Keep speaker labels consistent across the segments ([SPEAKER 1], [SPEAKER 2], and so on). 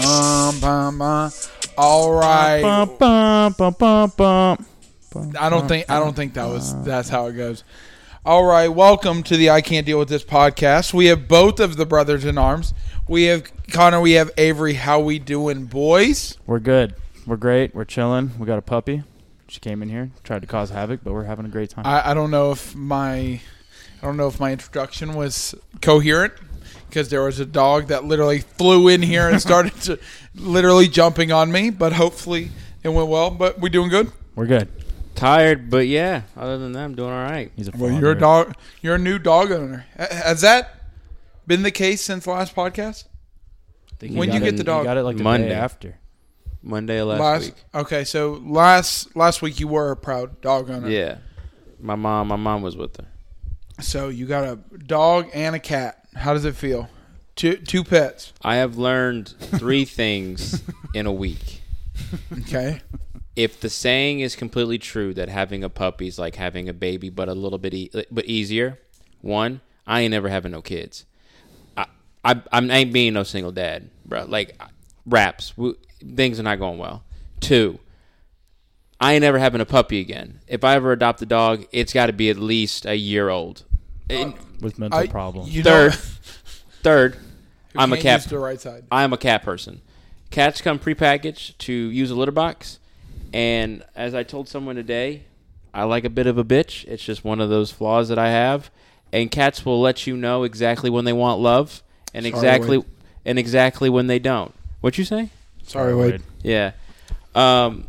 [SPEAKER 1] Um, Bum, All right.
[SPEAKER 2] Bum, bum, bum, bum, bum.
[SPEAKER 1] I don't think I don't think that was that's how it goes. All right, welcome to the I Can't Deal with This podcast. We have both of the brothers in arms. We have Connor. We have Avery. How we doing, boys?
[SPEAKER 2] We're good. We're great. We're chilling. We got a puppy. She came in here, tried to cause havoc, but we're having a great time.
[SPEAKER 1] I, I don't know if my I don't know if my introduction was coherent because there was a dog that literally flew in here and started to literally jumping on me. But hopefully it went well. But we doing good.
[SPEAKER 2] we're good.
[SPEAKER 3] Tired, but yeah. Other than that, I'm doing all right.
[SPEAKER 2] He's a
[SPEAKER 1] Well,
[SPEAKER 2] fawn,
[SPEAKER 1] you're a
[SPEAKER 2] dude.
[SPEAKER 1] dog. You're a new dog owner. Ha- Has that been the case since last podcast?
[SPEAKER 3] Think
[SPEAKER 1] When
[SPEAKER 3] he
[SPEAKER 1] you
[SPEAKER 3] got
[SPEAKER 1] get
[SPEAKER 3] in
[SPEAKER 1] the dog-
[SPEAKER 2] You got it like the
[SPEAKER 3] Monday.
[SPEAKER 2] day after.
[SPEAKER 3] Monday last, week.
[SPEAKER 1] Okay, so last last week you were a proud dog owner.
[SPEAKER 3] Yeah, my mom. My mom was with her.
[SPEAKER 1] So you got a dog and a cat. How does it feel? Two two pets.
[SPEAKER 3] I have learned three things in a week.
[SPEAKER 1] Okay.
[SPEAKER 3] If the saying is completely true that having a puppy is like having a baby, but a little bit e- but easier. One, I ain't never having no kids. I I, I'm, I ain't being no single dad, bro. Like I- raps, w- things are not going well. Two, I ain't ever having a puppy again. If I ever adopt a dog, it's got to be at least a year old. And
[SPEAKER 2] With mental
[SPEAKER 1] I-
[SPEAKER 2] problems.
[SPEAKER 1] you Uh, know-
[SPEAKER 3] third, third, I'm a
[SPEAKER 1] Can't use
[SPEAKER 3] cat.
[SPEAKER 1] the right side.
[SPEAKER 3] I am a cat person. Cats come prepackaged to use a litter box, and as I told someone today, I like a bit of a bitch. It's just one of those flaws that I have, and cats will let you know exactly when they want love and
[SPEAKER 1] Sorry,
[SPEAKER 3] exactly
[SPEAKER 1] Wade.
[SPEAKER 3] and exactly when they don't. What you say?
[SPEAKER 1] Sorry, Wade.
[SPEAKER 3] Yeah. Um.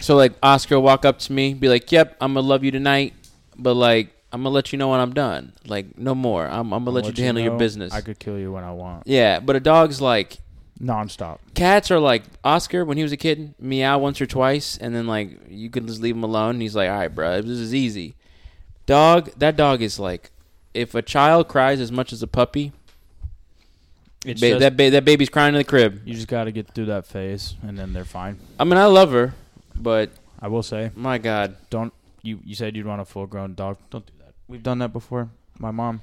[SPEAKER 3] So like Oscar will walk up to me, be like, "Yep, I'm gonna love you tonight, but like I'm gonna let you know when I'm done. Like no more. I'm, I'm gonna let, you, handle
[SPEAKER 2] know
[SPEAKER 3] your business.
[SPEAKER 2] I could kill you when I want.
[SPEAKER 3] yeah, but a dog's like
[SPEAKER 2] Nonstop.
[SPEAKER 3] cats are like Oscar when he was a kid, meow once or twice, and then like you can just leave him alone. And he's like, all right, bro, this is easy. Dog, that dog is like, if a child cries as much as a puppy,
[SPEAKER 2] It's
[SPEAKER 3] ba-
[SPEAKER 2] just,
[SPEAKER 3] that ba- that baby's crying in the crib.
[SPEAKER 2] you just got to get through that phase, and then they're fine.
[SPEAKER 3] I mean, I love her, but
[SPEAKER 2] I will say,
[SPEAKER 3] my God,
[SPEAKER 2] don't you? You said you'd want a full-grown dog. Don't do that. We've done that before. My mom.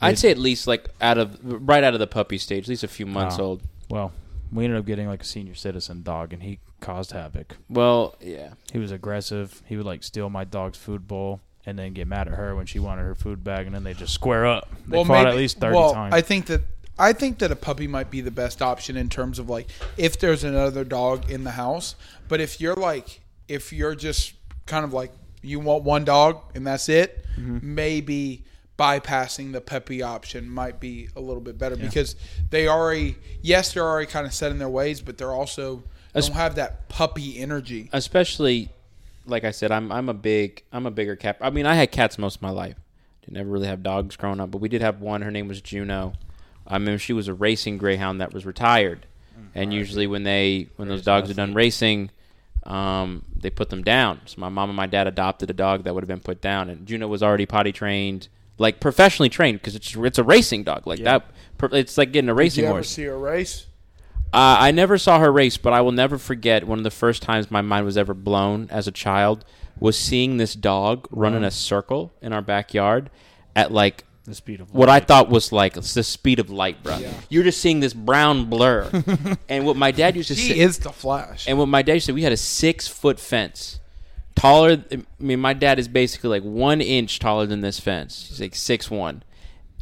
[SPEAKER 3] I'd
[SPEAKER 2] It-
[SPEAKER 3] say at least like out of right out of the puppy stage, at least a few months
[SPEAKER 2] Wow.
[SPEAKER 3] old.
[SPEAKER 2] Well, we ended up getting like a senior citizen dog, and he caused havoc.
[SPEAKER 3] Well, yeah,
[SPEAKER 2] He was aggressive. He would like steal my dog's food bowl and then get mad at her when she wanted her food back, and then they just square up. They fought at least thirty
[SPEAKER 1] well,
[SPEAKER 2] times.
[SPEAKER 1] I think that I think that a puppy might be the best option in terms of like if there's another dog in the house. But if you're like if you're just kind of like you want one dog and that's it,
[SPEAKER 2] Mm-hmm.
[SPEAKER 1] maybe bypassing the puppy option might be a little bit better because they already yes they're already kind of set in their ways, but they're also don't have that puppy energy.
[SPEAKER 3] especially like I said, I'm I'm a big I'm a bigger cat. I mean, I had cats most of my life. Didn't ever really have dogs growing up, but we did have one. Her name was Juno. I mean, she was a racing greyhound that was retired.
[SPEAKER 1] Mm.
[SPEAKER 3] And usually, when they when those dogs are done racing, um, they put them down. So my mom and my dad adopted a dog that would have been put down, and Juno was already potty trained, like professionally trained, because it's it's a racing dog like that that. It's like getting a
[SPEAKER 1] Do
[SPEAKER 3] racing
[SPEAKER 1] you ever
[SPEAKER 3] horse.
[SPEAKER 1] see a race?
[SPEAKER 3] Uh, I never saw her race, but I will never forget one of the first times my mind was ever blown as a child was seeing this dog run
[SPEAKER 1] Mm.
[SPEAKER 3] in a circle in our backyard at like
[SPEAKER 2] the speed of
[SPEAKER 3] what I thought was like the speed of light, bro. You're just seeing this brown blur. and what my dad used to say
[SPEAKER 1] He is the Flash.
[SPEAKER 3] and what my dad said, we had a six foot fence. Taller, I mean, my dad is basically like one inch taller than this fence. He's like six one.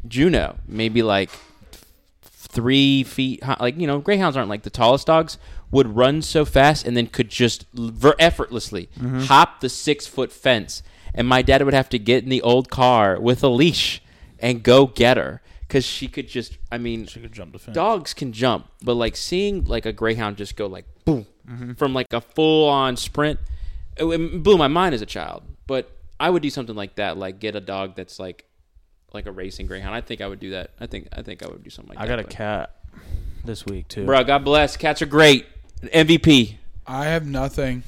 [SPEAKER 3] Juno, maybe like th- three feet high. Like, you know, greyhounds aren't like the tallest dogs, would run so fast and then could just l- ver- effortlessly hop the six foot fence. And my dad would have to get in the old car with a leash and go get her because she could just, I mean,
[SPEAKER 2] she could jump the fence.
[SPEAKER 3] dogs can jump, but like seeing like a greyhound just go like boom from like a full on sprint, it, it blew my mind as a child. But I would do something like that, like get a dog that's like like a racing greyhound. I think I would do that. I think I think I would do something like
[SPEAKER 2] I
[SPEAKER 3] that.
[SPEAKER 2] got a
[SPEAKER 3] but-
[SPEAKER 2] cat this week too.
[SPEAKER 3] Bro, God bless. Cats are great. MVP.
[SPEAKER 1] I have nothing.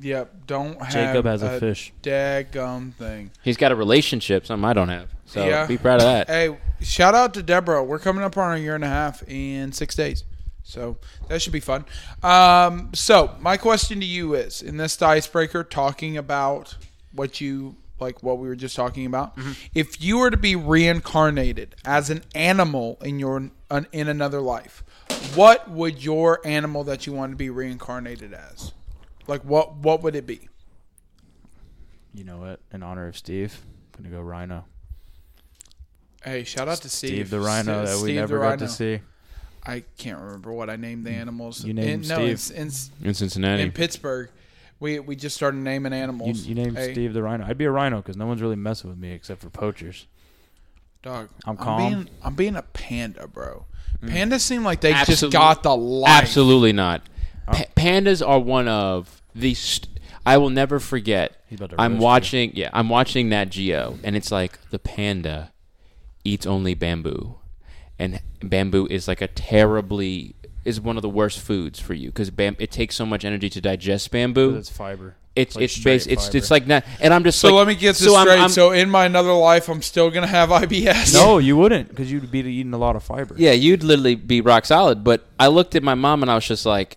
[SPEAKER 1] Yep, don't have
[SPEAKER 2] Jacob has a fish.
[SPEAKER 1] Daggum thing.
[SPEAKER 3] He's got a relationship, something I don't have. So
[SPEAKER 1] Yeah.
[SPEAKER 3] be proud of that.
[SPEAKER 1] Hey, shout out to Deborah. We're coming up on a year and a half in six days. So that should be fun. Um, so my question to you is in this icebreaker, talking about what you like what we were just talking about,
[SPEAKER 2] Mm-hmm.
[SPEAKER 1] if you were to be reincarnated as an animal in your an, in another life, what would your animal that you want to be reincarnated as? Like what what would it be?
[SPEAKER 2] You know what? In honor of Steve, I'm gonna go Rhino.
[SPEAKER 1] Hey, shout out to Steve.
[SPEAKER 2] Steve the Rhino
[SPEAKER 1] S-
[SPEAKER 2] that we
[SPEAKER 1] Steve the
[SPEAKER 2] never got to
[SPEAKER 1] Rhino.
[SPEAKER 2] see.
[SPEAKER 1] I can't remember what I named the animals.
[SPEAKER 2] You named
[SPEAKER 1] In- no,
[SPEAKER 2] Steve.
[SPEAKER 1] it's in,
[SPEAKER 3] in Cincinnati.
[SPEAKER 1] in Pittsburgh. We we just started naming
[SPEAKER 2] You,
[SPEAKER 1] animals.
[SPEAKER 2] you named
[SPEAKER 1] Hey,
[SPEAKER 2] Steve the Rhino. I'd be a Rhino because no one's really messing with me except for poachers.
[SPEAKER 1] Dog,
[SPEAKER 2] I'm calm. Mm.
[SPEAKER 1] being, I'm being a panda, bro. Pandas seem like they
[SPEAKER 3] Absolute-
[SPEAKER 1] just got the life.
[SPEAKER 3] Absolutely not. Pa- pandas are one of the. St- I will never forget.
[SPEAKER 2] He's about to
[SPEAKER 3] I'm
[SPEAKER 2] roast you.
[SPEAKER 3] watching. Yeah, I'm watching that Geo, and it's like the panda eats only bamboo, and bamboo is like a terribly is one of the worst foods for you because bam- it takes so much energy to digest bamboo.
[SPEAKER 2] It's fiber.
[SPEAKER 3] It's
[SPEAKER 2] like
[SPEAKER 3] it's
[SPEAKER 2] straight
[SPEAKER 3] base. It's
[SPEAKER 2] fiber.
[SPEAKER 3] it's like that. And I'm just
[SPEAKER 1] So
[SPEAKER 3] like,
[SPEAKER 1] let me get this
[SPEAKER 3] so I'm-
[SPEAKER 1] straight.
[SPEAKER 3] I'm-
[SPEAKER 1] so in my another life, I'm still gonna have IBS.
[SPEAKER 2] no, you wouldn't because you'd be eating a lot of fiber.
[SPEAKER 3] Yeah, you'd literally be rock solid. But I looked at my mom and I was just like,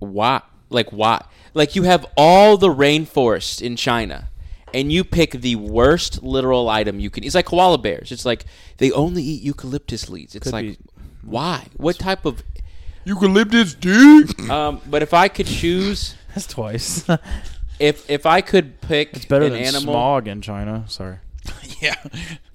[SPEAKER 3] why? Like, why? Like, you have all the rainforest in China and you pick the worst literal item you can. It's like koala bears. It's like they only eat eucalyptus leaves. It's
[SPEAKER 2] Could
[SPEAKER 3] like,
[SPEAKER 2] be.
[SPEAKER 3] why? What type of.
[SPEAKER 1] eucalyptus dick.
[SPEAKER 3] Um, but if I could choose,
[SPEAKER 2] that's twice.
[SPEAKER 3] if if I could pick
[SPEAKER 2] it's better
[SPEAKER 3] an
[SPEAKER 2] than
[SPEAKER 3] animal,
[SPEAKER 2] smog in China. Sorry,
[SPEAKER 1] yeah,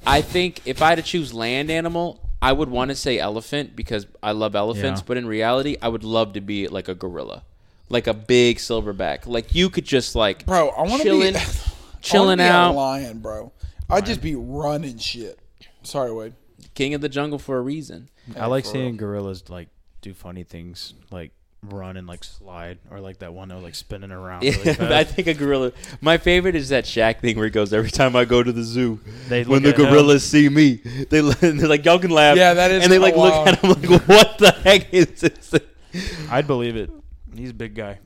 [SPEAKER 3] I think if I had to choose land animal, I would want to say elephant because I love elephants,
[SPEAKER 2] Yeah.
[SPEAKER 3] but in reality, I would love to be like a gorilla. Like a big silverback. Like you could just like
[SPEAKER 1] bro. I want to be
[SPEAKER 3] chilling
[SPEAKER 1] I wanna
[SPEAKER 3] chilling
[SPEAKER 1] be
[SPEAKER 3] out.
[SPEAKER 1] A lion, bro. I'd just be running shit. Sorry, Wade.
[SPEAKER 3] king of the jungle for a reason.
[SPEAKER 2] I like
[SPEAKER 1] for
[SPEAKER 2] seeing gorillas like do funny things, like run and like slide, or like that one that was like spinning around. Really fast.
[SPEAKER 3] I think a gorilla. My favorite is that Shaq thing where he goes every time I go to the zoo.
[SPEAKER 2] They
[SPEAKER 3] when the
[SPEAKER 2] look at him.
[SPEAKER 3] gorillas see me, they they're like y'all can laugh.
[SPEAKER 1] Yeah, that is
[SPEAKER 3] And they like look
[SPEAKER 1] wild.
[SPEAKER 3] at him like what the heck is this?
[SPEAKER 2] I'd believe it. He's a big guy.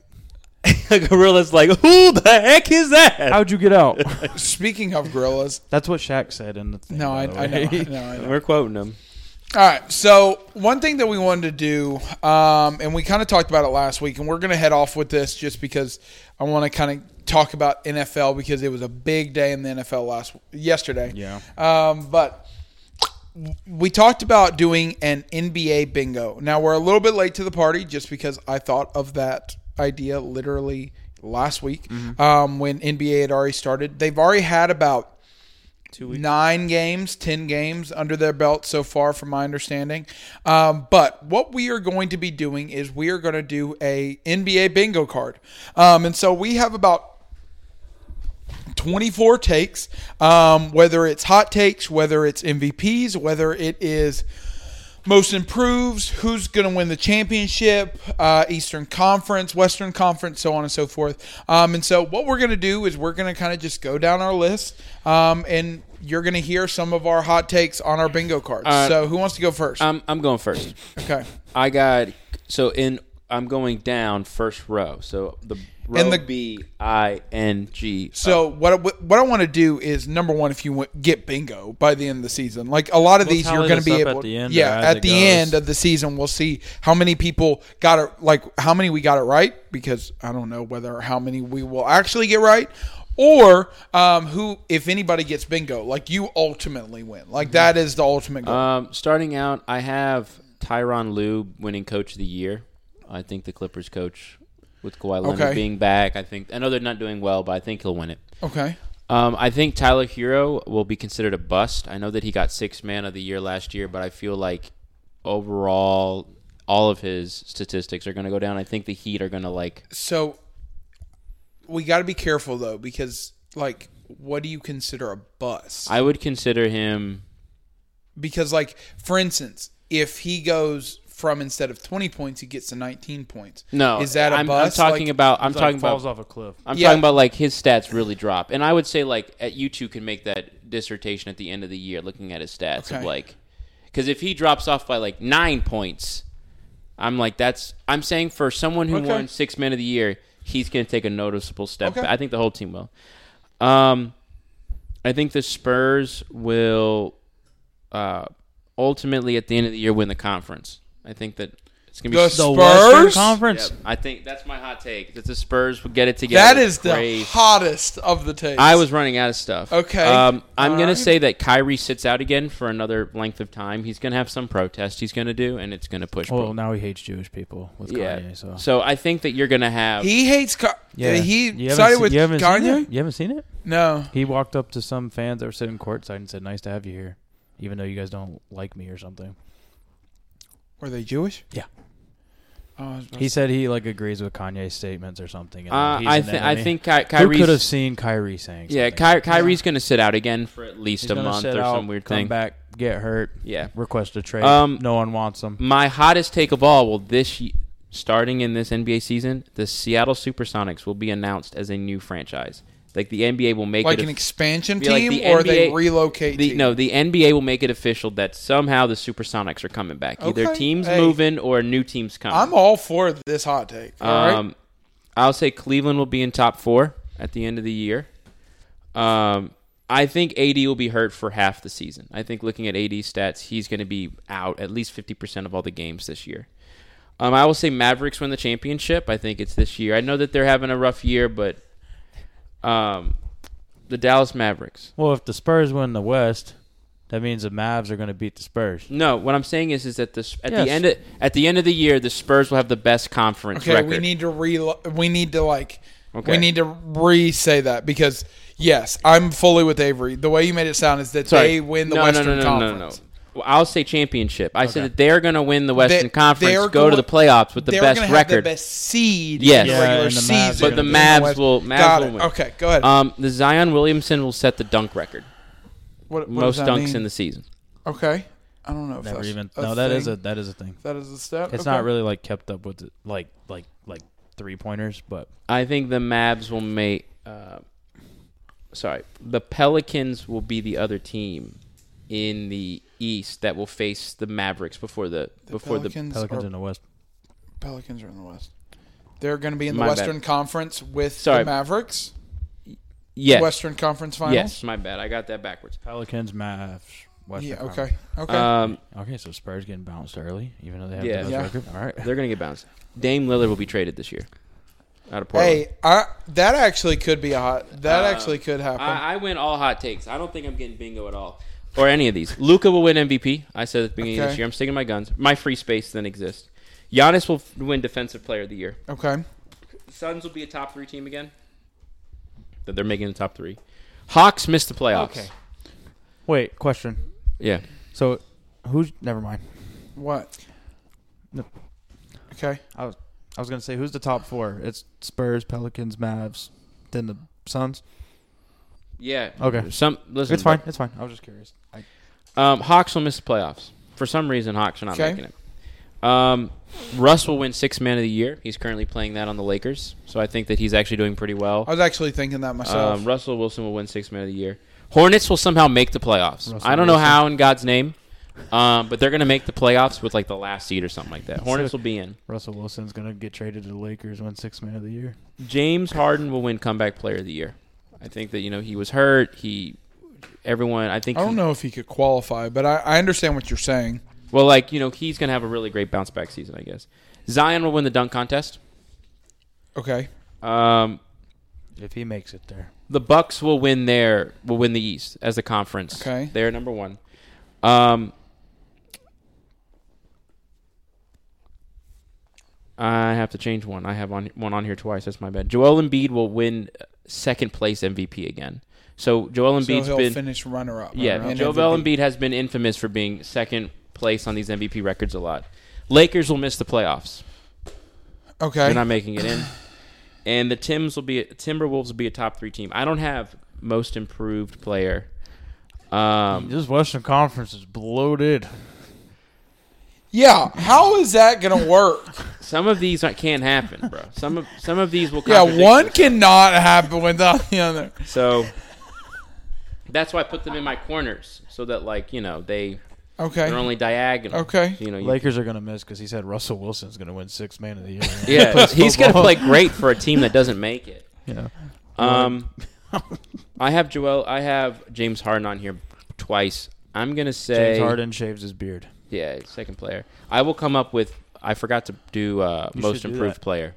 [SPEAKER 3] a gorilla's like who the heck is that?
[SPEAKER 2] How'd you get out?
[SPEAKER 1] Speaking of gorillas,
[SPEAKER 2] That's what Shaq said in the thing.
[SPEAKER 1] no, I,
[SPEAKER 2] by the
[SPEAKER 1] I know,
[SPEAKER 2] way.
[SPEAKER 1] I know, I know.
[SPEAKER 3] We're quoting him.
[SPEAKER 1] All right. So one thing that we wanted to do, um, and we kind of talked about it last week, and we're going to head off with this just because I want to kind of talk about NFL because it was a big day in the NFL last yesterday.
[SPEAKER 2] Yeah.
[SPEAKER 1] Um, but we talked about doing an NBA bingo. Now we're a little bit late to the party just because I thought of that idea literally last week um, when NBA had already started. They've already had about nine games, ten games under their belt so far, from my understanding. Um, but what we are going to be doing is we are going to do a NBA bingo card, um, and so we have about 24 takes, um, whether it's hot takes, whether it's MVPs, whether it is most improves, who's going to win the championship, uh, Eastern Conference, Western Conference, so on and so forth. Um, and so, what we're going to do is we're going to kind of just go down our list, um, and you're going to hear some of our hot takes on our bingo cards. so, who wants to go first?
[SPEAKER 3] I'm I'm going first.
[SPEAKER 1] okay.
[SPEAKER 3] I got so in I'm going down first row. So the row
[SPEAKER 1] the-
[SPEAKER 3] B I N G.
[SPEAKER 1] So
[SPEAKER 2] Oh.
[SPEAKER 1] what I, what I want to do is number one, if you wa- get bingo by the end of the season, like a lot of
[SPEAKER 2] We'll
[SPEAKER 1] these, you're
[SPEAKER 2] tally
[SPEAKER 1] going to
[SPEAKER 2] this
[SPEAKER 1] be
[SPEAKER 2] up
[SPEAKER 1] able,
[SPEAKER 2] at the end or
[SPEAKER 1] yeah,
[SPEAKER 2] as
[SPEAKER 1] at
[SPEAKER 2] it
[SPEAKER 1] the
[SPEAKER 2] goes.
[SPEAKER 1] end of the season, we'll see how many people got it, like how many we got it right, because I don't know whether or how many we will actually get right, or um, who, if anybody gets bingo, like you ultimately win, like that is the ultimate
[SPEAKER 2] Uh,
[SPEAKER 1] goal.
[SPEAKER 3] Um, starting out, I have Tyron Lue winning Coach of the Year. I think the Clippers coach with Kawhi Leonard
[SPEAKER 1] Okay.
[SPEAKER 3] being back. I think I know they're not doing well, but I think he'll win it.
[SPEAKER 1] okay,
[SPEAKER 3] Um, I think Tyler Hero will be considered a bust. I know that he got six man of the year last year, but I feel like overall, all of his statistics are going to go down. I think the Heat are going to like
[SPEAKER 1] so we got to be careful though, because like, what do you consider a bust?
[SPEAKER 3] I would consider him.
[SPEAKER 1] because like for instance if he goes from instead of 20 points he gets to 19 points
[SPEAKER 3] No,
[SPEAKER 1] is that a
[SPEAKER 3] I'm,
[SPEAKER 1] bust
[SPEAKER 3] I'm talking
[SPEAKER 1] Like,
[SPEAKER 3] about. I'm
[SPEAKER 2] It's like
[SPEAKER 3] talking
[SPEAKER 2] falls
[SPEAKER 3] about.
[SPEAKER 2] off a cliff.
[SPEAKER 3] I'm
[SPEAKER 1] Yeah.
[SPEAKER 3] talking about like his stats really drop, and I would say like at you two can make that dissertation at the end of the year, looking at his stats of
[SPEAKER 1] Okay.
[SPEAKER 3] like, because if he drops off by like nine points, I'm like that's. I'm saying for someone who
[SPEAKER 1] Okay.
[SPEAKER 3] won six men of the year, he's going to take a noticeable step.
[SPEAKER 1] Okay.
[SPEAKER 3] I think the whole team will. Um, I think the Spurs will uh, ultimately at the end of the year win the conference. I think that It's gonna be
[SPEAKER 1] The
[SPEAKER 3] so-
[SPEAKER 2] The
[SPEAKER 1] Spurs?
[SPEAKER 2] Western Conference.
[SPEAKER 3] I think that's my hot take. That the Spurs would get it together.
[SPEAKER 1] That is the
[SPEAKER 3] Crazy.
[SPEAKER 1] hottest of the takes.
[SPEAKER 3] I was running out of stuff.
[SPEAKER 1] Okay.
[SPEAKER 3] Um, I'm
[SPEAKER 1] All
[SPEAKER 3] going
[SPEAKER 1] right.
[SPEAKER 3] to say that Kyrie sits out again for another length of time. He's going to have some protest he's going to do, and it's going to push.
[SPEAKER 2] Well,
[SPEAKER 3] Bro-
[SPEAKER 2] now he hates Jewish people with
[SPEAKER 3] yeah.
[SPEAKER 2] Kanye. So,
[SPEAKER 3] I think that you're going to have.
[SPEAKER 1] He hates. Ka-
[SPEAKER 2] yeah,
[SPEAKER 1] He
[SPEAKER 2] You haven't
[SPEAKER 1] sided
[SPEAKER 2] se-
[SPEAKER 1] with
[SPEAKER 2] you haven't seen
[SPEAKER 1] Kanye.
[SPEAKER 2] it? You haven't seen it?
[SPEAKER 1] No.
[SPEAKER 2] He walked up to some fans that were sitting courtside and said, "Nice to have you here, even though you guys don't like me or something."
[SPEAKER 1] Were they Jewish?
[SPEAKER 2] Yeah.
[SPEAKER 1] Oh, I was about
[SPEAKER 2] He said he like agrees with Kanye's statements or something. And
[SPEAKER 3] uh,
[SPEAKER 2] Oh, he's
[SPEAKER 3] I,
[SPEAKER 2] an
[SPEAKER 3] th- I
[SPEAKER 2] enemy.
[SPEAKER 3] think Ky-
[SPEAKER 2] Who could have
[SPEAKER 3] Kyrie's.
[SPEAKER 2] seen Kyrie saying?
[SPEAKER 3] Yeah,
[SPEAKER 2] something?
[SPEAKER 3] Ky- Kyrie's going to sit out again for at least
[SPEAKER 2] He's
[SPEAKER 3] a
[SPEAKER 2] gonna
[SPEAKER 3] month
[SPEAKER 2] sit
[SPEAKER 3] or
[SPEAKER 2] out,
[SPEAKER 3] some weird
[SPEAKER 2] come
[SPEAKER 3] thing.
[SPEAKER 2] back, get hurt,
[SPEAKER 3] Yeah.
[SPEAKER 2] request a trade.
[SPEAKER 3] Um,
[SPEAKER 2] no one wants him.
[SPEAKER 3] My hottest take of all will this y- starting in this NBA season, the Seattle SuperSonics will be announced as a new franchise. Like the NBA will make
[SPEAKER 1] like
[SPEAKER 3] it
[SPEAKER 1] an
[SPEAKER 3] a-
[SPEAKER 1] expansion
[SPEAKER 3] be like
[SPEAKER 1] team,
[SPEAKER 3] the
[SPEAKER 1] or they
[SPEAKER 3] NBA
[SPEAKER 1] relocate?
[SPEAKER 3] The,
[SPEAKER 1] team?
[SPEAKER 3] no, the NBA will make it official that somehow the Supersonics are coming back. Either
[SPEAKER 1] Okay,
[SPEAKER 3] teams
[SPEAKER 1] hey.
[SPEAKER 3] moving or new teams coming.
[SPEAKER 1] I'm all for this hot take. All right.
[SPEAKER 3] um, I'll say Cleveland will be in top four at the end of the year. Um, I think AD will be hurt for half the season. I think looking at AD's stats, he's going to be out at least 50% of all the games this year. Um, I will say Mavericks win the championship. I think it's this year. I know that they're having a rough year, but um, the Dallas Mavericks.
[SPEAKER 2] Well, if the Spurs win the West, that means the Mavs are going to beat the
[SPEAKER 1] Mm.
[SPEAKER 2] Spurs.
[SPEAKER 3] No, what I'm saying is, is that the at
[SPEAKER 2] Yes.
[SPEAKER 3] the end of, at the end of the year, the Spurs will have the best conference
[SPEAKER 1] okay,
[SPEAKER 3] record.
[SPEAKER 1] we need to re. We need to like.
[SPEAKER 3] Okay.
[SPEAKER 1] We need to re say that because yes, I'm fully with Avery. The way you made it sound is that
[SPEAKER 3] Sorry.
[SPEAKER 1] they win the
[SPEAKER 3] No, no,
[SPEAKER 1] Western
[SPEAKER 3] no, no, no, no,
[SPEAKER 1] Conference.
[SPEAKER 3] no. Well, I'll say championship. I said that they're going to win the Western
[SPEAKER 1] They-
[SPEAKER 3] Conference,
[SPEAKER 1] they're
[SPEAKER 3] go
[SPEAKER 1] going-
[SPEAKER 3] to the playoffs with the
[SPEAKER 1] They're
[SPEAKER 3] best
[SPEAKER 1] gonna have
[SPEAKER 3] record.
[SPEAKER 1] the best seed.
[SPEAKER 3] Yes.
[SPEAKER 1] in the
[SPEAKER 2] Yeah,
[SPEAKER 1] regular
[SPEAKER 2] and the Mavs are
[SPEAKER 1] season,
[SPEAKER 2] gonna Uh, But the
[SPEAKER 1] in
[SPEAKER 3] Mavs
[SPEAKER 1] West.
[SPEAKER 3] will- Mavs
[SPEAKER 1] Got
[SPEAKER 3] will
[SPEAKER 1] it.
[SPEAKER 3] win.
[SPEAKER 1] Okay, go ahead.
[SPEAKER 3] um, the Zion Williamson will set the dunk record,
[SPEAKER 1] what, what
[SPEAKER 3] most
[SPEAKER 1] does that
[SPEAKER 3] dunks
[SPEAKER 1] mean?
[SPEAKER 3] in the season.
[SPEAKER 1] Okay, I don't know. If
[SPEAKER 2] Never
[SPEAKER 1] that's
[SPEAKER 2] even.
[SPEAKER 1] A
[SPEAKER 2] no, that is
[SPEAKER 1] thing.
[SPEAKER 2] a that is a thing.
[SPEAKER 1] That is a step.
[SPEAKER 2] It's
[SPEAKER 1] Okay.
[SPEAKER 2] not really like kept up with the, like like like three pointers, but
[SPEAKER 3] I think the Mavs will make. Uh, sorry, the Pelicans will be the other team in the East that will face the Mavericks before the, before the
[SPEAKER 1] Pelicans,
[SPEAKER 2] Pelicans
[SPEAKER 1] are,
[SPEAKER 2] in the West.
[SPEAKER 1] Pelicans are in the West. They're going to be in the
[SPEAKER 3] My bad.
[SPEAKER 1] Western Conference with
[SPEAKER 3] Sorry.
[SPEAKER 1] the Mavericks.
[SPEAKER 3] yes
[SPEAKER 1] Western Conference Finals.
[SPEAKER 3] yes my bad I got that backwards.
[SPEAKER 2] Pelicans, Mavs, West.
[SPEAKER 1] Yeah. Okay. Okay.
[SPEAKER 3] Um,
[SPEAKER 2] Okay, so Spurs getting bounced early, even though they have
[SPEAKER 3] Yeah.
[SPEAKER 2] the best
[SPEAKER 1] Yeah.
[SPEAKER 2] record. All right.
[SPEAKER 3] They're going to get bounced. Dame Lillard will be traded this year. Out of Portland.
[SPEAKER 1] hey, I, that actually could be a hot. That
[SPEAKER 3] Uh,
[SPEAKER 1] actually could happen.
[SPEAKER 3] I, I went all hot takes. I don't think I'm getting bingo at all. Or any of these. Luca will win MVP. I said at the beginning of
[SPEAKER 1] Okay.
[SPEAKER 3] this year. I'm sticking to my guns. My free space then exists. Giannis will f- win Defensive Player of the Year.
[SPEAKER 1] okay.
[SPEAKER 3] Suns will be a top three team again. That they're making the top three. Hawks missed the playoffs.
[SPEAKER 1] Okay.
[SPEAKER 2] Wait, question.
[SPEAKER 3] Yeah.
[SPEAKER 2] So, who's? Never mind.
[SPEAKER 1] What?
[SPEAKER 2] No.
[SPEAKER 1] Okay.
[SPEAKER 2] I was I was gonna say who's the top four? It's Spurs, Pelicans, Mavs, then the Suns.
[SPEAKER 3] Yeah.
[SPEAKER 2] Okay.
[SPEAKER 3] Some listen.
[SPEAKER 2] It's fine. It's fine. I was just curious. I,
[SPEAKER 3] Um, Hawks will miss the playoffs. For some reason, Hawks are not
[SPEAKER 1] Okay.
[SPEAKER 3] making it. Um, Russ will win six man of the year. He's currently playing that on the Lakers, so I think that he's actually doing pretty
[SPEAKER 1] I
[SPEAKER 3] well.
[SPEAKER 1] was actually thinking that myself.
[SPEAKER 3] Um, Russell Wilson will win six man of the year. Hornets will somehow make the playoffs.
[SPEAKER 2] Russell
[SPEAKER 3] I don't know
[SPEAKER 2] Wilson.
[SPEAKER 3] how in God's name, um, but they're going to make the playoffs with like the last seed or something like that. Hornets will be in.
[SPEAKER 2] Russell Wilson's gonna get traded to the Lakers, win six man of the year.
[SPEAKER 3] James Harden will win comeback player of the year. I think that you know he was hurt. He everyone. I think
[SPEAKER 1] I
[SPEAKER 3] he-
[SPEAKER 1] don't know if he could qualify, but I, I understand what you're saying.
[SPEAKER 3] Well, like you know he's going to have a really great bounce back season. I guess Zion will win the dunk contest.
[SPEAKER 1] Okay.
[SPEAKER 3] Um,
[SPEAKER 2] If he makes it there,
[SPEAKER 3] the Bucks will win their will win the East as a conference.
[SPEAKER 1] Okay.
[SPEAKER 3] they're number one. Um, I have to change one. I have on one on here twice. That's my bad. Joel Embiid will win uh, second place MVP again. So Joel
[SPEAKER 1] So
[SPEAKER 3] Embiid's
[SPEAKER 1] he'll uh,
[SPEAKER 3] been
[SPEAKER 1] finish runner up.
[SPEAKER 3] yeah. Joel Embiid has been infamous for being second place on these MVP records a lot. Lakers will miss the playoffs.
[SPEAKER 1] Okay.
[SPEAKER 3] They're not making it in. And the Tims will be Timberwolves will be a top three team. I don't have most improved player. Um,
[SPEAKER 2] this Western Conference is bloated.
[SPEAKER 1] yeah. How is that going to work?
[SPEAKER 3] some of these I- can't happen, bro. Some of some of these will.
[SPEAKER 1] yeah.
[SPEAKER 3] contradict
[SPEAKER 1] One
[SPEAKER 3] themselves.
[SPEAKER 1] cannot happen without the other.
[SPEAKER 3] So that's why I put them in my corners so that like you know they
[SPEAKER 1] Okay.
[SPEAKER 3] they're only diagonal.
[SPEAKER 1] Okay.
[SPEAKER 3] You know. You,
[SPEAKER 2] Lakers are gonna miss because he said Russell Wilson's gonna win six man of the year.
[SPEAKER 3] yeah,
[SPEAKER 2] Plays
[SPEAKER 3] he's gonna
[SPEAKER 2] football.
[SPEAKER 3] play great for a team that doesn't make it.
[SPEAKER 2] Yeah.
[SPEAKER 3] Um, I have Joel. I have James Harden on here twice. I'm gonna say
[SPEAKER 2] James Harden shaves his beard.
[SPEAKER 3] Yeah, second player. I will come up with I forgot to do uh,
[SPEAKER 2] You
[SPEAKER 3] most
[SPEAKER 2] should do
[SPEAKER 3] improved
[SPEAKER 2] that.
[SPEAKER 3] player.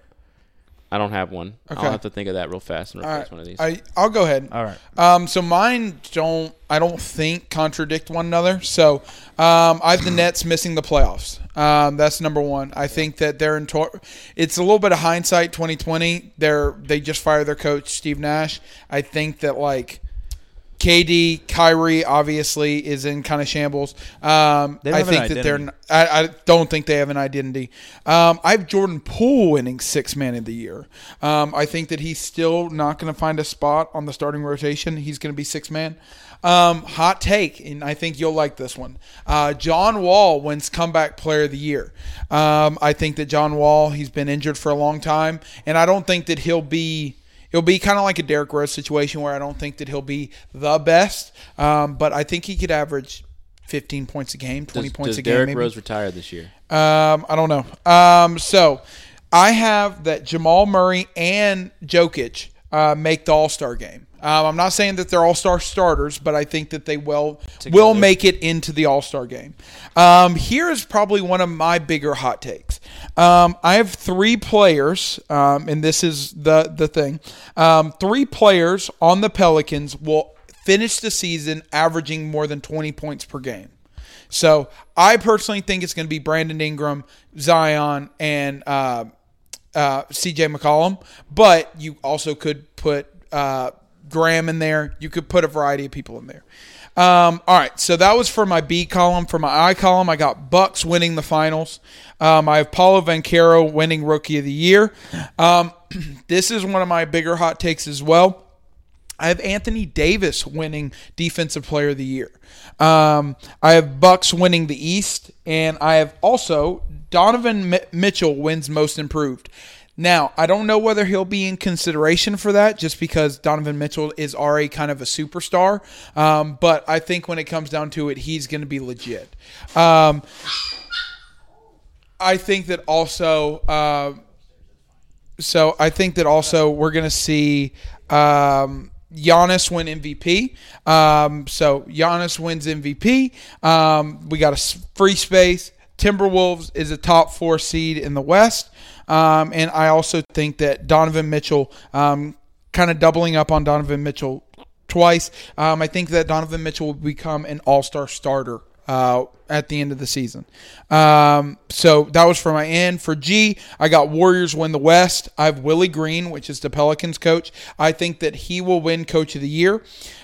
[SPEAKER 3] I don't have one.
[SPEAKER 1] Okay.
[SPEAKER 3] I'll have to think of that real fast and
[SPEAKER 1] All
[SPEAKER 3] replace
[SPEAKER 1] right.
[SPEAKER 3] one of these.
[SPEAKER 1] I, I'll go ahead.
[SPEAKER 2] All right.
[SPEAKER 1] Um, so mine don't I don't think contradict one another. So um, I have the Nets missing the playoffs. Um, that's number one. I think that they're in. Tor- it's a little bit of hindsight, twenty twenty. They're they just fired their coach Steve Nash. I think that like KD Kyrie obviously is in kind of shambles. Um,
[SPEAKER 2] They don't
[SPEAKER 1] I
[SPEAKER 2] have an
[SPEAKER 1] think that they're.
[SPEAKER 2] identity.
[SPEAKER 1] n- I, I don't think they have an identity. Um, I have Jordan Poole winning six man of the year. Um, I think that he's still not going to find a spot on the starting rotation. He's going to be six man. Um, hot take, and I think you'll like this one. Uh, John Wall wins comeback player of the year. Um, I think that John Wall he's been injured for a long time, and I don't think that he'll be. It'll be kind of like a Derrick Rose situation where I don't think that he'll be the best, um, but I think he could average 15 points a game, 20
[SPEAKER 3] does
[SPEAKER 1] points
[SPEAKER 3] does
[SPEAKER 1] a game.
[SPEAKER 3] Derrick
[SPEAKER 1] maybe.
[SPEAKER 3] Rose retire this year?
[SPEAKER 1] Um, I don't know. Um, so I have that Jamal Murray and Jokic uh, make the All Star game. Um, I'm not saying that they're All Star starters, but I think that they well will make it into the All Star game. Um, here is probably one of my bigger hot takes. Um, I have three players, um, and this is the the thing. Um, three players on the Pelicans will finish the season averaging more than 20 points per game. So I personally think it's going to be Brandon Ingram, Zion, and uh, uh, C.J. McCollum. But you also could put uh, Graham in there. You could put a variety of people in there. Um, all right, so that was for my B column. For my I column, I got Bucks winning the finals. Um, I have Paulo Vancaro winning Rookie of the Year. Um, this is one of my bigger hot takes as well. I have Anthony Davis winning Defensive Player of the Year. Um, I have Bucks winning the East, and I have also Donovan M- Mitchell wins Most Improved. Now, I don't know whether he'll be in consideration for that just because Donovan Mitchell is already kind of a superstar. Um, but I think when it comes down to it, he's going to be legit. Um, I think that also. Uh, so I think that also we're going to see um, Giannis win MVP. Um, so Giannis wins MVP. Um, we got a s- free space. Timberwolves is a top four seed in the West. Um, and I also think that Donovan Mitchell, um, kind of doubling up on Donovan Mitchell twice, um, I think that Donovan Mitchell will become an all star starter uh, at the end of the season. Um, so that was for my end. For G, I got Warriors win the West. I have Willie Green, which is the Pelicans coach. I think that he will win Coach of the Year.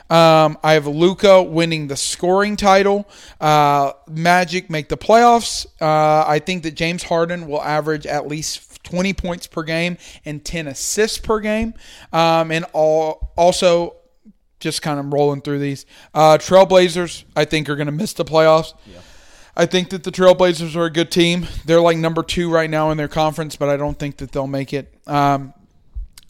[SPEAKER 1] Um, I have Luca winning the scoring title. Uh, Magic make the playoffs. Uh, I think that James Harden will average at least 20 points per game and 10 assists per game. Um, and all, also, just kind of rolling through these. Uh, Trailblazers, I think, are going to miss the playoffs. I think that the Trailblazers are a good team. They're like number two right now in their conference, but I don't think that they'll make it. Um,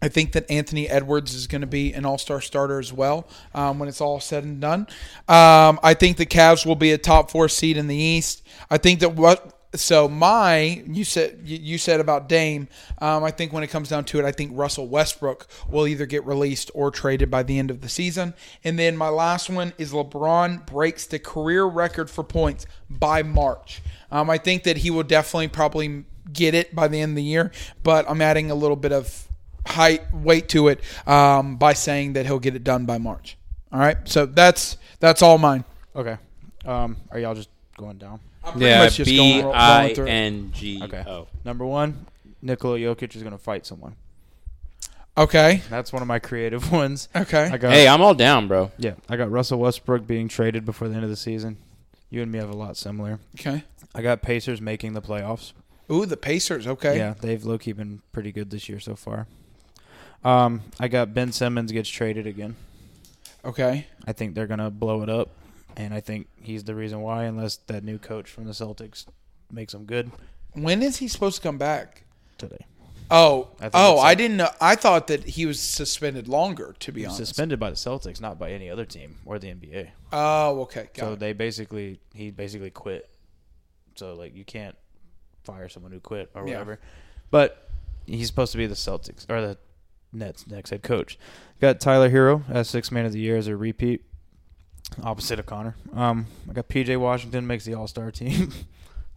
[SPEAKER 1] I think that Anthony Edwards is going to be an all star starter as well um, when it's all said and done. Um, I think the Cavs will be a top four seed in the East. I think that what. So my you said you you said about Dame. Um, I think when it comes down to it, I think Russell Westbrook will either get released or traded by the end of the season. And then my last one is LeBron breaks the career record for points by March. Um, I think that he will definitely probably get it by the end of the year. But I'm adding a little bit of height weight to it um, by saying that he'll get it done by March. All right, so that's that's all mine.
[SPEAKER 2] Okay. Um, are y'all just going down?
[SPEAKER 1] I'm pretty
[SPEAKER 3] Yeah,
[SPEAKER 1] much just
[SPEAKER 3] B
[SPEAKER 1] going-
[SPEAKER 3] I
[SPEAKER 1] rolling through it.
[SPEAKER 3] N G
[SPEAKER 2] Okay.
[SPEAKER 3] O.
[SPEAKER 2] Number one, Nikola Jokic is gonna fight someone.
[SPEAKER 1] Okay,
[SPEAKER 2] That's one of my creative ones.
[SPEAKER 1] okay.
[SPEAKER 2] I got.
[SPEAKER 3] Hey, I'm all down, bro.
[SPEAKER 2] yeah, I got Russell Westbrook being traded before the end of the season. You and me have a lot similar.
[SPEAKER 1] Okay.
[SPEAKER 2] I got Pacers making the playoffs.
[SPEAKER 1] Ooh, the Pacers. Okay.
[SPEAKER 2] Yeah, they've low key been pretty good this year so far. Um, I got Ben Simmons gets traded again.
[SPEAKER 1] Okay.
[SPEAKER 2] I think they're gonna blow it up, and I think he's the reason why, unless that new coach from the Celtics makes them good
[SPEAKER 1] When is he supposed to come back?
[SPEAKER 2] today.
[SPEAKER 1] Oh,
[SPEAKER 2] I think
[SPEAKER 1] oh,
[SPEAKER 2] it's
[SPEAKER 1] I
[SPEAKER 2] like-
[SPEAKER 1] didn't know. I thought that he was suspended longer. To be honest.
[SPEAKER 2] Suspended by the Celtics, not by any other team or the NBA.
[SPEAKER 1] Oh, okay. Got
[SPEAKER 2] so
[SPEAKER 1] it.
[SPEAKER 2] they basically he basically quit. So like you can't fire someone who quit or
[SPEAKER 1] Yeah.
[SPEAKER 2] whatever. But he's supposed to be the Celtics or the Nets next head coach. Got Tyler Hero as sixth man of the year as a repeat. Opposite of Connor. Um I got PJ Washington makes the all star team.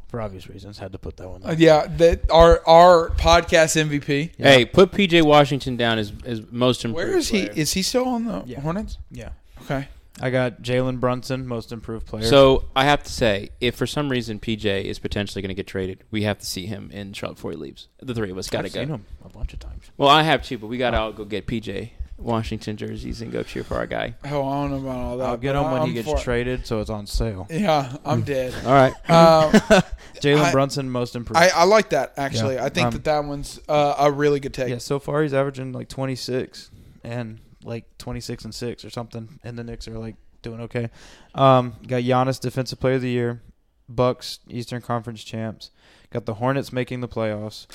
[SPEAKER 2] for obvious reasons, had to put that one.
[SPEAKER 1] Uh, yeah, that our our podcast MVP.
[SPEAKER 3] Hey, put PJ Washington down as, as most improved.
[SPEAKER 1] Where is he?
[SPEAKER 3] player.
[SPEAKER 1] Is he still on the
[SPEAKER 2] Yeah.
[SPEAKER 1] Hornets?
[SPEAKER 2] Yeah,
[SPEAKER 1] Okay.
[SPEAKER 2] I got Jalen Brunson, most improved player.
[SPEAKER 3] So I have to say, if for some reason PJ is potentially going to get traded, we have to see him in Charlotte before he leaves. The three of us got to
[SPEAKER 2] I've
[SPEAKER 3] go.
[SPEAKER 2] seen him a bunch of times.
[SPEAKER 3] Well, I have too, but we got to
[SPEAKER 1] Oh.
[SPEAKER 3] all go get PJ Washington jerseys and go cheer for our guy.
[SPEAKER 1] Oh, I don't know about all that.
[SPEAKER 2] I'll get
[SPEAKER 1] but
[SPEAKER 2] him when he
[SPEAKER 1] I'm
[SPEAKER 2] gets
[SPEAKER 1] for it.
[SPEAKER 2] traded, so it's on sale.
[SPEAKER 1] Yeah, I'm dead.
[SPEAKER 3] All right.
[SPEAKER 1] Um, I-
[SPEAKER 2] Jalen Brunson, most improved.
[SPEAKER 1] I, I like that actually.
[SPEAKER 2] Yeah,
[SPEAKER 1] I think
[SPEAKER 2] um,
[SPEAKER 1] that that one's uh, a really good take.
[SPEAKER 2] yeah, so far he's averaging like 26 and like 26 and 6 or something, and the Knicks are like doing okay. Um, got Giannis, Defensive Player of the Year. Bucks, Eastern Conference champs. Got the Hornets making the playoffs.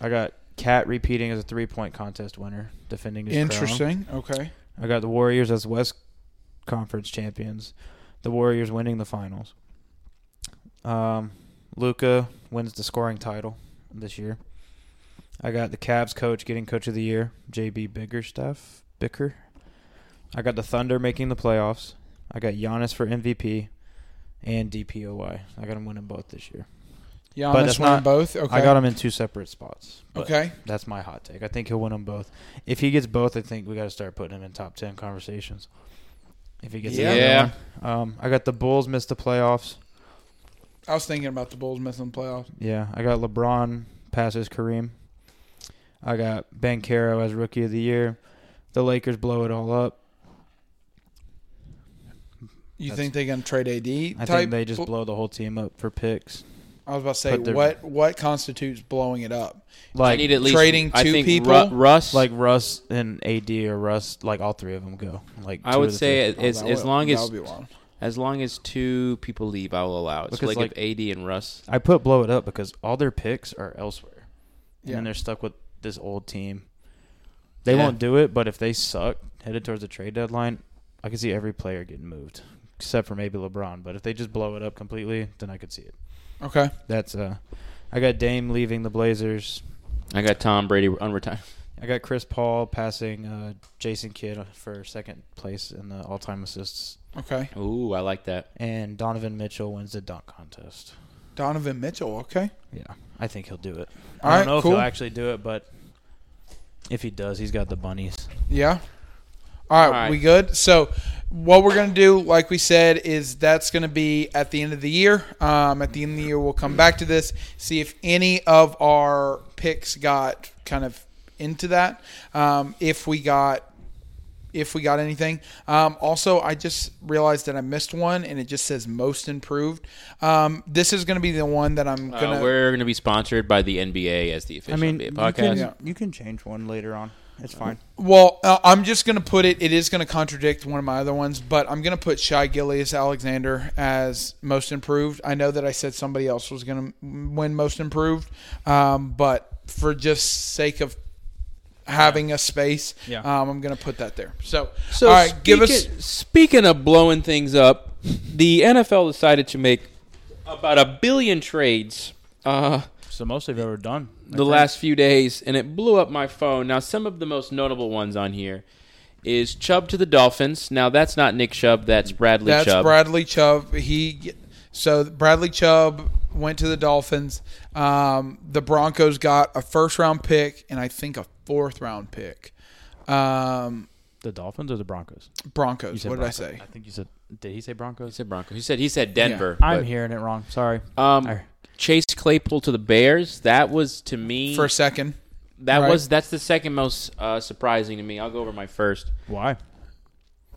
[SPEAKER 2] I got Cat repeating as a three point contest winner, defending his crown.
[SPEAKER 1] Interesting. Okay.
[SPEAKER 2] I got the Warriors as West Conference champions. The Warriors winning the finals. Um, Luca wins the scoring title this year. I got the Cavs coach getting coach of the year, JB Bickerstaff. Bicker. I got the Thunder making the playoffs. I got Giannis for MVP and DPOY. I got him winning both this year.
[SPEAKER 1] Giannis
[SPEAKER 2] that's
[SPEAKER 1] won
[SPEAKER 2] not-
[SPEAKER 1] both. Okay.
[SPEAKER 2] I got him in two separate spots. but
[SPEAKER 1] Okay.
[SPEAKER 2] That's my hot take. I think he'll win them both. If he gets both, I think we got to start putting him in top ten conversations. If he gets the other
[SPEAKER 3] Yeah.
[SPEAKER 2] one. um, I got the Bulls missed the playoffs.
[SPEAKER 1] I was thinking about the Bulls missing the playoffs.
[SPEAKER 2] Yeah, I got LeBron passes Kareem. I got Bankero as rookie of the year. The Lakers blow it all up.
[SPEAKER 1] You
[SPEAKER 2] That's-
[SPEAKER 1] think they're going to trade AD?
[SPEAKER 2] I
[SPEAKER 1] type?
[SPEAKER 2] think they just
[SPEAKER 1] bl-
[SPEAKER 2] blow the whole team up for picks.
[SPEAKER 1] I was about to say
[SPEAKER 2] put their-
[SPEAKER 1] what what constitutes blowing it up?
[SPEAKER 3] I
[SPEAKER 2] Like
[SPEAKER 3] need at least
[SPEAKER 1] trading
[SPEAKER 3] I
[SPEAKER 1] two
[SPEAKER 3] think
[SPEAKER 1] people?
[SPEAKER 3] Ru- Russ,
[SPEAKER 2] like Russ and AD or Russ, like all three of them go. Like
[SPEAKER 3] I
[SPEAKER 2] two
[SPEAKER 3] would
[SPEAKER 2] of the
[SPEAKER 3] say
[SPEAKER 2] three.
[SPEAKER 1] Oh,
[SPEAKER 3] as,
[SPEAKER 1] that
[SPEAKER 3] as
[SPEAKER 1] would-
[SPEAKER 3] long
[SPEAKER 1] that
[SPEAKER 3] as
[SPEAKER 1] would be wild.
[SPEAKER 3] as long as two people leave, I will allow it. So
[SPEAKER 2] Because,
[SPEAKER 3] like,
[SPEAKER 2] like-
[SPEAKER 3] if AD and Russ,
[SPEAKER 2] I put blow it up because all their picks are elsewhere. and
[SPEAKER 1] yeah.
[SPEAKER 2] then they're stuck with this old team. They
[SPEAKER 3] Yeah.
[SPEAKER 2] won't do it, but if they suck headed towards the trade deadline, I could see every player getting moved, except for maybe LeBron. But if they just blow it up completely, then I could see it.
[SPEAKER 1] Okay.
[SPEAKER 2] That's uh, I got Dame leaving the Blazers.
[SPEAKER 3] I got Tom Brady unretired.
[SPEAKER 2] I got Chris Paul passing uh, Jason Kidd for second place in the all-time assists,
[SPEAKER 1] Okay.
[SPEAKER 3] Ooh, I like that.
[SPEAKER 2] and Donovan Mitchell wins the dunk contest.
[SPEAKER 1] Donovan Mitchell. Okay.
[SPEAKER 2] Yeah, I think he'll do it.
[SPEAKER 1] All right.
[SPEAKER 2] I don't know
[SPEAKER 1] cool.
[SPEAKER 2] if he'll actually do it, but if he does, he's got the bunnies.
[SPEAKER 1] Yeah. All right,
[SPEAKER 3] All right.
[SPEAKER 1] we good? So, what we're going to do, like we said, is that's going to be at the end of the year. Um, at the end of the year, we'll come back to this, see if any of our picks got kind of into that. Um, if we got if we got anything. Um, also, I just realized that I missed one, and it just says most improved. Um, this is going to be the one that I'm
[SPEAKER 3] Uh,
[SPEAKER 1] going to.
[SPEAKER 3] we're going to be sponsored by the NBA as the official NBA podcast.
[SPEAKER 1] Yeah.
[SPEAKER 2] you can change one later on. It's fine.
[SPEAKER 1] Well, uh, I'm just going to put it. It is going to contradict one of my other ones, but I'm going to put Shai Gillius Alexander as most improved. I know that I said somebody else was going to win most improved, um, but for just sake of having a space,
[SPEAKER 2] Yeah.
[SPEAKER 1] um, I'm going to put that there. So,
[SPEAKER 3] So,
[SPEAKER 1] all right, give us.
[SPEAKER 3] speaking- Speaking of blowing things up, the NFL decided to make about a billion trades uh,
[SPEAKER 2] So most they've ever done. I
[SPEAKER 3] the
[SPEAKER 2] think.
[SPEAKER 3] last few days, and it blew up my phone. Now, some of the most notable ones on here is Chubb to the Dolphins. Now, that's not Nick Chubb, that's Bradley
[SPEAKER 1] That's
[SPEAKER 3] Chubb.
[SPEAKER 1] Bradley Chubb. He so Bradley Chubb went to the Dolphins. Um, the Broncos got a first round pick and I think a fourth round pick. Um,
[SPEAKER 2] the Dolphins or the Broncos. You
[SPEAKER 1] Broncos.
[SPEAKER 2] said
[SPEAKER 1] What did
[SPEAKER 2] Broncos.
[SPEAKER 1] I say?
[SPEAKER 2] I think you said. Did he say
[SPEAKER 3] he
[SPEAKER 2] Broncos?
[SPEAKER 3] said Bronco. He said he said Denver.
[SPEAKER 2] I'm
[SPEAKER 3] but-
[SPEAKER 2] hearing it wrong. Sorry.
[SPEAKER 3] Um,
[SPEAKER 2] Alright.
[SPEAKER 3] Chase Claypool to the Bears. That was to me.
[SPEAKER 1] For a second,
[SPEAKER 3] that
[SPEAKER 1] right.
[SPEAKER 3] was that's the second most uh, surprising to me. I'll go over my first.
[SPEAKER 2] Why?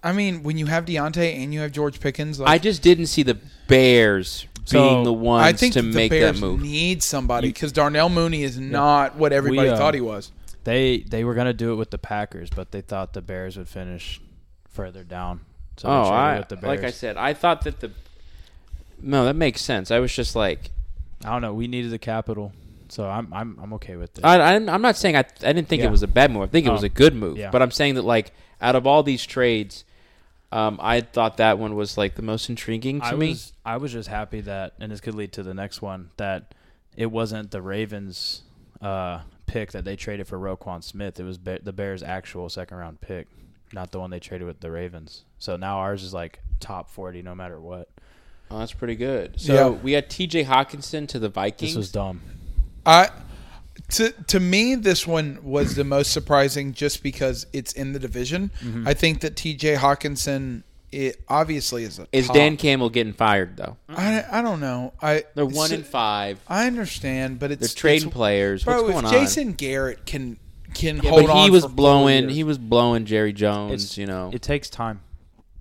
[SPEAKER 1] I mean, when you have Deontay and you have George Pickens,
[SPEAKER 3] I
[SPEAKER 1] like,
[SPEAKER 3] just didn't see the Bears
[SPEAKER 2] So,
[SPEAKER 3] being the ones
[SPEAKER 1] I think
[SPEAKER 3] to
[SPEAKER 1] the
[SPEAKER 3] make
[SPEAKER 1] Bears
[SPEAKER 3] that move.
[SPEAKER 1] need somebody because Darnell Mooney is not what everybody
[SPEAKER 2] uh,
[SPEAKER 1] thought he was.
[SPEAKER 2] They they were gonna do it with the Packers, but they thought the Bears would finish further down. So they
[SPEAKER 3] oh,
[SPEAKER 2] traded
[SPEAKER 3] I,
[SPEAKER 2] with the Bears.
[SPEAKER 3] like I said, I thought that the no, that makes sense. I was just like,
[SPEAKER 2] I don't know. We needed the capital, so I'm I'm I'm okay with it.
[SPEAKER 3] I, I'm, I'm not saying I, I didn't think
[SPEAKER 2] Yeah.
[SPEAKER 3] it was a bad move. I think it was
[SPEAKER 2] Um,
[SPEAKER 3] a good move.
[SPEAKER 2] yeah.
[SPEAKER 3] But I'm saying that like out of all these trades, um, I thought that one was like the most intriguing to
[SPEAKER 2] I
[SPEAKER 3] me.
[SPEAKER 2] was I was just happy that, and this could lead to the next one that it wasn't the Ravens uh, pick that they traded for Roquan Smith. It was Be- the Bears' actual second round pick, not the one they traded with the Ravens. So now ours is like top forty, no matter what.
[SPEAKER 3] Oh, that's pretty good. So
[SPEAKER 1] Yeah.
[SPEAKER 3] we got T.J. Hawkinson to the Vikings.
[SPEAKER 4] This was dumb.
[SPEAKER 1] I to to me this one was the most surprising just because it's in the division.
[SPEAKER 3] Mm-hmm.
[SPEAKER 1] I think that T.J. Hawkinson it obviously is a
[SPEAKER 3] Is
[SPEAKER 1] top-
[SPEAKER 3] Dan Campbell getting fired though?
[SPEAKER 1] I, I don't know. I
[SPEAKER 3] They're one
[SPEAKER 1] so-
[SPEAKER 3] in five.
[SPEAKER 1] I understand, but it's
[SPEAKER 3] They're trading
[SPEAKER 1] it's-
[SPEAKER 3] players.
[SPEAKER 1] Bro,
[SPEAKER 3] What's
[SPEAKER 1] if
[SPEAKER 3] going on?
[SPEAKER 1] Jason Garrett can can
[SPEAKER 3] Yeah,
[SPEAKER 1] hold
[SPEAKER 3] but
[SPEAKER 1] on
[SPEAKER 3] he was
[SPEAKER 1] for four
[SPEAKER 3] blowing.
[SPEAKER 1] years-
[SPEAKER 3] He was blowing Jerry Jones.
[SPEAKER 4] It's-
[SPEAKER 3] you know,
[SPEAKER 2] It takes time.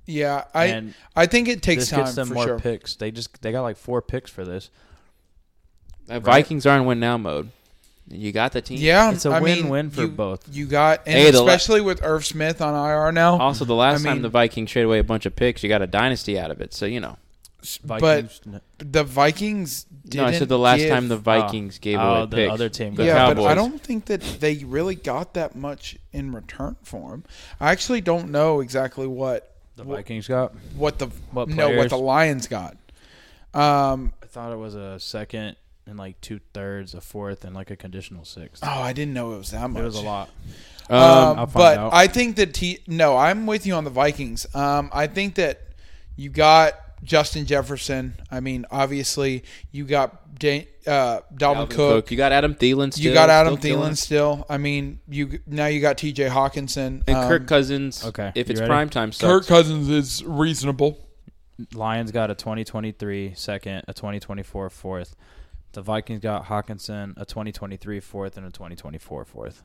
[SPEAKER 1] yeah, I
[SPEAKER 4] And
[SPEAKER 1] I think it takes
[SPEAKER 4] This
[SPEAKER 1] time
[SPEAKER 4] gets them
[SPEAKER 1] for
[SPEAKER 4] more
[SPEAKER 1] sure.
[SPEAKER 4] picks. They just they got like four picks for this.
[SPEAKER 3] Uh, Vikings are in win now mode. You got the team.
[SPEAKER 1] Yeah,
[SPEAKER 4] It's a
[SPEAKER 1] I mean,
[SPEAKER 4] win-win for
[SPEAKER 1] you-
[SPEAKER 4] both.
[SPEAKER 1] You got, and
[SPEAKER 3] Hey, the la-
[SPEAKER 1] especially with Irv Smith on IR now.
[SPEAKER 3] Also, the last
[SPEAKER 1] I
[SPEAKER 3] time
[SPEAKER 1] mean-
[SPEAKER 3] the Vikings traded away a bunch of picks, you got a dynasty out of it. So you know.
[SPEAKER 4] Vikings. no-
[SPEAKER 1] the Vikings. Didn't
[SPEAKER 3] No, I said the last
[SPEAKER 1] give-
[SPEAKER 3] time the Vikings gave
[SPEAKER 4] Oh,
[SPEAKER 3] away
[SPEAKER 4] the
[SPEAKER 3] picks.
[SPEAKER 4] other team got-
[SPEAKER 3] the
[SPEAKER 1] yeah,
[SPEAKER 3] Cowboys.
[SPEAKER 1] but I don't think that they really got that much in return for him. I actually don't know exactly what
[SPEAKER 4] the
[SPEAKER 1] wh-
[SPEAKER 4] Vikings got.
[SPEAKER 1] what the
[SPEAKER 4] What
[SPEAKER 1] no what
[SPEAKER 4] players?
[SPEAKER 1] the Lions got. Um.
[SPEAKER 4] I thought it was a second and like two thirds, a fourth, and like a conditional sixth.
[SPEAKER 1] Oh, I didn't know it was that much.
[SPEAKER 4] It was a lot.
[SPEAKER 1] Um,
[SPEAKER 4] I'll find
[SPEAKER 1] but
[SPEAKER 4] out.
[SPEAKER 1] I think that T. No, I'm with you on the Vikings. Um, I think that you got Justin Jefferson. I mean, obviously you got da- uh, Dalvin
[SPEAKER 3] Dalvin
[SPEAKER 1] Cook.
[SPEAKER 3] You got Adam Thielen. Still,
[SPEAKER 1] You got Adam
[SPEAKER 3] still killing
[SPEAKER 1] Thielen still. I mean, you now you got T.J. Hawkinson
[SPEAKER 3] it. and
[SPEAKER 1] Um,
[SPEAKER 3] Kirk Cousins.
[SPEAKER 4] okay,
[SPEAKER 3] If
[SPEAKER 4] you
[SPEAKER 3] it's
[SPEAKER 4] ready?
[SPEAKER 3] prime time,
[SPEAKER 1] Kirk
[SPEAKER 3] sucks.
[SPEAKER 1] Cousins is reasonable.
[SPEAKER 4] Lions got a 2023 second, a 2024 fourth. The Vikings got Hawkinson, a 2023 fourth, and a 2024 fourth.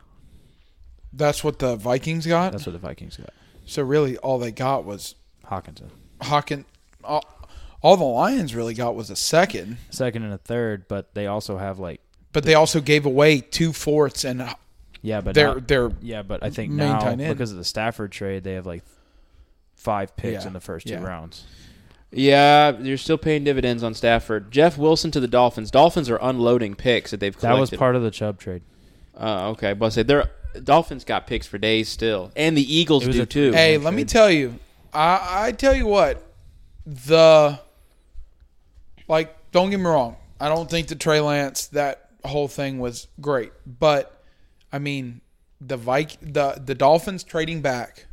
[SPEAKER 1] That's what the Vikings got.
[SPEAKER 4] That's what the Vikings got.
[SPEAKER 1] so really, all they got was
[SPEAKER 4] Hawkinson.
[SPEAKER 1] Hawkin. All, all the Lions really got was a second,
[SPEAKER 4] Second and a third, but they also have like
[SPEAKER 1] but they also gave away two fourths and uh,
[SPEAKER 4] yeah, but
[SPEAKER 1] their
[SPEAKER 4] now-
[SPEAKER 1] their
[SPEAKER 4] yeah, but I think
[SPEAKER 1] main
[SPEAKER 4] now
[SPEAKER 1] tight end.
[SPEAKER 4] because of the Stafford trade, they have like five picks
[SPEAKER 1] Yeah,
[SPEAKER 4] in the first
[SPEAKER 1] yeah.
[SPEAKER 4] two rounds.
[SPEAKER 3] Yeah, you're still paying dividends on Stafford. Jeff Wilson to the Dolphins. Dolphins are unloading picks that they've
[SPEAKER 4] That was
[SPEAKER 3] collected.
[SPEAKER 4] part of the Chubb trade.
[SPEAKER 3] Uh, okay, but I say they're Dolphins got picks for days still, and the Eagles
[SPEAKER 4] It was
[SPEAKER 3] do
[SPEAKER 4] a-
[SPEAKER 3] too.
[SPEAKER 1] Hey, let me tell you. I I tell you what, the like don't get me wrong. I don't think the Trey Lance that whole thing was great, but I mean the Vik the the Dolphins trading back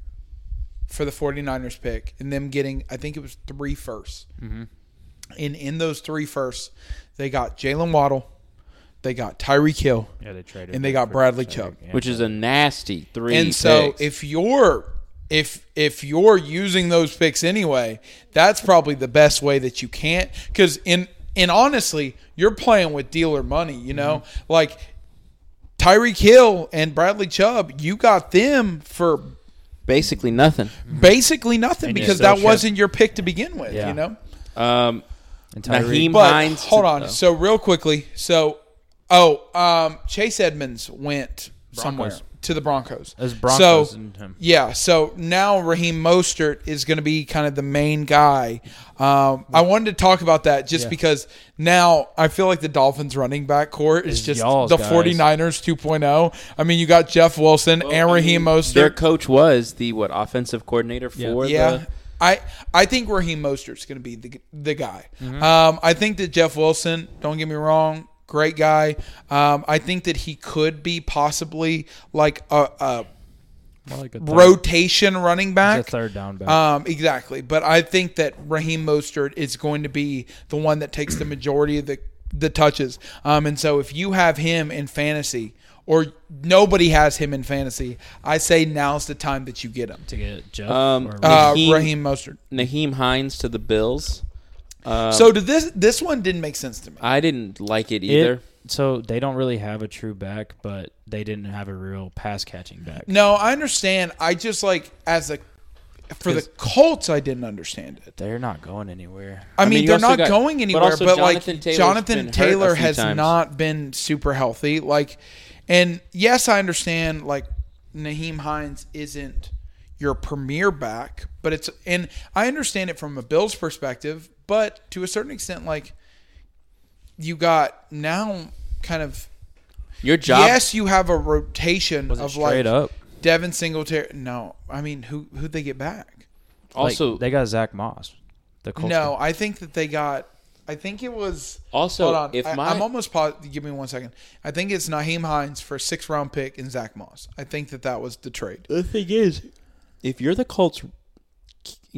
[SPEAKER 1] for the 49ers pick and them getting I think it was three firsts.
[SPEAKER 4] Mm-hmm.
[SPEAKER 1] And in those three firsts, they got Jalen Waddle, they got Tyreek Hill,
[SPEAKER 4] Yeah, they traded,
[SPEAKER 1] And they got
[SPEAKER 4] for
[SPEAKER 1] Bradley
[SPEAKER 4] Chubb,
[SPEAKER 1] Chubb.
[SPEAKER 4] yeah.
[SPEAKER 3] which is a nasty three.
[SPEAKER 1] and so
[SPEAKER 3] picks.
[SPEAKER 1] if you're if if you're using those picks anyway, that's probably the best way that you can't because in and honestly, you're playing with dealer money. You know,
[SPEAKER 4] Mm-hmm.
[SPEAKER 1] like Tyreek Hill and Bradley Chubb, you got them for
[SPEAKER 3] basically nothing.
[SPEAKER 1] basically nothing
[SPEAKER 4] Mm-hmm. And you
[SPEAKER 1] because
[SPEAKER 4] still
[SPEAKER 1] that
[SPEAKER 4] should-
[SPEAKER 1] wasn't your pick to begin with.
[SPEAKER 4] Yeah.
[SPEAKER 1] You know,
[SPEAKER 3] Um,
[SPEAKER 4] and
[SPEAKER 3] Naheem
[SPEAKER 1] but
[SPEAKER 3] Hines. to-
[SPEAKER 1] hold on.
[SPEAKER 3] oh.
[SPEAKER 1] So real quickly, so oh, um, Chase Edmonds went somewhere to the Broncos.
[SPEAKER 4] As Broncos
[SPEAKER 1] So
[SPEAKER 4] and him.
[SPEAKER 1] yeah, so now Raheem Mostert is going to be kind of the main guy. Um, I wanted to talk about that just because now I feel like the Dolphins running back court is
[SPEAKER 4] Is
[SPEAKER 1] just
[SPEAKER 4] y'all's
[SPEAKER 1] the
[SPEAKER 4] guys.
[SPEAKER 1] 49ers 2.0. oh. I mean, you got Jeff Wilson and Raheem
[SPEAKER 3] Their
[SPEAKER 1] Mostert.
[SPEAKER 3] coach was the what offensive coordinator
[SPEAKER 4] Yeah.
[SPEAKER 3] for
[SPEAKER 1] Yeah.
[SPEAKER 3] the
[SPEAKER 1] I, I think Raheem Mostert's going to be the, the guy.
[SPEAKER 4] Mm-hmm.
[SPEAKER 1] Um, I think that Jeff Wilson, don't get me wrong, great guy. Um, I think that he could be possibly like a, a
[SPEAKER 4] More like a third-
[SPEAKER 1] rotation running
[SPEAKER 4] he's a
[SPEAKER 1] back.
[SPEAKER 4] third down
[SPEAKER 3] Uh,
[SPEAKER 4] back.
[SPEAKER 1] Um, exactly. But I think that Raheem Mostert is going to be the one that takes the majority of the the touches. Um, and so if you have him in fantasy, or nobody has him in fantasy, I say now's the time that you get him.
[SPEAKER 4] to get Jeff.
[SPEAKER 3] Um,
[SPEAKER 4] or-
[SPEAKER 3] uh,
[SPEAKER 1] Uh,
[SPEAKER 3] Raheem-
[SPEAKER 1] Raheem Mostert.
[SPEAKER 3] Naheem Hines to the Bills. Um,
[SPEAKER 1] so did this this one didn't make sense to me.
[SPEAKER 3] I didn't like it
[SPEAKER 4] It-
[SPEAKER 3] either.
[SPEAKER 4] so they don't really have a true back, but they didn't have a real pass catching back.
[SPEAKER 1] No, I understand. I just like as a for the Colts, I didn't understand it.
[SPEAKER 4] They're not going anywhere.
[SPEAKER 1] I,
[SPEAKER 3] I
[SPEAKER 1] mean,
[SPEAKER 3] mean, you
[SPEAKER 1] they're
[SPEAKER 3] also
[SPEAKER 1] not
[SPEAKER 3] got-
[SPEAKER 1] going
[SPEAKER 3] but
[SPEAKER 1] anywhere, but,
[SPEAKER 3] also Jonathan
[SPEAKER 1] like
[SPEAKER 3] Taylor's been
[SPEAKER 1] Jonathan
[SPEAKER 3] hurt
[SPEAKER 1] Taylor
[SPEAKER 3] a few
[SPEAKER 1] has
[SPEAKER 3] times.
[SPEAKER 1] not been super healthy. Like, and yes, I understand like Naheem Hines isn't your premier back, but it's and I understand it from a Bills perspective, but to a certain extent, like you got now kind of
[SPEAKER 3] Your job.
[SPEAKER 1] yes, you have a rotation
[SPEAKER 4] Was it
[SPEAKER 1] of like
[SPEAKER 4] straight up?
[SPEAKER 1] Devin Singletary. No, I mean who who they get back?
[SPEAKER 3] also,
[SPEAKER 4] Like, they got Zach Moss. The Colts
[SPEAKER 1] No, I think that they got. I think it was.
[SPEAKER 3] Also,
[SPEAKER 1] hold on.
[SPEAKER 3] if
[SPEAKER 1] I,
[SPEAKER 3] my-
[SPEAKER 1] am almost positive. Give me one second. I think it's Naheem Hines for a six round pick and
[SPEAKER 3] Uh.
[SPEAKER 1] Zach Moss. I think that that was the trade.
[SPEAKER 3] the thing is, if you're the Colts,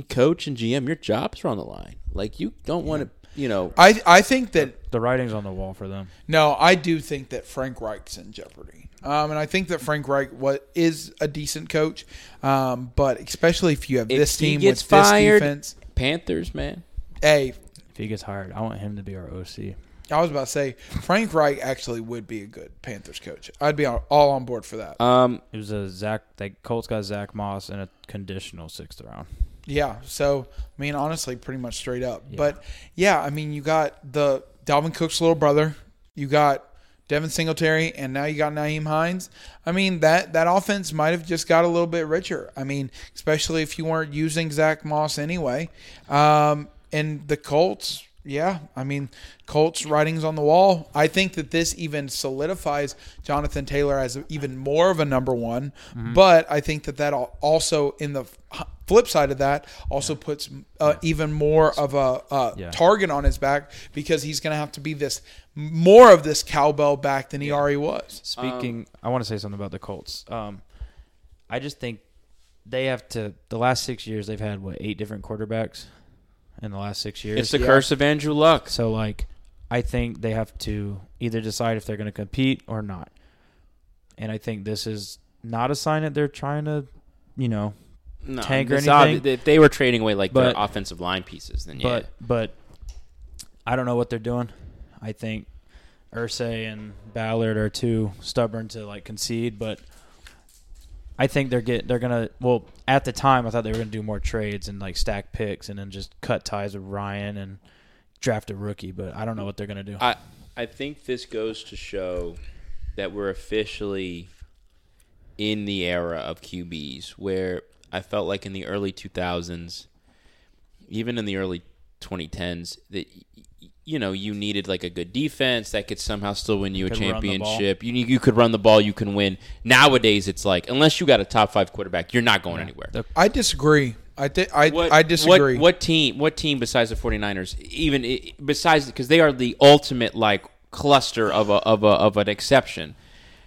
[SPEAKER 3] coach and GM, your jobs are on the line. Like you don't want to, you know.
[SPEAKER 1] I I think that
[SPEAKER 4] The writing's on the wall for them.
[SPEAKER 1] No, I do think that Frank Reich's in jeopardy, um, and I think that Frank Reich what is a decent coach, um, but especially if you have
[SPEAKER 3] If
[SPEAKER 1] this
[SPEAKER 3] he
[SPEAKER 1] team
[SPEAKER 3] gets
[SPEAKER 1] with this
[SPEAKER 3] fired-
[SPEAKER 1] defense.
[SPEAKER 3] Panthers, man.
[SPEAKER 1] Hey,
[SPEAKER 4] If he gets hired, I want him to be our OC.
[SPEAKER 1] I was about to say Frank Reich actually would be a good Panthers coach. I'd be all, all on board for that.
[SPEAKER 3] Um,
[SPEAKER 4] It was a Zach. They Colts got Zach Moss in a conditional sixth round.
[SPEAKER 1] yeah, so I mean, honestly, pretty much straight up. But yeah, I mean, you got the Dalvin Cook's little brother, you got Devin Singletary, and now you got Naeem Hines. I mean, that that offense might have just got a little bit richer. I mean, especially if you weren't using Zach Moss anyway. Um, and the Colts, yeah, I mean, Colts writings on the wall. I think that this even solidifies Jonathan Taylor as even more of a number one. But I think that that al- also, in the f- flip side of that, also puts uh, even more of a uh,
[SPEAKER 4] Yeah.
[SPEAKER 1] target on his back because he's going to have to be this more of this cowbell back than he already was.
[SPEAKER 4] Speaking,
[SPEAKER 2] I want to say something about the Colts. Um, I just think they have to. The last six years, they've had what eight different quarterbacks in the last six years.
[SPEAKER 3] it's the
[SPEAKER 1] yeah.
[SPEAKER 3] curse of Andrew Luck.
[SPEAKER 2] so like, I think they have to either decide if they're going to compete or not. And I think this is not a sign that they're trying to, you know,
[SPEAKER 3] No,
[SPEAKER 2] Tank or
[SPEAKER 3] it's obvi-
[SPEAKER 2] anything?
[SPEAKER 3] if they were trading away like their
[SPEAKER 2] But-
[SPEAKER 3] offensive line pieces, then yeah.
[SPEAKER 2] But but I don't know what they're doing. I think Ursay and Ballard are too stubborn to like concede, but I think they're get they're gonna well at the time I thought they were gonna do more trades and like stack picks and then just cut ties with Ryan and draft a rookie, but I don't know what they're gonna do.
[SPEAKER 3] I I think this goes to show that we're officially in the era of QBs where I felt like in the early 2000s even in the early 2010s that y- y- you know you needed like a good defense that could somehow still win you a
[SPEAKER 4] Could run the ball.
[SPEAKER 3] championship you you could run the ball you can win nowadays it's like unless you got a top 5 quarterback you're not going anywhere
[SPEAKER 4] The
[SPEAKER 1] I disagree. I thi- I I disagree.
[SPEAKER 3] what, what team? What team besides the 49ers? Even i- besides because they are the ultimate like cluster of a of a of an exception.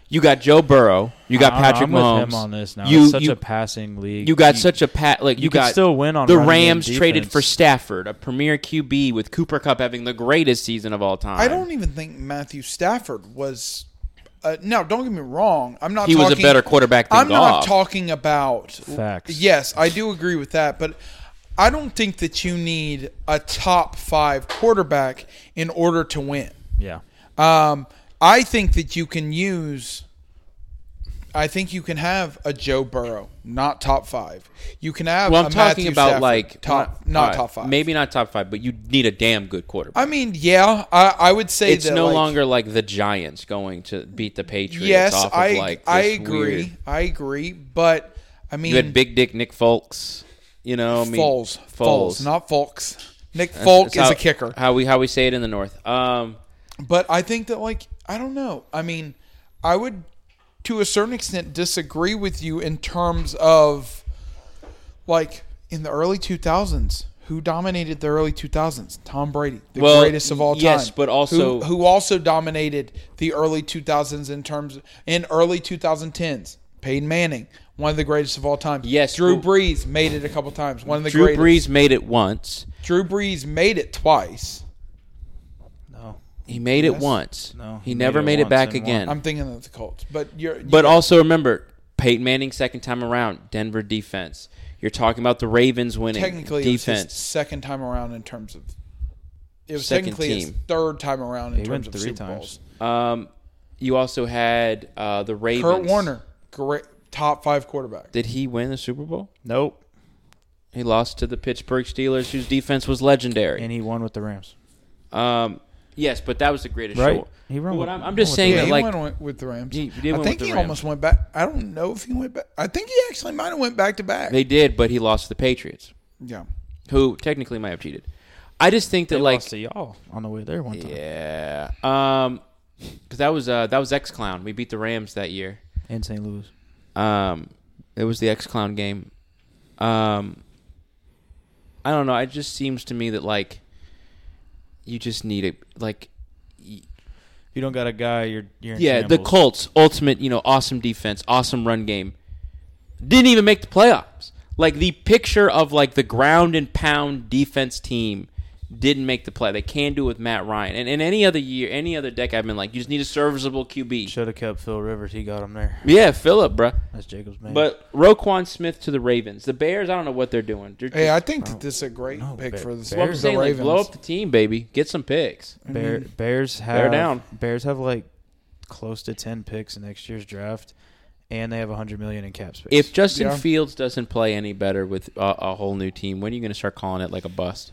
[SPEAKER 3] You got Joe Burrow. You got
[SPEAKER 4] I don't know,
[SPEAKER 3] Patrick
[SPEAKER 4] Uh, I'm
[SPEAKER 3] Mahomes.
[SPEAKER 4] With him on this now.
[SPEAKER 3] You
[SPEAKER 4] it's such
[SPEAKER 3] you,
[SPEAKER 4] a passing league.
[SPEAKER 3] you got such a pat like you,
[SPEAKER 4] can
[SPEAKER 3] got
[SPEAKER 4] still win on
[SPEAKER 3] the
[SPEAKER 4] running game
[SPEAKER 3] Rams traded
[SPEAKER 4] defense.
[SPEAKER 3] for Stafford, a premier QB with Cooper Cup having the greatest season of all time.
[SPEAKER 1] I don't even think Matthew Stafford was. Uh, no, don't get me wrong. I'm not.
[SPEAKER 3] He was a
[SPEAKER 1] talking,
[SPEAKER 3] better quarterback than
[SPEAKER 1] I'm not
[SPEAKER 3] Goff.
[SPEAKER 1] talking about
[SPEAKER 4] Facts.
[SPEAKER 1] Yes, I do agree with that, but I don't think that you need a top five quarterback in order to win.
[SPEAKER 4] yeah.
[SPEAKER 1] Um, I think that you can use. I think you can have a Joe Burrow, not top five. You can have.
[SPEAKER 3] Well, I'm
[SPEAKER 1] a
[SPEAKER 3] talking
[SPEAKER 1] Matthew
[SPEAKER 3] about
[SPEAKER 1] Stafford,
[SPEAKER 3] like
[SPEAKER 1] top,
[SPEAKER 3] all
[SPEAKER 1] not
[SPEAKER 3] right,
[SPEAKER 1] top five.
[SPEAKER 3] maybe not top five, but you need a damn good quarterback.
[SPEAKER 1] I mean, yeah, I, I would say
[SPEAKER 3] it's
[SPEAKER 1] that,
[SPEAKER 3] no
[SPEAKER 1] like,
[SPEAKER 3] longer like the Giants going to beat the Patriots.
[SPEAKER 1] Yes,
[SPEAKER 3] off of
[SPEAKER 1] I
[SPEAKER 3] like
[SPEAKER 1] I
[SPEAKER 3] this
[SPEAKER 1] agree.
[SPEAKER 3] weird-
[SPEAKER 1] I agree, but I mean,
[SPEAKER 3] You had Big Dick Nick Folks. You know, I mean,
[SPEAKER 1] Foles, Foles,
[SPEAKER 3] Foles.
[SPEAKER 1] not Folks. Nick Folk
[SPEAKER 3] That's
[SPEAKER 1] is
[SPEAKER 3] how-
[SPEAKER 1] a kicker,
[SPEAKER 3] How we how we say it in the North. Um,
[SPEAKER 1] but I think that like I don't know. I mean, I would to a certain extent disagree with you in terms of like in the early 2000s. Who dominated the early 2000s? Tom Brady, the
[SPEAKER 3] Well,
[SPEAKER 1] greatest of all time.
[SPEAKER 3] yes, but also-
[SPEAKER 1] who, who also dominated the early 2000s in terms in early 2010s. Peyton Manning, one of the greatest of all time.
[SPEAKER 3] Yes,
[SPEAKER 1] Drew
[SPEAKER 3] but-
[SPEAKER 1] Brees made it a couple times. One of the
[SPEAKER 3] Drew
[SPEAKER 1] greatest.
[SPEAKER 3] Brees made it once.
[SPEAKER 1] Drew Brees made it twice.
[SPEAKER 2] No.
[SPEAKER 3] He made it once.
[SPEAKER 2] No,
[SPEAKER 3] he, never made it,
[SPEAKER 4] once
[SPEAKER 3] back
[SPEAKER 4] and
[SPEAKER 3] again.
[SPEAKER 1] I'm thinking of the Colts, but you're
[SPEAKER 3] But also remember, Peyton Manning second time around, Denver defense. You're talking about the Ravens winning
[SPEAKER 1] technically it was his
[SPEAKER 3] defense.
[SPEAKER 1] second time around in terms of it was
[SPEAKER 3] Second
[SPEAKER 1] technically his
[SPEAKER 3] team.
[SPEAKER 1] third time around in
[SPEAKER 2] He went
[SPEAKER 1] terms of
[SPEAKER 2] three
[SPEAKER 1] Super
[SPEAKER 2] times.
[SPEAKER 1] Bowls.
[SPEAKER 3] Um, you also had uh, the Ravens.
[SPEAKER 1] Kurt Warner, great top five quarterback.
[SPEAKER 3] Did he win the Super Bowl?
[SPEAKER 2] Nope.
[SPEAKER 3] He lost to the Pittsburgh Steelers, whose defense was legendary.
[SPEAKER 2] And he won with the Rams.
[SPEAKER 3] Um, yes, but that was the greatest
[SPEAKER 2] Right.
[SPEAKER 3] show.
[SPEAKER 2] He won
[SPEAKER 3] But
[SPEAKER 2] with-
[SPEAKER 3] I'm, I'm
[SPEAKER 2] he
[SPEAKER 3] just
[SPEAKER 2] won with
[SPEAKER 3] saying
[SPEAKER 2] the
[SPEAKER 1] yeah,
[SPEAKER 3] that,
[SPEAKER 1] he
[SPEAKER 3] like,
[SPEAKER 1] went with the Rams.
[SPEAKER 3] He did
[SPEAKER 1] I
[SPEAKER 3] win
[SPEAKER 1] think
[SPEAKER 3] with the
[SPEAKER 1] he
[SPEAKER 3] Rams.
[SPEAKER 1] almost went back. I don't know if he went back. I think he actually might have went back to back.
[SPEAKER 3] they did, but he lost to the Patriots,
[SPEAKER 1] Yeah,
[SPEAKER 3] who technically might have cheated. I just think that,
[SPEAKER 2] They
[SPEAKER 3] like,
[SPEAKER 2] lost to y'all on the way there one time
[SPEAKER 3] yeah, um, because that was uh, that was X Clown. We beat the Rams that year.
[SPEAKER 2] in St. Louis.
[SPEAKER 3] Um, it was the X Clown game. Um, I don't know. It just seems to me that like you just need it, like. y-
[SPEAKER 2] If you don't got a guy, you're you're in
[SPEAKER 3] Yeah, the
[SPEAKER 2] shambles.
[SPEAKER 3] Colts ultimate, you know, awesome defense, awesome run game. Didn't even make the playoffs. like the picture of like the ground and pound defense team didn't make the play. They can do with Matt Ryan. And in any other year, any other deck, I've been like, you just need a serviceable QB.
[SPEAKER 2] Should have kept Phil Rivers. He got him there.
[SPEAKER 3] Yeah, Phillip, bruh.
[SPEAKER 2] That's Jacob's man.
[SPEAKER 3] But Roquan Smith to the Ravens. The Bears, I don't know what they're doing. They're
[SPEAKER 1] Hey, I
[SPEAKER 3] just-
[SPEAKER 1] think that this is a great
[SPEAKER 2] No,
[SPEAKER 1] pick
[SPEAKER 2] Bear-
[SPEAKER 1] for the,
[SPEAKER 3] that's what I'm
[SPEAKER 1] the
[SPEAKER 3] saying. Like,
[SPEAKER 1] Ravens.
[SPEAKER 3] blow up the team, baby. Get some picks.
[SPEAKER 2] Bear, Bears have
[SPEAKER 3] down.
[SPEAKER 2] Bears have like close to ten picks in next year's draft, and they have hundred million in cap space.
[SPEAKER 3] If Justin
[SPEAKER 1] Yeah.
[SPEAKER 3] Fields doesn't play any better with a, a whole new team, when are you going to start calling it like a bust?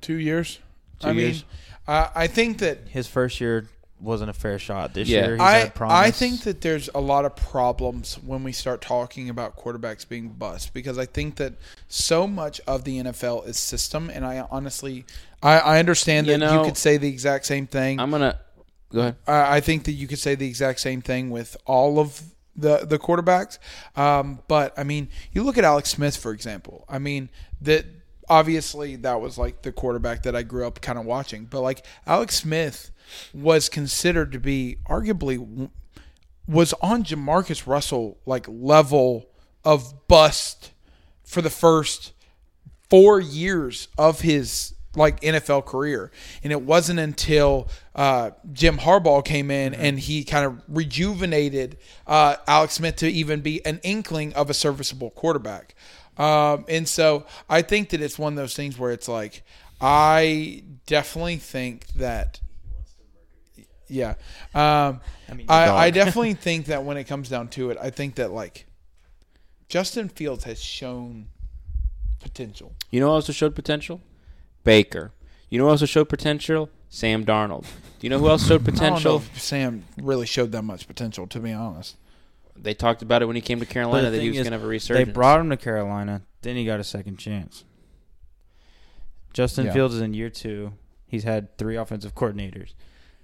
[SPEAKER 1] Two years.
[SPEAKER 3] Two
[SPEAKER 1] I
[SPEAKER 3] years.
[SPEAKER 1] mean, I, I think that
[SPEAKER 2] his first year wasn't a fair shot. This
[SPEAKER 3] Yeah.
[SPEAKER 2] year, he's
[SPEAKER 1] I,
[SPEAKER 2] had promise.
[SPEAKER 1] I think that there's a lot of problems when we start talking about quarterbacks being bust because I think that so much of the NFL is system, and I honestly, I, I understand that
[SPEAKER 3] You
[SPEAKER 1] you,
[SPEAKER 3] know,
[SPEAKER 1] could say the exact same thing.
[SPEAKER 3] I'm gonna go ahead.
[SPEAKER 1] I I think that you could say the exact same thing with all of the the quarterbacks. Um, but I mean, you look at Alex Smith for example. I mean that obviously that was like the quarterback that I grew up kind of watching. But like Alex Smith was considered to be arguably w- was on Jamarcus Russell like level of bust for the first four years of his like NFL career, and it wasn't until uh, Jim Harbaugh came in and he kind of rejuvenated uh, Alex Smith to even be an inkling of a serviceable quarterback. Um, and so I think that it's one of those things where it's like I definitely think that yeah. Um, I,
[SPEAKER 2] mean,
[SPEAKER 1] I,
[SPEAKER 2] dog.
[SPEAKER 1] definitely think that when it comes down to it, I think that like Justin Fields has shown potential.
[SPEAKER 3] You know who also showed potential? Baker. You know who also showed potential? Sam Darnold. Do you know who else showed
[SPEAKER 1] I don't know
[SPEAKER 3] potential?
[SPEAKER 1] if Sam really showed that much potential, to be honest.
[SPEAKER 3] They talked about it when he came to
[SPEAKER 2] But
[SPEAKER 3] Carolina
[SPEAKER 2] the
[SPEAKER 3] that he
[SPEAKER 2] thing
[SPEAKER 3] was
[SPEAKER 2] is,
[SPEAKER 3] going to have a resurgence.
[SPEAKER 2] They brought him to Carolina, then he got a second chance. Justin
[SPEAKER 1] Yeah.
[SPEAKER 2] Fields is in year two. He's had three offensive coordinators.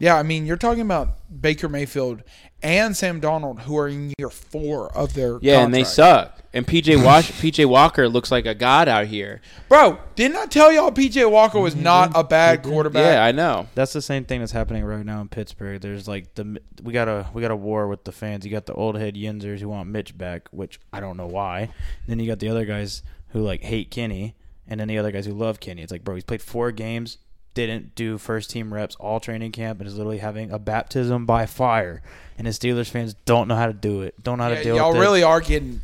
[SPEAKER 1] Yeah, I mean, you're talking about Baker Mayfield and Sam Donald, who are in year four of their
[SPEAKER 3] yeah, and they
[SPEAKER 1] contract.
[SPEAKER 3] suck. And PJ Wash, PJ Walker looks like a god out here.
[SPEAKER 1] Bro, didn't I tell y'all PJ Walker was not a bad quarterback?
[SPEAKER 3] Yeah, I know.
[SPEAKER 2] That's the same thing that's happening right now in Pittsburgh. There's like the we got a we got a war with the fans. You got the old head Yinzers who want Mitch back, which I don't know why. then you got the other guys who like hate Kenny, and then the other guys who love Kenny. It's like, bro, he's played four games, didn't do first team reps all training camp, and is literally having a baptism by fire. And the Steelers fans don't know how to do it. Don't know how
[SPEAKER 1] Yeah,
[SPEAKER 2] to deal
[SPEAKER 1] y'all
[SPEAKER 2] with it.
[SPEAKER 1] really are getting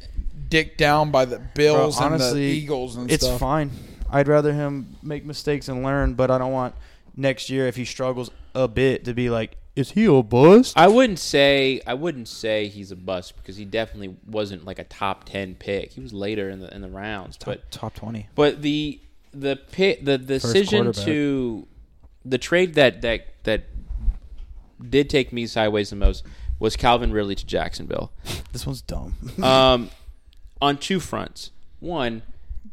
[SPEAKER 1] dicked down by the Bills
[SPEAKER 2] Bro,
[SPEAKER 1] and the
[SPEAKER 2] honestly,
[SPEAKER 1] Eagles and
[SPEAKER 2] it's
[SPEAKER 1] stuff.
[SPEAKER 2] fine. I'd rather him make mistakes and learn, but I don't want next year if he struggles a bit to be like, is he a bust?
[SPEAKER 3] I wouldn't say I wouldn't say he's a bust because he definitely wasn't like a top ten pick. He was later in the in the rounds, but
[SPEAKER 2] top twenty.
[SPEAKER 3] But the the pi the decision
[SPEAKER 2] quarterback.
[SPEAKER 3] to the trade that that that did take me sideways the most was Calvin Ridley to Jacksonville.
[SPEAKER 2] This one's dumb.
[SPEAKER 3] Um, on two fronts. One,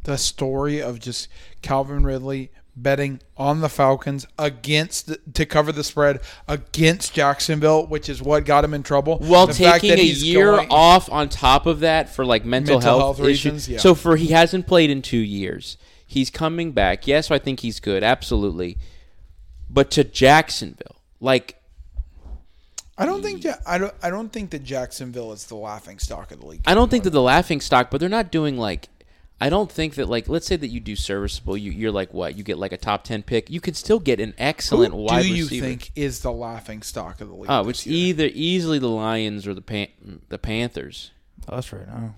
[SPEAKER 1] the story of just Calvin Ridley betting on the Falcons against to cover the spread against Jacksonville, which is what got him in trouble.
[SPEAKER 3] while
[SPEAKER 1] The fact
[SPEAKER 3] taking
[SPEAKER 1] that
[SPEAKER 3] a
[SPEAKER 1] he's
[SPEAKER 3] year
[SPEAKER 1] going-
[SPEAKER 3] off on top of that for like mental,
[SPEAKER 1] Mental
[SPEAKER 3] health,
[SPEAKER 1] health
[SPEAKER 3] issues.
[SPEAKER 1] reasons, yeah.
[SPEAKER 3] So for he hasn't played in two years. He's coming back. Yes, I think he's good. Absolutely. But to Jacksonville, like
[SPEAKER 1] I don't
[SPEAKER 2] Mm.
[SPEAKER 1] think Ja- I don't I don't think that Jacksonville is the laughing stock of the league.
[SPEAKER 3] I don't think that the laughing stock, but they're not doing like. I don't think that like let's say that you do serviceable, you, you're like what you get like a top ten pick, you could still get an
[SPEAKER 1] Who
[SPEAKER 3] excellent
[SPEAKER 1] do
[SPEAKER 3] wide
[SPEAKER 1] you
[SPEAKER 3] receiver.
[SPEAKER 1] think is the laughing stock of the league?
[SPEAKER 3] oh,
[SPEAKER 1] this
[SPEAKER 3] it's
[SPEAKER 1] year?
[SPEAKER 3] either easily the Lions or the Pan- the Panthers.
[SPEAKER 2] Us Oh, right now.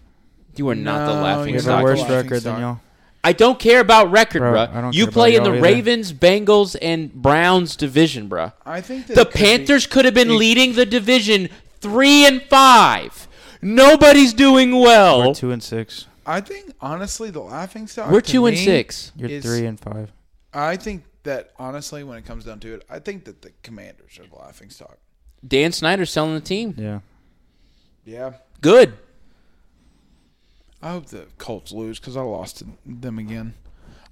[SPEAKER 3] You are not the
[SPEAKER 1] No,
[SPEAKER 3] laughing
[SPEAKER 2] We
[SPEAKER 1] you're
[SPEAKER 2] have a
[SPEAKER 1] not
[SPEAKER 3] stock.
[SPEAKER 2] worse
[SPEAKER 1] laughing
[SPEAKER 2] record
[SPEAKER 1] stock.
[SPEAKER 2] than y'all.
[SPEAKER 3] I don't care about record,
[SPEAKER 2] Bro,
[SPEAKER 3] bruh.
[SPEAKER 2] I don't
[SPEAKER 3] You
[SPEAKER 2] care
[SPEAKER 3] play in
[SPEAKER 2] about
[SPEAKER 3] the
[SPEAKER 2] y'all either.
[SPEAKER 3] Ravens, Bengals, and Browns division, bruh.
[SPEAKER 1] I think that
[SPEAKER 3] The
[SPEAKER 1] it could be-
[SPEAKER 3] Panthers could have been leading the division three and five. Nobody's doing well.
[SPEAKER 2] We're
[SPEAKER 3] We're 2
[SPEAKER 2] two and six.
[SPEAKER 1] I think honestly the laughing stock to
[SPEAKER 3] and
[SPEAKER 1] me
[SPEAKER 3] six.
[SPEAKER 2] You're
[SPEAKER 1] is-
[SPEAKER 2] three and five.
[SPEAKER 1] I think that honestly when it comes down to it, I think that the commanders are the laughing stock.
[SPEAKER 3] Dan Snyder's selling the team.
[SPEAKER 2] Yeah. Uh,
[SPEAKER 1] Yeah.
[SPEAKER 3] Good.
[SPEAKER 1] I hope the Colts lose because I lost to them again.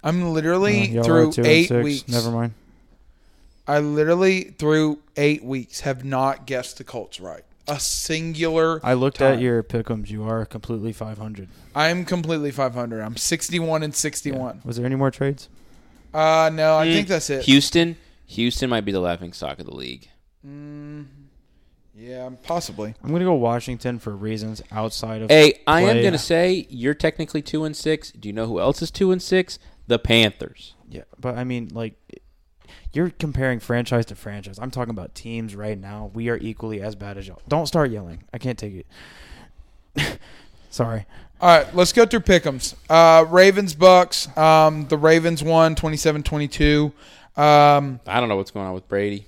[SPEAKER 1] I'm literally
[SPEAKER 2] Uh, y'all are
[SPEAKER 1] through
[SPEAKER 2] two and
[SPEAKER 1] eight
[SPEAKER 2] six.
[SPEAKER 1] weeks.
[SPEAKER 2] Never mind.
[SPEAKER 1] I literally through eight weeks have not guessed the Colts right. A singular.
[SPEAKER 2] I looked
[SPEAKER 1] time.
[SPEAKER 2] at your pickums. You are completely five hundred.
[SPEAKER 1] I am completely 500. I'm 61 and 61.
[SPEAKER 2] Was there any more trades?
[SPEAKER 1] Uh, no, I
[SPEAKER 3] Mm.
[SPEAKER 1] think that's it.
[SPEAKER 3] Houston. Houston might be the laughing stock of the league.
[SPEAKER 1] Yeah, possibly.
[SPEAKER 2] I'm gonna go Washington for reasons outside of.
[SPEAKER 3] Hey, I am
[SPEAKER 2] play.
[SPEAKER 3] gonna say you're technically two and six. Do you know who else is two and six? The Panthers.
[SPEAKER 2] Yeah, but I mean, like, you're comparing franchise to franchise. I'm talking about teams right now. We are equally as bad as y'all. Don't start yelling. I can't take it. Sorry.
[SPEAKER 1] All right, let's go through pick'ems. Uh, Ravens Bucks. Um, the Ravens won 27-22. Um,
[SPEAKER 3] I don't know what's going on with Brady.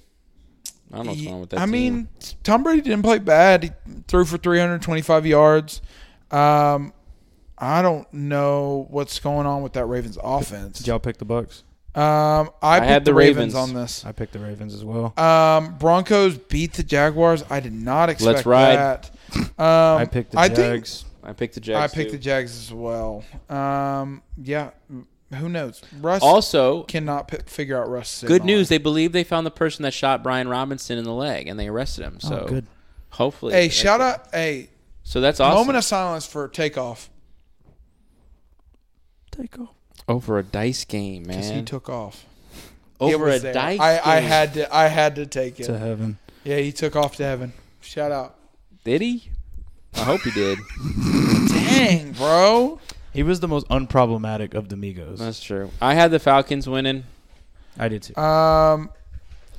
[SPEAKER 3] I don't know what's going on with that.
[SPEAKER 1] I
[SPEAKER 3] team.
[SPEAKER 1] mean, Tom Brady didn't play bad. He threw for 325 yards. Um, I don't know what's going on with that Ravens offense.
[SPEAKER 2] Did y'all pick the Bucks?
[SPEAKER 1] Um, I, picked
[SPEAKER 3] had
[SPEAKER 1] the
[SPEAKER 3] the
[SPEAKER 1] Ravens,
[SPEAKER 3] Ravens.
[SPEAKER 1] on this.
[SPEAKER 2] I picked the Ravens as well.
[SPEAKER 1] Um, Broncos beat the Jaguars. I did not expect
[SPEAKER 3] Let's ride.
[SPEAKER 1] that. Um,
[SPEAKER 2] I picked the
[SPEAKER 1] I think-
[SPEAKER 2] Jags.
[SPEAKER 3] I picked the Jags.
[SPEAKER 1] I picked the
[SPEAKER 3] too.
[SPEAKER 1] Jags as well. Um, yeah, who knows? Russ
[SPEAKER 3] Also,
[SPEAKER 1] cannot p- figure out Russ.
[SPEAKER 3] good
[SPEAKER 1] Signal.
[SPEAKER 3] news. They believe they found the person that shot Brian Robinson in the leg, and they arrested him. So
[SPEAKER 2] oh, good.
[SPEAKER 3] hopefully,
[SPEAKER 1] Hey, shout out! Hey,
[SPEAKER 3] So that's awesome.
[SPEAKER 1] moment of silence for takeoff
[SPEAKER 2] Take off.
[SPEAKER 3] over a dice game, man.
[SPEAKER 1] because he took off. It
[SPEAKER 3] over
[SPEAKER 1] was
[SPEAKER 3] a
[SPEAKER 1] there.
[SPEAKER 3] dice.
[SPEAKER 1] I, I
[SPEAKER 3] game.
[SPEAKER 1] had to. I had to take it.
[SPEAKER 2] To heaven.
[SPEAKER 1] Yeah, he took off to heaven. Shout out!
[SPEAKER 3] Did he? I hope he did.
[SPEAKER 1] Dang, bro.
[SPEAKER 2] He was the most unproblematic of the Migos.
[SPEAKER 3] That's true. I had the Falcons winning.
[SPEAKER 2] I did too.
[SPEAKER 1] Um,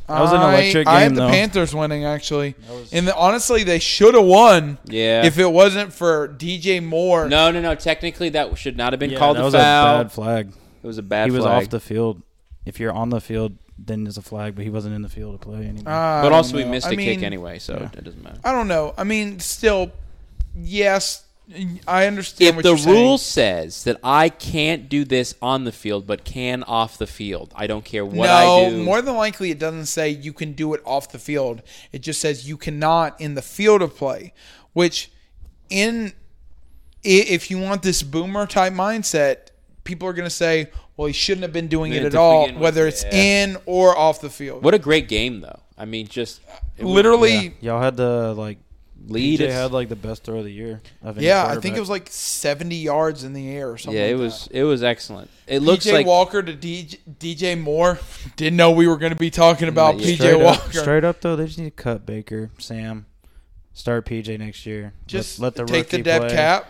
[SPEAKER 2] That was an
[SPEAKER 1] I-
[SPEAKER 2] electric
[SPEAKER 1] I had
[SPEAKER 2] game,
[SPEAKER 1] the
[SPEAKER 2] though.
[SPEAKER 1] Panthers winning actually, and the, honestly, they should have won
[SPEAKER 3] Yeah.
[SPEAKER 1] if it wasn't for DJ Moore.
[SPEAKER 3] no, no, no. Technically, that should not have been
[SPEAKER 2] Yeah,
[SPEAKER 3] called
[SPEAKER 2] that
[SPEAKER 3] a
[SPEAKER 2] was
[SPEAKER 3] foul.
[SPEAKER 2] a bad flag.
[SPEAKER 3] it was a bad.
[SPEAKER 2] he was
[SPEAKER 3] flag.
[SPEAKER 2] off the field. If you're on the field, then it's a flag. But he wasn't in the field to play anymore.
[SPEAKER 1] I
[SPEAKER 3] But also, we
[SPEAKER 1] don't know.
[SPEAKER 3] missed
[SPEAKER 1] I
[SPEAKER 3] a kick
[SPEAKER 1] mean,
[SPEAKER 3] anyway, so it doesn't matter.
[SPEAKER 1] I don't know. I mean, still, yes, I understand.
[SPEAKER 3] If
[SPEAKER 1] what
[SPEAKER 3] the
[SPEAKER 1] you're saying.
[SPEAKER 3] rule says that I can't do this on the field, but can off the field, I don't care what
[SPEAKER 1] no,
[SPEAKER 3] I do.
[SPEAKER 1] more than likely, it doesn't say you can do it off the field. It just says you cannot in the field of play, which in i- if you want this boomer type mindset, people are going to say, "Well, he shouldn't have been doing it
[SPEAKER 3] Yeah,
[SPEAKER 1] at
[SPEAKER 3] to
[SPEAKER 1] all,
[SPEAKER 3] begin with,
[SPEAKER 1] whether it's
[SPEAKER 3] yeah.
[SPEAKER 1] in or off the field."
[SPEAKER 3] what a great game, though. I mean, just it was-
[SPEAKER 1] Literally,
[SPEAKER 2] Y'all had the like.
[SPEAKER 3] Lead
[SPEAKER 2] PJ
[SPEAKER 3] is-
[SPEAKER 2] had like the best throw of the year. Of any
[SPEAKER 1] yeah, I think
[SPEAKER 2] quarterback.
[SPEAKER 1] it was like seventy yards in the air or something.
[SPEAKER 3] yeah, it
[SPEAKER 1] like that.
[SPEAKER 3] was it was excellent. It looks
[SPEAKER 1] PJ
[SPEAKER 3] like
[SPEAKER 1] Walker to DJ, DJ Moore. Didn't know we were going to be talking about
[SPEAKER 3] Yeah.
[SPEAKER 1] PJ
[SPEAKER 2] straight Up,
[SPEAKER 1] Walker.
[SPEAKER 2] straight up though, they just need to cut Baker, Sam, start PJ next year. Let-
[SPEAKER 1] Just
[SPEAKER 2] let, the
[SPEAKER 1] take
[SPEAKER 2] rookie
[SPEAKER 1] the dead
[SPEAKER 2] play.
[SPEAKER 1] cap.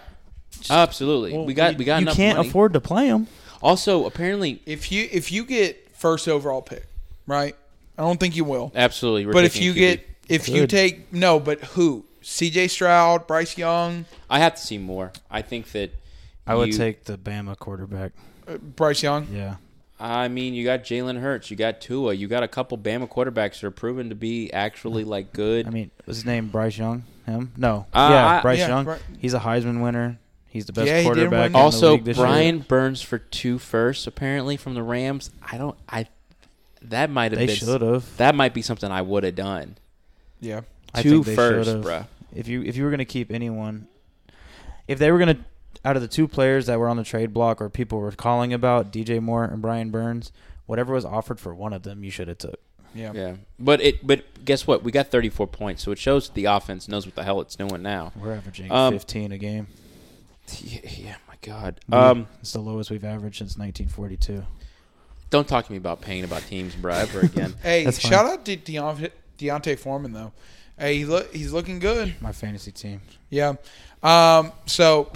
[SPEAKER 3] absolutely
[SPEAKER 2] Well,
[SPEAKER 3] we got we got
[SPEAKER 2] You
[SPEAKER 3] enough
[SPEAKER 2] can't
[SPEAKER 3] money.
[SPEAKER 2] afford to play him.
[SPEAKER 3] Also, apparently,
[SPEAKER 1] If you if you get first overall pick, right? I don't think you will.
[SPEAKER 3] absolutely. we're
[SPEAKER 1] But if
[SPEAKER 3] taking a
[SPEAKER 1] you
[SPEAKER 3] QB.
[SPEAKER 1] get if you
[SPEAKER 2] Good.
[SPEAKER 1] take no, but who? CJ Stroud, Bryce Young,
[SPEAKER 3] I have to see more. I think that
[SPEAKER 2] I would
[SPEAKER 3] you-
[SPEAKER 2] take the Bama quarterback.
[SPEAKER 1] uh, Bryce Young.
[SPEAKER 2] Yeah,
[SPEAKER 3] I mean, you got Jalen Hurts, you got Tua, you got a couple Bama quarterbacks that are proven to be actually like good.
[SPEAKER 2] I mean, was his name Bryce Young? Him? No.
[SPEAKER 3] Uh,
[SPEAKER 2] yeah,
[SPEAKER 3] I-
[SPEAKER 2] Bryce
[SPEAKER 1] yeah,
[SPEAKER 2] Young.
[SPEAKER 1] Bry-
[SPEAKER 2] He's a Heisman winner. He's the best
[SPEAKER 1] Yeah, he did win
[SPEAKER 2] quarterback.
[SPEAKER 1] it.
[SPEAKER 2] in the
[SPEAKER 3] also,
[SPEAKER 2] league this year.
[SPEAKER 3] Brian Burns for two firsts apparently from the Rams. I don't. I that might have
[SPEAKER 2] They
[SPEAKER 3] been
[SPEAKER 2] should have.
[SPEAKER 3] that might be something I would have done.
[SPEAKER 1] Yeah.
[SPEAKER 2] I
[SPEAKER 3] Two
[SPEAKER 2] think they
[SPEAKER 3] firsts,
[SPEAKER 2] should've.
[SPEAKER 3] bruh.
[SPEAKER 2] If you if you were gonna keep anyone, if they were gonna out of the two players that were on the trade block or people were calling about DJ Moore and Brian Burns, whatever was offered for one of them, you should have took.
[SPEAKER 1] Yeah.
[SPEAKER 3] Yeah, but it. But guess what? We got 34 points, so it shows the offense knows what the hell it's doing now.
[SPEAKER 2] We're averaging
[SPEAKER 3] Um,
[SPEAKER 2] 15 a game.
[SPEAKER 3] Yeah, yeah my God.
[SPEAKER 2] We-
[SPEAKER 3] Um,
[SPEAKER 2] it's the lowest we've averaged since 1942.
[SPEAKER 3] don't talk to me about pain about teams, bruh, ever again.
[SPEAKER 1] Hey,
[SPEAKER 2] That's fine.
[SPEAKER 1] shout out to Deont- Deontay Foreman though. Hey, he look he's looking good.
[SPEAKER 2] My fantasy team.
[SPEAKER 1] Yeah. Um. So,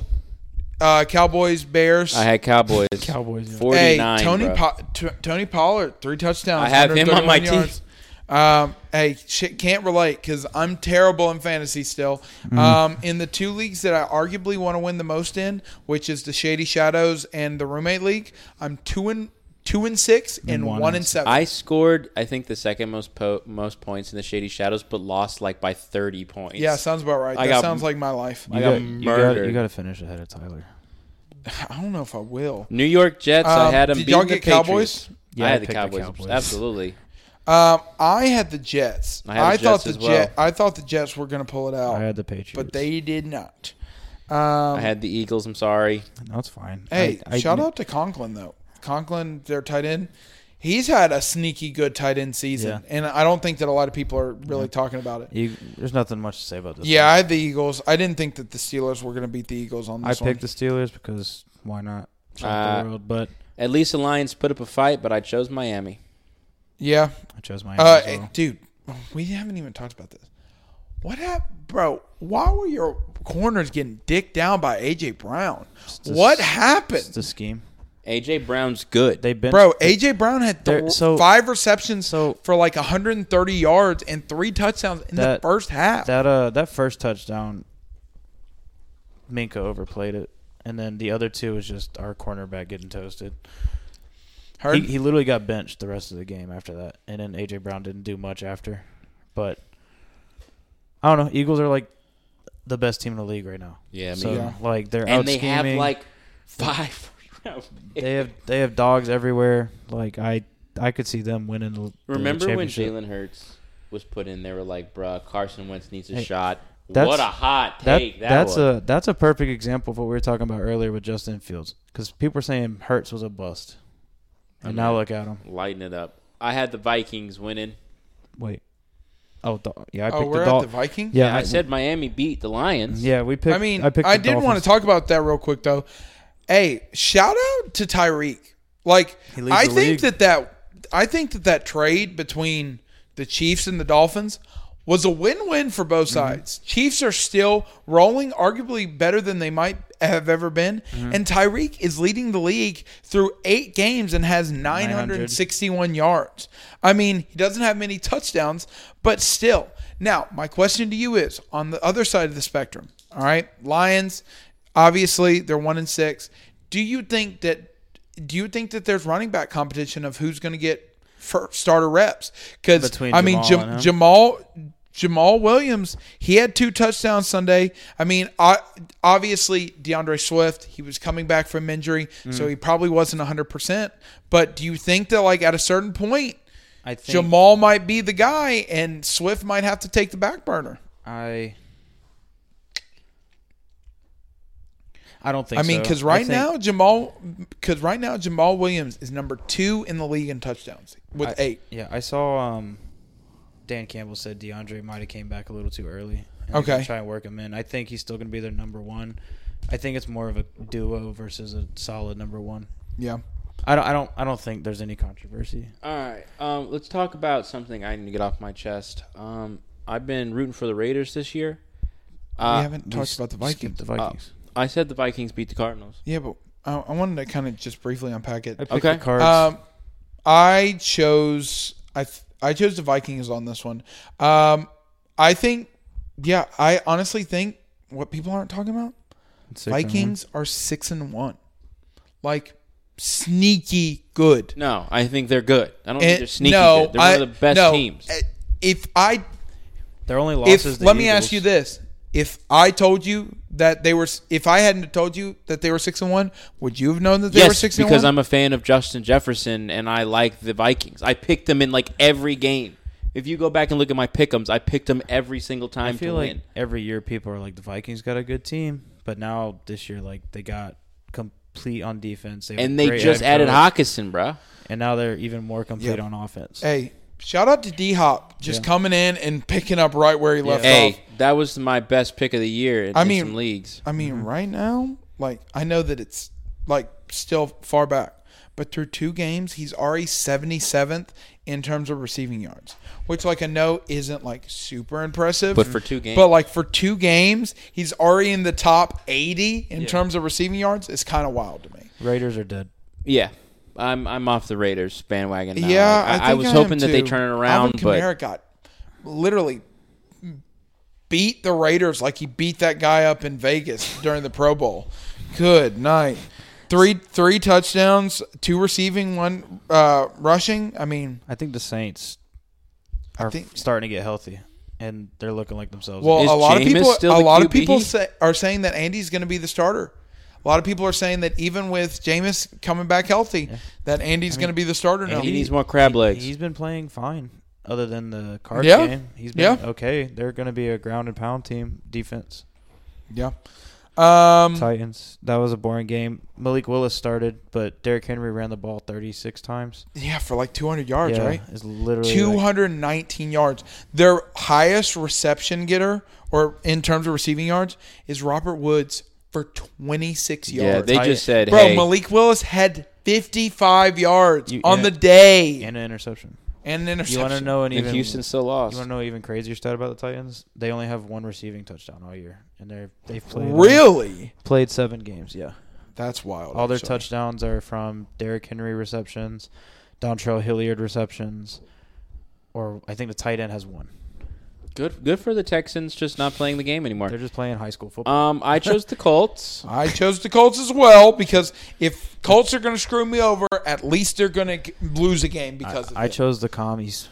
[SPEAKER 1] uh, Cowboys Bears.
[SPEAKER 3] I had Cowboys.
[SPEAKER 2] Cowboys. yeah.
[SPEAKER 3] 49.
[SPEAKER 1] hey, Tony
[SPEAKER 3] bro.
[SPEAKER 1] Po- T- Tony Pollard, three touchdowns.
[SPEAKER 3] I have him on my
[SPEAKER 1] 131 yards. Um, hey, shit, can't relate because I'm terrible in fantasy still.
[SPEAKER 2] Mm-hmm.
[SPEAKER 1] Um, in the two leagues that I arguably want to win the most in, which is the Shady Shadows and the Roommate League, I'm two and two and six and, one,
[SPEAKER 2] one and
[SPEAKER 1] and seven.
[SPEAKER 3] I scored, I think, the second most po- most points in the Shady Shadows, but lost like by 30 points.
[SPEAKER 1] yeah, sounds about right.
[SPEAKER 3] I
[SPEAKER 1] that
[SPEAKER 3] got-
[SPEAKER 1] sounds like my life.
[SPEAKER 3] I
[SPEAKER 2] You
[SPEAKER 3] got
[SPEAKER 2] got, you, got,
[SPEAKER 3] murdered.
[SPEAKER 2] you got to finish ahead of Tyler.
[SPEAKER 1] I don't know if I will.
[SPEAKER 3] New York Jets. I
[SPEAKER 1] Um,
[SPEAKER 3] had them.
[SPEAKER 1] did y'all
[SPEAKER 3] beating
[SPEAKER 1] get
[SPEAKER 3] the Patriots.
[SPEAKER 1] Cowboys?
[SPEAKER 2] Yeah,
[SPEAKER 3] I
[SPEAKER 2] I
[SPEAKER 3] had the
[SPEAKER 2] picked the
[SPEAKER 3] Cowboys.
[SPEAKER 2] Cowboys.
[SPEAKER 3] Absolutely.
[SPEAKER 1] Um, I had the Jets.
[SPEAKER 3] I had the
[SPEAKER 1] thought
[SPEAKER 3] Jets as
[SPEAKER 1] the
[SPEAKER 3] well.
[SPEAKER 1] Jet. I thought the Jets were going to pull it out,
[SPEAKER 2] I had the Patriots.
[SPEAKER 1] but they did not. Um,
[SPEAKER 3] I had the Eagles. I'm sorry.
[SPEAKER 2] No, it's fine.
[SPEAKER 1] Hey,
[SPEAKER 2] I- I-
[SPEAKER 1] shout out to Conklin though. Conklin, their tight end, he's had a sneaky good tight end season, and I don't think that a lot of people are really talking about it.
[SPEAKER 2] you- there's nothing much to say about this.
[SPEAKER 1] Yeah,
[SPEAKER 2] one.
[SPEAKER 1] I had the Eagles. I didn't think that the Steelers were going to beat the Eagles on
[SPEAKER 2] I
[SPEAKER 1] this
[SPEAKER 2] picked the
[SPEAKER 1] one.
[SPEAKER 2] Steelers because why not? Shock
[SPEAKER 3] Uh,
[SPEAKER 2] the world, but
[SPEAKER 3] At least the Lions put up a fight, but I chose Miami.
[SPEAKER 1] yeah,
[SPEAKER 2] I chose my
[SPEAKER 1] uh,
[SPEAKER 2] as well.
[SPEAKER 1] dude, we haven't even talked about this. What happened, bro? Why were your corners getting dicked down by AJ Brown?
[SPEAKER 2] a-
[SPEAKER 1] what
[SPEAKER 2] It's
[SPEAKER 1] happened,
[SPEAKER 2] the scheme.
[SPEAKER 3] AJ Brown's good.
[SPEAKER 2] They've been
[SPEAKER 1] bro? AJ Brown had
[SPEAKER 2] They're-
[SPEAKER 1] th-
[SPEAKER 2] so-
[SPEAKER 1] five receptions
[SPEAKER 2] so-
[SPEAKER 1] for like 130 yards and three touchdowns in
[SPEAKER 2] That-
[SPEAKER 1] the first half.
[SPEAKER 2] That uh, that first touchdown, Minka overplayed it, and then the other two was just our cornerback getting toasted.
[SPEAKER 1] Heard?
[SPEAKER 2] He, he literally got benched the rest of the game after that, and then AJ Brown didn't do much after. But I don't know. Eagles are like the best team in the league right now.
[SPEAKER 3] Yeah, I
[SPEAKER 2] so
[SPEAKER 3] mean-
[SPEAKER 2] like they're
[SPEAKER 3] and
[SPEAKER 2] out
[SPEAKER 3] they have
[SPEAKER 2] scheming.
[SPEAKER 3] like five.
[SPEAKER 2] they have they have dogs everywhere. Like I I could see them winning. The, the
[SPEAKER 3] Remember when
[SPEAKER 2] championship.
[SPEAKER 3] Jalen Hurts was put in? They were like, "Bruh, Carson Wentz needs a
[SPEAKER 2] Hey,
[SPEAKER 3] shot."
[SPEAKER 2] that's-
[SPEAKER 3] What a hot
[SPEAKER 2] That-
[SPEAKER 3] take that,
[SPEAKER 2] that's
[SPEAKER 3] was.
[SPEAKER 2] a that's a perfect example of what we were talking about earlier with Justin Fields because people were saying Hertz was a bust, and now look at him.
[SPEAKER 3] lighten it up. I had the Vikings winning.
[SPEAKER 2] Wait, oh Dol- yeah, I
[SPEAKER 1] oh,
[SPEAKER 2] picked
[SPEAKER 1] we're
[SPEAKER 2] the
[SPEAKER 1] at the
[SPEAKER 2] Dolphins.
[SPEAKER 1] Vikings.
[SPEAKER 2] Yeah,
[SPEAKER 3] I, said Miami beat the Lions.
[SPEAKER 2] yeah. We picked.
[SPEAKER 1] I mean, I,
[SPEAKER 2] I, picked the
[SPEAKER 1] did want to
[SPEAKER 2] Dolphins.
[SPEAKER 1] talk about that real quick though. Hey, shout out to Tyreek. Like,
[SPEAKER 2] He leads
[SPEAKER 1] I
[SPEAKER 2] the
[SPEAKER 1] think
[SPEAKER 2] league.
[SPEAKER 1] that that I think that that trade between the Chiefs and the Dolphins was a win-win for
[SPEAKER 2] Mm-hmm.
[SPEAKER 1] both sides. Chiefs are still rolling, arguably better than they might have ever been,
[SPEAKER 2] Mm-hmm.
[SPEAKER 1] and Tyreek is leading the league through eight games and has 961 yards. I mean, he doesn't have many touchdowns, but still. Now, my question to you is on the other side of the spectrum. All right, Lions. Obviously, they're one and six. Do you think that? Do you think that there's running back competition of who's going to get first starter reps? Because
[SPEAKER 2] Between
[SPEAKER 1] I mean,
[SPEAKER 2] Jamal
[SPEAKER 1] Jam-
[SPEAKER 2] and him?
[SPEAKER 1] Jamal Jamal Williams, he had two touchdowns Sunday. I mean, o- obviously DeAndre Swift, he was coming back from injury, so
[SPEAKER 2] Mm.
[SPEAKER 1] he probably wasn't 100%. But do you think that like at a certain point
[SPEAKER 2] I think
[SPEAKER 1] Jamal might be the guy and Swift might have to take the back burner?
[SPEAKER 2] I. I don't think.
[SPEAKER 1] I mean,
[SPEAKER 2] so.
[SPEAKER 1] because right
[SPEAKER 2] think-
[SPEAKER 1] now Jamal, because right now Jamal Williams is number two in the league in touchdowns with
[SPEAKER 2] I-
[SPEAKER 1] eight.
[SPEAKER 2] Yeah, I saw um, Dan Campbell said DeAndre might have came back a little too early. and they're gonna
[SPEAKER 1] Okay.
[SPEAKER 2] try and work him in. I think he's still going to be their number one. I think it's more of a duo versus a solid number one.
[SPEAKER 1] Yeah,
[SPEAKER 2] I don't, I don't, I don't think there's any controversy.
[SPEAKER 3] All right. Um, let's talk about something I need to get off my chest. Um, I've been rooting for the Raiders this year.
[SPEAKER 1] we
[SPEAKER 3] Uh,
[SPEAKER 1] haven't talked about the
[SPEAKER 2] Skip
[SPEAKER 1] Vikings.
[SPEAKER 2] the
[SPEAKER 3] uh,
[SPEAKER 2] Vikings.
[SPEAKER 3] I said the Vikings beat the Cardinals.
[SPEAKER 1] yeah, but I, I wanted to kind of just briefly unpack it.
[SPEAKER 2] I picked
[SPEAKER 3] okay.
[SPEAKER 2] the cards.
[SPEAKER 1] Um, I chose I th- I chose the Vikings on this one. Um, I think, yeah, I honestly think what people aren't talking about
[SPEAKER 2] Six and one.
[SPEAKER 1] Vikings are six and one, like sneaky good.
[SPEAKER 3] No, I think they're good. I don't think
[SPEAKER 1] And-
[SPEAKER 3] they're sneaky.
[SPEAKER 1] no,
[SPEAKER 3] good. They're one
[SPEAKER 1] I-
[SPEAKER 3] of the best
[SPEAKER 1] no,
[SPEAKER 3] teams.
[SPEAKER 1] uh, If I
[SPEAKER 2] Their only
[SPEAKER 1] if
[SPEAKER 2] losses.
[SPEAKER 1] let
[SPEAKER 2] the
[SPEAKER 1] me ask you
[SPEAKER 2] Eagles.
[SPEAKER 1] this, if I told you that they were, s- if I hadn't told you that they were six and one, would you have known that they
[SPEAKER 3] yes,
[SPEAKER 1] were six and
[SPEAKER 3] because
[SPEAKER 1] one?
[SPEAKER 3] I'm a fan of Justin Jefferson and I like the Vikings. I picked them in like every game. If you go back and look at my pickums, I picked them every single time
[SPEAKER 2] I feel
[SPEAKER 3] to
[SPEAKER 2] like
[SPEAKER 3] win.
[SPEAKER 2] every year people are like the Vikings got a good team, but now this year like they got complete on defense. They have
[SPEAKER 3] And
[SPEAKER 2] a
[SPEAKER 3] they
[SPEAKER 2] great
[SPEAKER 3] just
[SPEAKER 2] head
[SPEAKER 3] added
[SPEAKER 2] coach,
[SPEAKER 3] Hawkinson, bruh.
[SPEAKER 2] and now they're even more complete
[SPEAKER 1] Yep.
[SPEAKER 2] on offense.
[SPEAKER 1] hey, shout out to D Hop just
[SPEAKER 2] Yeah.
[SPEAKER 1] coming in and picking up right where he left off.
[SPEAKER 3] Hey, that was my best pick of the year in,
[SPEAKER 1] I
[SPEAKER 3] in
[SPEAKER 1] mean-
[SPEAKER 3] some leagues.
[SPEAKER 1] I mean, right now, like I know that it's like still far back, but through two games, he's already seventy seventh in terms of receiving yards, which like I know isn't like super impressive.
[SPEAKER 3] But for two games.
[SPEAKER 1] but like for two games, he's already in the top eighty in terms of receiving yards. It's kind of wild to me.
[SPEAKER 2] Raiders are dead.
[SPEAKER 3] Yeah. I'm I'm off the Raiders bandwagon now.
[SPEAKER 1] Yeah,
[SPEAKER 3] Like, I, I
[SPEAKER 1] think
[SPEAKER 3] was
[SPEAKER 1] am
[SPEAKER 3] hoping that they
[SPEAKER 1] too.
[SPEAKER 3] turn it around,
[SPEAKER 1] Alvin
[SPEAKER 3] but
[SPEAKER 1] Kamara got literally beat the Raiders like he beat that guy up in Vegas during the Pro Bowl. Good night. Three three touchdowns, two receiving, one uh, rushing. I mean,
[SPEAKER 2] I think the Saints are
[SPEAKER 1] think-
[SPEAKER 2] starting to get healthy, and they're looking like themselves.
[SPEAKER 1] well,
[SPEAKER 3] Is
[SPEAKER 1] a lot
[SPEAKER 3] Jameis
[SPEAKER 1] of people,
[SPEAKER 3] still
[SPEAKER 1] a
[SPEAKER 3] the
[SPEAKER 1] lot of
[SPEAKER 3] QB?
[SPEAKER 1] people say, are saying that Andy's going to be the starter. A lot of people are saying that even with Jameis coming back healthy, that Andy's going to be the starter now.
[SPEAKER 3] he needs more crab legs.
[SPEAKER 2] he's been playing fine, other than the Cards
[SPEAKER 1] Yeah.
[SPEAKER 2] game. He's been
[SPEAKER 1] Yeah.
[SPEAKER 2] okay. They're going to be a ground and pound team defense.
[SPEAKER 1] yeah. Um,
[SPEAKER 2] Titans. That was a boring game. Malik Willis started, but Derrick Henry ran the ball 36 times.
[SPEAKER 1] yeah, for like 200 yards,
[SPEAKER 2] yeah,
[SPEAKER 1] right?
[SPEAKER 2] it's literally like-
[SPEAKER 1] 219 yards. Their highest reception getter, or in terms of receiving yards, is Robert Woods for 26
[SPEAKER 3] yeah,
[SPEAKER 1] yards.
[SPEAKER 3] they just said,
[SPEAKER 1] Bro,
[SPEAKER 3] hey,
[SPEAKER 1] Malik Willis had 55 yards
[SPEAKER 2] You-
[SPEAKER 1] on
[SPEAKER 2] and
[SPEAKER 1] the
[SPEAKER 2] a-
[SPEAKER 1] day.
[SPEAKER 2] and an interception.
[SPEAKER 1] and an
[SPEAKER 2] You
[SPEAKER 1] interception.
[SPEAKER 2] want to know an
[SPEAKER 3] And
[SPEAKER 2] even
[SPEAKER 3] Houston still
[SPEAKER 2] You
[SPEAKER 3] lost.
[SPEAKER 2] want to know an even crazier stat about the Titans? They only have one receiving touchdown all year, and they're they've played
[SPEAKER 1] Really?
[SPEAKER 2] played seven games. Yeah,
[SPEAKER 1] That's wild.
[SPEAKER 2] all their
[SPEAKER 1] actually.
[SPEAKER 2] touchdowns are from Derrick Henry receptions, Dontrell Hilliard receptions, or I think the tight end has one.
[SPEAKER 3] Good, good for the Texans just not playing the game anymore.
[SPEAKER 2] They're just playing high school football.
[SPEAKER 3] Um, I chose the Colts.
[SPEAKER 1] I chose the Colts as well because if Colts are going to screw me over, at least they're going to lose a game because of
[SPEAKER 2] I, I
[SPEAKER 1] it.
[SPEAKER 2] chose the commies.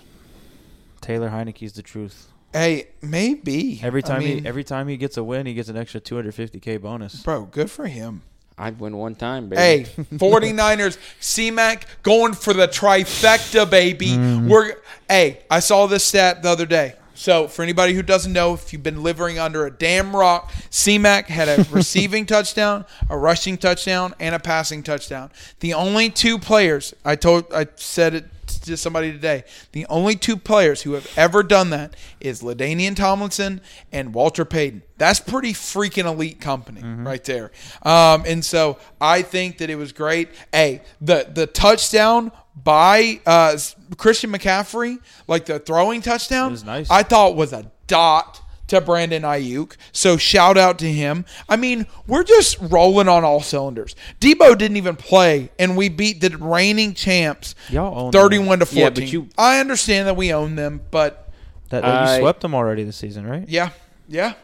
[SPEAKER 2] Taylor Heineke's the truth.
[SPEAKER 1] hey, maybe
[SPEAKER 2] Every time
[SPEAKER 1] I mean,
[SPEAKER 2] he every time he gets a win, he gets an extra 250k bonus.
[SPEAKER 1] bro, good for him.
[SPEAKER 3] I'd win one time, baby.
[SPEAKER 1] Hey, 49ers, C-Mac going for the trifecta, baby. We're hey, I saw this stat the other day. So for anybody who doesn't know, if you've been living under a damn rock, C-Mac had a receiving touchdown, a rushing touchdown, and a passing touchdown. The only two players I told, I said it to somebody today. The only two players who have ever done that is Ladainian Tomlinson and Walter Payton. That's pretty freaking elite company
[SPEAKER 4] Mm-hmm.
[SPEAKER 1] right there. Um, and so I think that it was great. Hey, the the touchdown by uh, S- Christian McCaffrey, like the throwing touchdown,
[SPEAKER 4] was nice.
[SPEAKER 1] I thought was a dot. To Brandon Ayuk, so shout out to him. I mean, we're just rolling on all cylinders. Debo didn't even play, and we beat the reigning champs,
[SPEAKER 2] Y'all own them.
[SPEAKER 1] thirty-one to fourteen.
[SPEAKER 3] Yeah, but you-
[SPEAKER 1] I understand that we own them, but
[SPEAKER 2] That, that
[SPEAKER 3] I-
[SPEAKER 2] you swept them already this season, right?
[SPEAKER 1] yeah, yeah.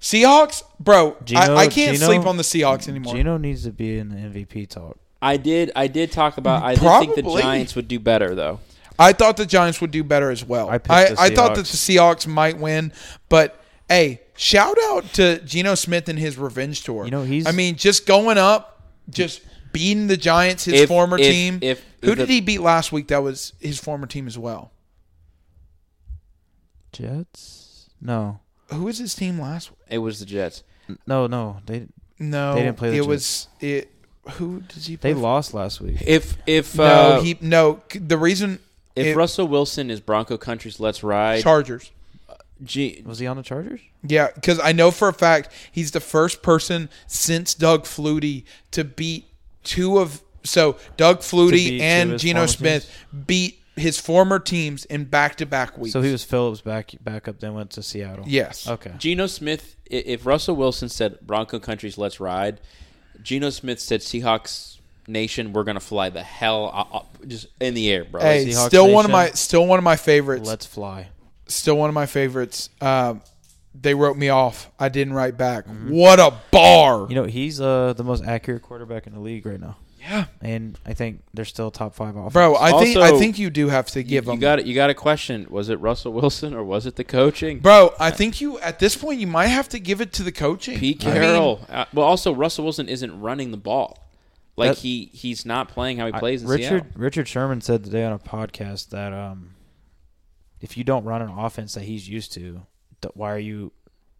[SPEAKER 1] Seahawks, bro.
[SPEAKER 2] Geno-
[SPEAKER 1] I, I can't
[SPEAKER 2] Geno-
[SPEAKER 1] sleep on the Seahawks anymore.
[SPEAKER 2] Gino needs to be in the MVP talk.
[SPEAKER 3] I did. I did talk about. I did think the
[SPEAKER 1] Probably.
[SPEAKER 3] Giants would do better though.
[SPEAKER 1] I thought the Giants would do better as well.
[SPEAKER 2] I
[SPEAKER 1] I,
[SPEAKER 2] picked
[SPEAKER 1] I,
[SPEAKER 2] the
[SPEAKER 1] thought that
[SPEAKER 2] Seahawks.
[SPEAKER 1] the Seahawks might win, but hey, shout out to Geno Smith and his revenge tour.
[SPEAKER 2] You know, he's-
[SPEAKER 1] I mean, just going up, just beating the Giants, his
[SPEAKER 3] If-
[SPEAKER 1] former
[SPEAKER 3] if-
[SPEAKER 1] team.
[SPEAKER 3] if
[SPEAKER 1] Who
[SPEAKER 3] the-
[SPEAKER 1] did he beat last week? That was his former team as well.
[SPEAKER 2] Jets? No,
[SPEAKER 1] Who was his team last?
[SPEAKER 3] It was the Jets.
[SPEAKER 2] no, no. They
[SPEAKER 1] No,
[SPEAKER 2] They didn't play the
[SPEAKER 1] It
[SPEAKER 2] Jets.
[SPEAKER 1] was it. Who did he?
[SPEAKER 2] they
[SPEAKER 1] play for?
[SPEAKER 2] lost last week.
[SPEAKER 3] If if uh,
[SPEAKER 1] No, he no. c- The reason
[SPEAKER 3] if
[SPEAKER 1] it-
[SPEAKER 3] Russell Wilson is Bronco Country's Let's Ride,
[SPEAKER 1] Chargers.
[SPEAKER 3] G,
[SPEAKER 2] Was he on the Chargers?
[SPEAKER 1] Yeah, because I know for a fact he's the first person since Doug Flutie to beat two of so Doug
[SPEAKER 2] beat
[SPEAKER 1] Flutie
[SPEAKER 2] two of
[SPEAKER 1] and
[SPEAKER 2] his
[SPEAKER 1] Geno
[SPEAKER 2] former
[SPEAKER 1] Smith beat his former teams in back to back weeks.
[SPEAKER 2] So he was Phillips back back up, then went to Seattle.
[SPEAKER 1] yes.
[SPEAKER 2] Okay.
[SPEAKER 3] Geno Smith. i- If Russell Wilson said Bronco Country's Let's Ride, Geno Smith said Seahawks Nation, we're gonna fly the hell up, up- just in the air, bro.
[SPEAKER 1] Hey,
[SPEAKER 2] Seahawks
[SPEAKER 1] still one of
[SPEAKER 2] Nation.
[SPEAKER 1] my still one of my favorites.
[SPEAKER 2] Let's fly.
[SPEAKER 1] Still one of my favorites. Um, they wrote me off. I didn't write back. What a bar!
[SPEAKER 2] Mm-hmm. You know, he's uh, the most accurate quarterback in the league right now.
[SPEAKER 1] yeah,
[SPEAKER 2] And I think they're still top five offense.
[SPEAKER 1] bro. I think I
[SPEAKER 3] Also,
[SPEAKER 1] think you do have to give
[SPEAKER 3] you,
[SPEAKER 1] them.
[SPEAKER 3] you got it. You got a question. Was it Russell Wilson or was it the coaching?
[SPEAKER 1] bro, I think you at this point you might have to give it to the coaching.
[SPEAKER 3] Pete
[SPEAKER 1] I mean,
[SPEAKER 3] Carroll. uh, well, also Russell Wilson isn't running the ball. Like
[SPEAKER 2] That-
[SPEAKER 3] he he's not playing how he
[SPEAKER 2] I-
[SPEAKER 3] plays in
[SPEAKER 2] Richard
[SPEAKER 3] Seattle.
[SPEAKER 2] Richard Sherman said today on a podcast that um, if you don't run an offense that he's used to, th- why are you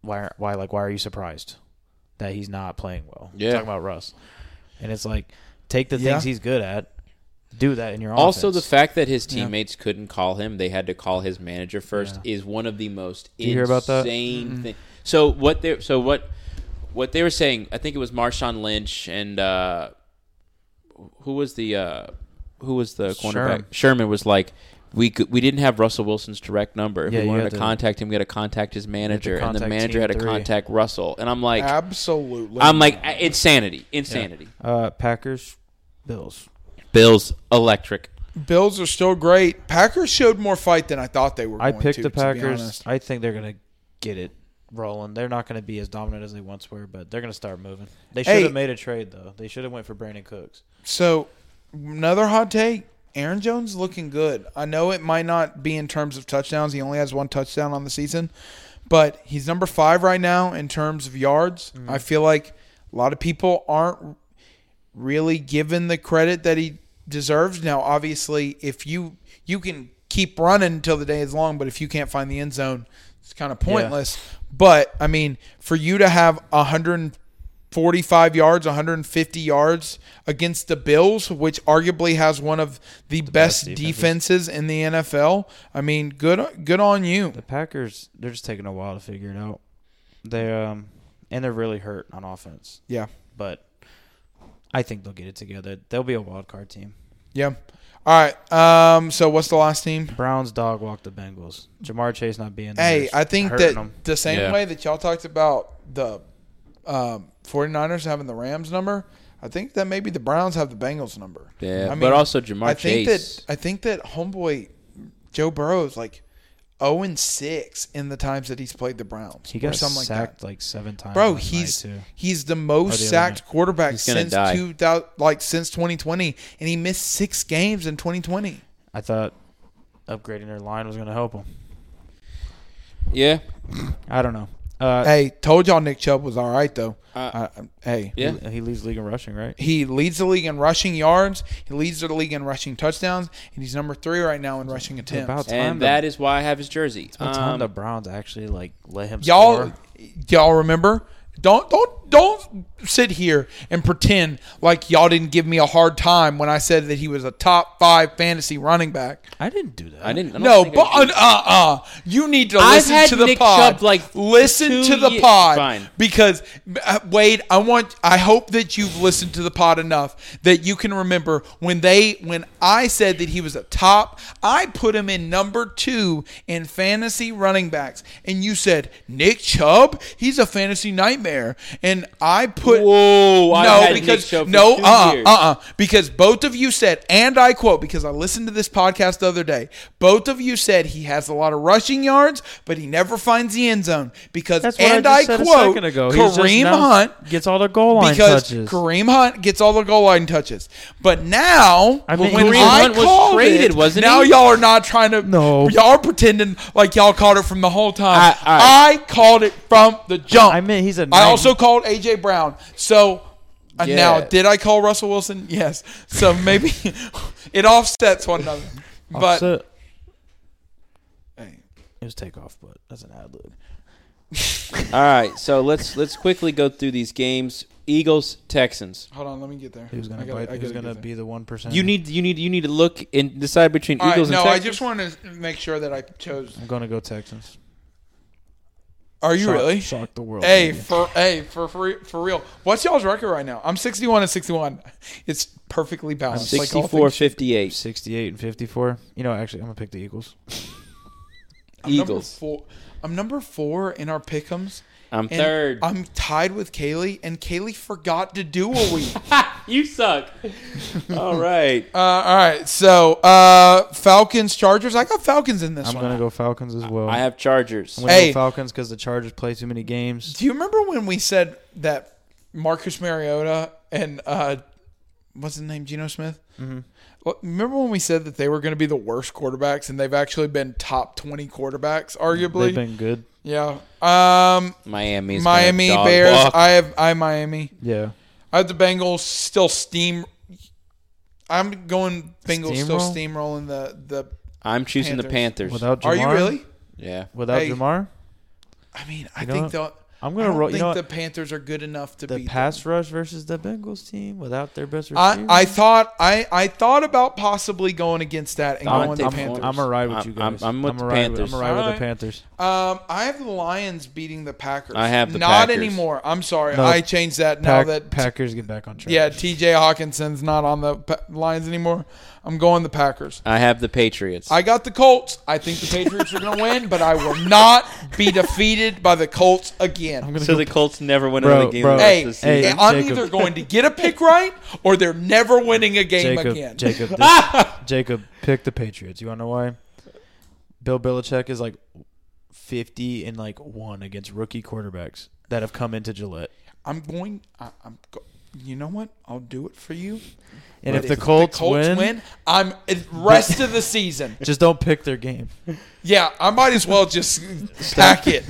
[SPEAKER 2] why are- why like why are you surprised that he's not playing well?
[SPEAKER 3] Yeah.
[SPEAKER 2] Talking about Russ, and it's like take the
[SPEAKER 1] Yeah.
[SPEAKER 2] things he's good at, do that in your
[SPEAKER 3] Also, the
[SPEAKER 2] offense.
[SPEAKER 3] fact that his teammates couldn't call him, they had to call his manager first, is one of the most
[SPEAKER 2] you hear about that?
[SPEAKER 3] insane thing. So what they so what what they were saying, I think it was Marshawn Lynch and uh, who was the uh, who was the cornerback?
[SPEAKER 2] Sherman.
[SPEAKER 3] Sherman was like. We, could, we didn't have Russell Wilson's direct number. If
[SPEAKER 2] Yeah,
[SPEAKER 3] we
[SPEAKER 2] you
[SPEAKER 3] wanted to,
[SPEAKER 2] had to-
[SPEAKER 3] contact him, we had to contact his manager, and the
[SPEAKER 2] contact
[SPEAKER 3] manager
[SPEAKER 2] team
[SPEAKER 3] had to
[SPEAKER 2] three.
[SPEAKER 3] contact Russell. And I'm like,
[SPEAKER 1] Absolutely.
[SPEAKER 3] I'm like I- insanity, insanity.
[SPEAKER 2] uh, Packers, Bills.
[SPEAKER 3] Bills electric.
[SPEAKER 1] Bills are still great. Packers showed more fight than I thought they were.
[SPEAKER 2] I
[SPEAKER 1] going
[SPEAKER 2] picked
[SPEAKER 1] to,
[SPEAKER 2] the
[SPEAKER 1] to be
[SPEAKER 2] Packers.
[SPEAKER 1] honest.
[SPEAKER 2] I think they're gonna get it rolling. They're not gonna be as dominant as they once were, but they're gonna start moving. They should
[SPEAKER 1] Hey.
[SPEAKER 2] have made a trade though. They should have went for Brandon Cooks.
[SPEAKER 1] So another hot take. Aaron Jones looking good. I know it might not be in terms of touchdowns. He only has one touchdown on the season, but he's number five right now in terms of yards.
[SPEAKER 2] Mm-hmm.
[SPEAKER 1] I feel like a lot of people aren't really given the credit that he deserves. Now, obviously, if you you can keep running until the day is long, but if you can't find the end zone, it's kind of pointless. But I mean, for you to have 145 yards, 150 yards against the Bills, which arguably has one of the, best, defenses. in the NFL, I mean, good good on you.
[SPEAKER 2] The Packers, they're just taking a while to figure it out. They um and they're really hurt on offense,
[SPEAKER 1] Yeah.
[SPEAKER 2] but I think they'll get it together. They'll be a wild card team.
[SPEAKER 1] Yeah. All right. Um. So what's the last team?
[SPEAKER 2] Browns dog walked the Bengals. Jamar Chase not being there.
[SPEAKER 1] Hey,
[SPEAKER 2] is
[SPEAKER 1] I think
[SPEAKER 2] hurting
[SPEAKER 1] that
[SPEAKER 2] 'em.
[SPEAKER 1] the same
[SPEAKER 3] Yeah.
[SPEAKER 1] way that y'all talked about the um, 49ers having the Rams number, I think that maybe the Browns have the Bengals number.
[SPEAKER 3] Yeah,
[SPEAKER 1] I
[SPEAKER 3] but also Jamar
[SPEAKER 1] I think
[SPEAKER 3] Chase.
[SPEAKER 1] That, I think that homeboy Joe Burrow is like 0 and 6 in the times that he's played the Browns.
[SPEAKER 2] he got
[SPEAKER 1] or something like that.
[SPEAKER 2] sacked like, seven times.
[SPEAKER 1] Bro,
[SPEAKER 2] last
[SPEAKER 1] he's
[SPEAKER 2] night, too.
[SPEAKER 1] he's the
[SPEAKER 2] Or the
[SPEAKER 1] most
[SPEAKER 2] other
[SPEAKER 1] sacked
[SPEAKER 2] night.
[SPEAKER 1] quarterback
[SPEAKER 3] He's gonna
[SPEAKER 1] since
[SPEAKER 3] die.
[SPEAKER 1] 2000, like since 2020, and he missed six games in 2020.
[SPEAKER 2] I thought upgrading their line was going to help him.
[SPEAKER 3] Yeah,
[SPEAKER 2] I don't know. Uh,
[SPEAKER 1] Hey, told y'all Nick Chubb was all right though.
[SPEAKER 3] Uh,
[SPEAKER 1] I- I- hey,
[SPEAKER 3] yeah.
[SPEAKER 2] he, he leads the league in rushing, right?
[SPEAKER 1] He leads the league in rushing yards. He leads the league in rushing touchdowns, and he's number three right now in rushing attempts.
[SPEAKER 2] About time
[SPEAKER 3] and
[SPEAKER 2] the-
[SPEAKER 3] that is why I have his jersey.
[SPEAKER 2] What time
[SPEAKER 3] Um,
[SPEAKER 2] the Browns actually like let him
[SPEAKER 1] y'all,
[SPEAKER 2] score?
[SPEAKER 1] y'all remember? Don't don't don't sit here and pretend like y'all didn't give me a hard time when I said that he was a top five fantasy running back.
[SPEAKER 2] I didn't do that.
[SPEAKER 3] I didn't. I don't
[SPEAKER 1] No,
[SPEAKER 3] think
[SPEAKER 1] but
[SPEAKER 3] I
[SPEAKER 1] uh
[SPEAKER 3] did.
[SPEAKER 1] uh, you need to
[SPEAKER 3] I've
[SPEAKER 1] listen
[SPEAKER 3] had
[SPEAKER 1] to the
[SPEAKER 3] Nick
[SPEAKER 1] pod.
[SPEAKER 3] Chubb, like,
[SPEAKER 1] listen
[SPEAKER 3] two
[SPEAKER 1] to the
[SPEAKER 3] ye-
[SPEAKER 1] pod
[SPEAKER 3] Fine.
[SPEAKER 1] because uh, Wade, I want. I hope that you've listened to the pod enough that you can remember when they when I said that he was a top. I put him in number two in fantasy running backs, and you said Nick Chubb, he's a fantasy nightmare, and I put
[SPEAKER 3] Whoa,
[SPEAKER 1] uh, no
[SPEAKER 3] I had Nick
[SPEAKER 1] because
[SPEAKER 3] Chubb for
[SPEAKER 1] no
[SPEAKER 3] two
[SPEAKER 1] uh
[SPEAKER 3] years.
[SPEAKER 1] uh uh because both of you said and i quote because i listened to this podcast the other day both of you said he has a lot of rushing yards but he never finds the end zone because
[SPEAKER 2] That's what
[SPEAKER 1] and
[SPEAKER 2] I
[SPEAKER 1] i,
[SPEAKER 2] just said a
[SPEAKER 1] quote
[SPEAKER 2] second ago. He's just
[SPEAKER 1] kareem
[SPEAKER 2] now
[SPEAKER 1] hunt
[SPEAKER 2] gets all the goal line
[SPEAKER 1] because
[SPEAKER 2] touches.
[SPEAKER 1] kareem hunt gets all the goal line touches but now
[SPEAKER 2] I mean,
[SPEAKER 1] when
[SPEAKER 2] Kareem
[SPEAKER 1] I
[SPEAKER 3] Hunt was
[SPEAKER 1] called
[SPEAKER 3] traded,
[SPEAKER 1] it,
[SPEAKER 3] wasn't
[SPEAKER 1] now
[SPEAKER 3] he?
[SPEAKER 1] y'all are not trying to
[SPEAKER 2] No.
[SPEAKER 1] y'all are pretending like y'all caught it from the whole time
[SPEAKER 3] I- I-
[SPEAKER 1] I called it from the jump
[SPEAKER 2] I mean, he's a.
[SPEAKER 1] I
[SPEAKER 2] nine-
[SPEAKER 1] also called AJ Brown. So uh,
[SPEAKER 3] Yeah.
[SPEAKER 1] now, did I call Russell Wilson? Yes. So maybe it offsets one another. But
[SPEAKER 2] Offset-
[SPEAKER 1] Hey,
[SPEAKER 2] it was takeoff, but that's an ad lib.
[SPEAKER 3] All right, so let's let's quickly go through these games. Eagles, Texans.
[SPEAKER 1] hold on, let me get there.
[SPEAKER 2] Who's gonna
[SPEAKER 1] I gotta-
[SPEAKER 2] bite-
[SPEAKER 1] I
[SPEAKER 2] Who's
[SPEAKER 1] gotta
[SPEAKER 2] gonna
[SPEAKER 1] get
[SPEAKER 2] be the one percent?
[SPEAKER 3] You need you need you need to look and decide between
[SPEAKER 1] there. Mm. All right,
[SPEAKER 3] Eagles
[SPEAKER 1] no,
[SPEAKER 3] and
[SPEAKER 1] I
[SPEAKER 3] Texans.
[SPEAKER 1] just want to make sure that I chose.
[SPEAKER 2] I'm gonna go Texans.
[SPEAKER 1] Are you
[SPEAKER 2] Shock-
[SPEAKER 1] really?
[SPEAKER 2] shock the world?
[SPEAKER 1] Hey,
[SPEAKER 2] baby.
[SPEAKER 1] for hey, for for re- for real. What's y'all's record right now? I'm 61 and 61. It's perfectly balanced. like all
[SPEAKER 3] 64
[SPEAKER 1] things-
[SPEAKER 3] 58
[SPEAKER 2] 68 and 54. You know, actually, I'm gonna pick the Eagles.
[SPEAKER 1] I'm number
[SPEAKER 3] Eagles.
[SPEAKER 1] four- I'm number four in our pickums.
[SPEAKER 3] I'm
[SPEAKER 1] and
[SPEAKER 3] third.
[SPEAKER 1] I'm tied with Kaylee, and Kaylee forgot to do a week.
[SPEAKER 3] you suck. All right.
[SPEAKER 1] Uh, all right, so uh, Falcons, Chargers. I got Falcons in this
[SPEAKER 2] I'm
[SPEAKER 1] one.
[SPEAKER 2] gonna go Falcons as well.
[SPEAKER 3] I have Chargers.
[SPEAKER 2] I'm gonna
[SPEAKER 1] Hey.
[SPEAKER 2] go Falcons because the Chargers play too many games.
[SPEAKER 1] Do you remember when we said that Marcus Mariota and uh, what's his name, Geno Smith?
[SPEAKER 3] Mm-hmm.
[SPEAKER 1] Well, Remember when we said that they were going to be the worst quarterbacks, and they've actually been top twenty quarterbacks, arguably.
[SPEAKER 2] They've been good.
[SPEAKER 1] yeah. Um,
[SPEAKER 3] Miami. is gonna
[SPEAKER 1] Miami
[SPEAKER 3] dog
[SPEAKER 1] Bears. Uh,
[SPEAKER 3] walk.
[SPEAKER 1] I have I have Miami.
[SPEAKER 2] Yeah.
[SPEAKER 1] I have the Bengals still steam. I'm going Bengals still
[SPEAKER 2] Steamroll?
[SPEAKER 1] steamrolling the the.
[SPEAKER 3] I'm choosing the
[SPEAKER 1] Panthers.
[SPEAKER 3] Panthers.
[SPEAKER 2] Without Jamar,
[SPEAKER 1] Are you really?
[SPEAKER 3] yeah.
[SPEAKER 2] Without
[SPEAKER 1] Hey.
[SPEAKER 2] Jamar,
[SPEAKER 1] I mean, I
[SPEAKER 2] You know
[SPEAKER 1] think
[SPEAKER 2] what?
[SPEAKER 1] they'll.
[SPEAKER 2] I'm
[SPEAKER 1] I
[SPEAKER 2] gonna
[SPEAKER 1] don't
[SPEAKER 2] roll. You
[SPEAKER 1] think
[SPEAKER 2] know, what?
[SPEAKER 1] the Panthers are good enough to
[SPEAKER 2] the
[SPEAKER 1] beat
[SPEAKER 2] pass rush versus the Bengals team without their best receiver.
[SPEAKER 1] them. I, I thought I, I thought about possibly going against that and
[SPEAKER 2] I'm,
[SPEAKER 1] going
[SPEAKER 3] Dante
[SPEAKER 1] the
[SPEAKER 2] I'm,
[SPEAKER 1] Panthers.
[SPEAKER 2] I'm a ride with
[SPEAKER 3] I'm-
[SPEAKER 2] you guys.
[SPEAKER 3] I'm- I'm with
[SPEAKER 2] a
[SPEAKER 3] the
[SPEAKER 2] ride
[SPEAKER 3] Panthers.
[SPEAKER 2] I'm a ride with
[SPEAKER 1] Alright.
[SPEAKER 2] the Panthers.
[SPEAKER 1] um, I have the Lions beating the Packers.
[SPEAKER 3] I have the
[SPEAKER 1] not
[SPEAKER 3] Packers.
[SPEAKER 1] anymore. I'm sorry,
[SPEAKER 2] No.
[SPEAKER 1] I changed that now
[SPEAKER 2] Pack-
[SPEAKER 1] that
[SPEAKER 2] Packers get back on track.
[SPEAKER 1] yeah T.J. Hawkinson's not on the pa- Lions anymore. I'm going the Packers.
[SPEAKER 3] I have the Patriots.
[SPEAKER 1] I got the Colts. I think the Patriots are going to win, but I will not be defeated by the Colts again.
[SPEAKER 2] I'm gonna
[SPEAKER 3] so
[SPEAKER 2] go
[SPEAKER 3] the Colts never win
[SPEAKER 2] Bro,
[SPEAKER 3] another game.
[SPEAKER 2] bro.
[SPEAKER 3] the rest
[SPEAKER 1] Hey,
[SPEAKER 3] of the season.
[SPEAKER 2] hey,
[SPEAKER 1] I'm
[SPEAKER 2] Jacob.
[SPEAKER 1] either going to get a pick right or they're never winning a game
[SPEAKER 2] Jacob,
[SPEAKER 1] again.
[SPEAKER 2] Jacob, this, Jacob, pick the Patriots. You want to know why? Bill Belichick is like fifty and like one against rookie quarterbacks that have come into Gillette.
[SPEAKER 1] I'm going. I, I'm. Go, you know what? I'll do it for you.
[SPEAKER 2] And
[SPEAKER 1] But
[SPEAKER 2] if the Colts, win,
[SPEAKER 1] I'm it- rest of the season.
[SPEAKER 2] just don't pick their game.
[SPEAKER 1] Yeah, I might as well just pack it.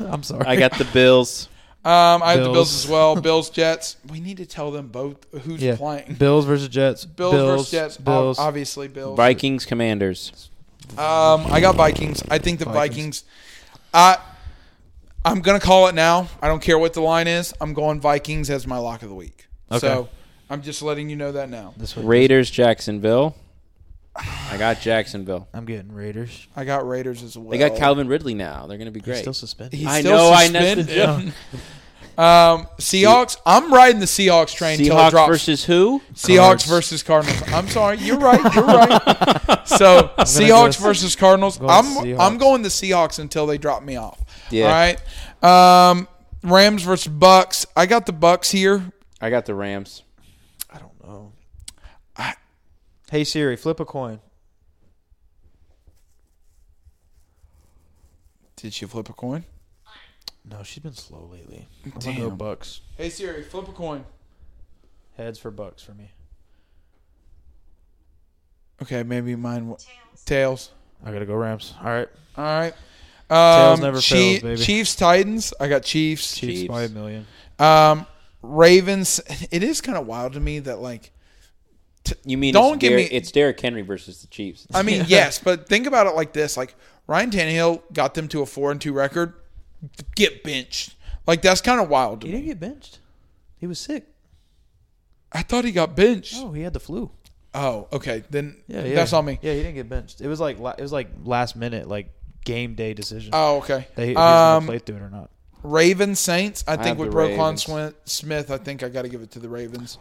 [SPEAKER 2] I'm sorry.
[SPEAKER 3] I got the Bills.
[SPEAKER 1] Um, I have the Bills
[SPEAKER 2] Bills.
[SPEAKER 1] as well. Bills, Jets. We need to tell them both who's
[SPEAKER 2] yeah.
[SPEAKER 1] playing.
[SPEAKER 2] Bills versus Jets.
[SPEAKER 1] Bills, versus Jets. Ob-
[SPEAKER 2] Bills.
[SPEAKER 1] obviously Bills.
[SPEAKER 3] Vikings, Commanders.
[SPEAKER 1] Um, I got Vikings. I think the Vikings.
[SPEAKER 2] Vikings.
[SPEAKER 1] I I'm gonna call it now. I don't care what the line is. I'm going Vikings as my lock of the week.
[SPEAKER 2] Okay.
[SPEAKER 1] So I'm just letting you know that now.
[SPEAKER 2] this one.
[SPEAKER 3] Raiders, Jacksonville. I got Jacksonville.
[SPEAKER 2] I'm getting Raiders.
[SPEAKER 1] I got Raiders as well.
[SPEAKER 3] They got Calvin Ridley now. They're going to be
[SPEAKER 2] He's
[SPEAKER 3] great.
[SPEAKER 2] still suspended.
[SPEAKER 1] He's
[SPEAKER 3] I
[SPEAKER 1] still
[SPEAKER 3] know, I know, it's the
[SPEAKER 1] suspended. Um, Seahawks. I'm riding the Seahawks train till it
[SPEAKER 3] Seahawks
[SPEAKER 1] drops.
[SPEAKER 3] versus who?
[SPEAKER 1] Seahawks
[SPEAKER 2] Cards.
[SPEAKER 1] versus Cardinals. I'm sorry, you're right. You're right. So Seahawks
[SPEAKER 2] go-
[SPEAKER 1] versus Cardinals.
[SPEAKER 2] go
[SPEAKER 1] I'm
[SPEAKER 2] Seahawks.
[SPEAKER 1] I'm going the Seahawks until they drop me off.
[SPEAKER 3] Yeah.
[SPEAKER 1] All right. Um, Rams versus Bucks. I got the Bucks here.
[SPEAKER 3] I got the Rams.
[SPEAKER 2] I don't know. hey Siri, flip a coin.
[SPEAKER 1] Did she flip a coin?
[SPEAKER 2] No, she's been slow lately. I'm gonna
[SPEAKER 1] Damn.
[SPEAKER 2] go Bucks.
[SPEAKER 1] Hey Siri, flip a coin.
[SPEAKER 2] Heads for Bucks for me.
[SPEAKER 1] Okay, maybe mine. Wa- tails.
[SPEAKER 2] I gotta go Rams. All right,
[SPEAKER 1] All right. Um,
[SPEAKER 2] never
[SPEAKER 1] Chi-
[SPEAKER 2] fails, baby.
[SPEAKER 1] Chiefs Titans. I got Chiefs.
[SPEAKER 2] Chiefs,
[SPEAKER 3] Chiefs.
[SPEAKER 2] by a million.
[SPEAKER 1] Um, Ravens. It is kind of wild to me that like
[SPEAKER 3] You mean
[SPEAKER 1] Don't
[SPEAKER 3] it's
[SPEAKER 1] give
[SPEAKER 3] Derrick-
[SPEAKER 1] me-
[SPEAKER 3] it's Derrick Henry versus the Chiefs.
[SPEAKER 1] I mean, yes, but think about it like this: like Ryan Tannehill got them to a four and two record, get benched. Like that's kind of wild. to
[SPEAKER 2] He
[SPEAKER 1] me.
[SPEAKER 2] didn't get benched. He was sick.
[SPEAKER 1] I thought he got benched.
[SPEAKER 2] Oh, he had the flu.
[SPEAKER 1] Oh, okay, then
[SPEAKER 2] Yeah, yeah.
[SPEAKER 1] that's on me.
[SPEAKER 2] Yeah, he didn't get benched. It was like la- it was like last minute, like game day decision.
[SPEAKER 1] Oh, okay.
[SPEAKER 2] they he's gonna
[SPEAKER 1] um,
[SPEAKER 2] play through it or not.
[SPEAKER 1] Ravens Saints. I think
[SPEAKER 3] have
[SPEAKER 1] with
[SPEAKER 3] the
[SPEAKER 1] Roquan
[SPEAKER 3] Ravens.
[SPEAKER 1] Swin- Smith, I think I got to give it to the Ravens.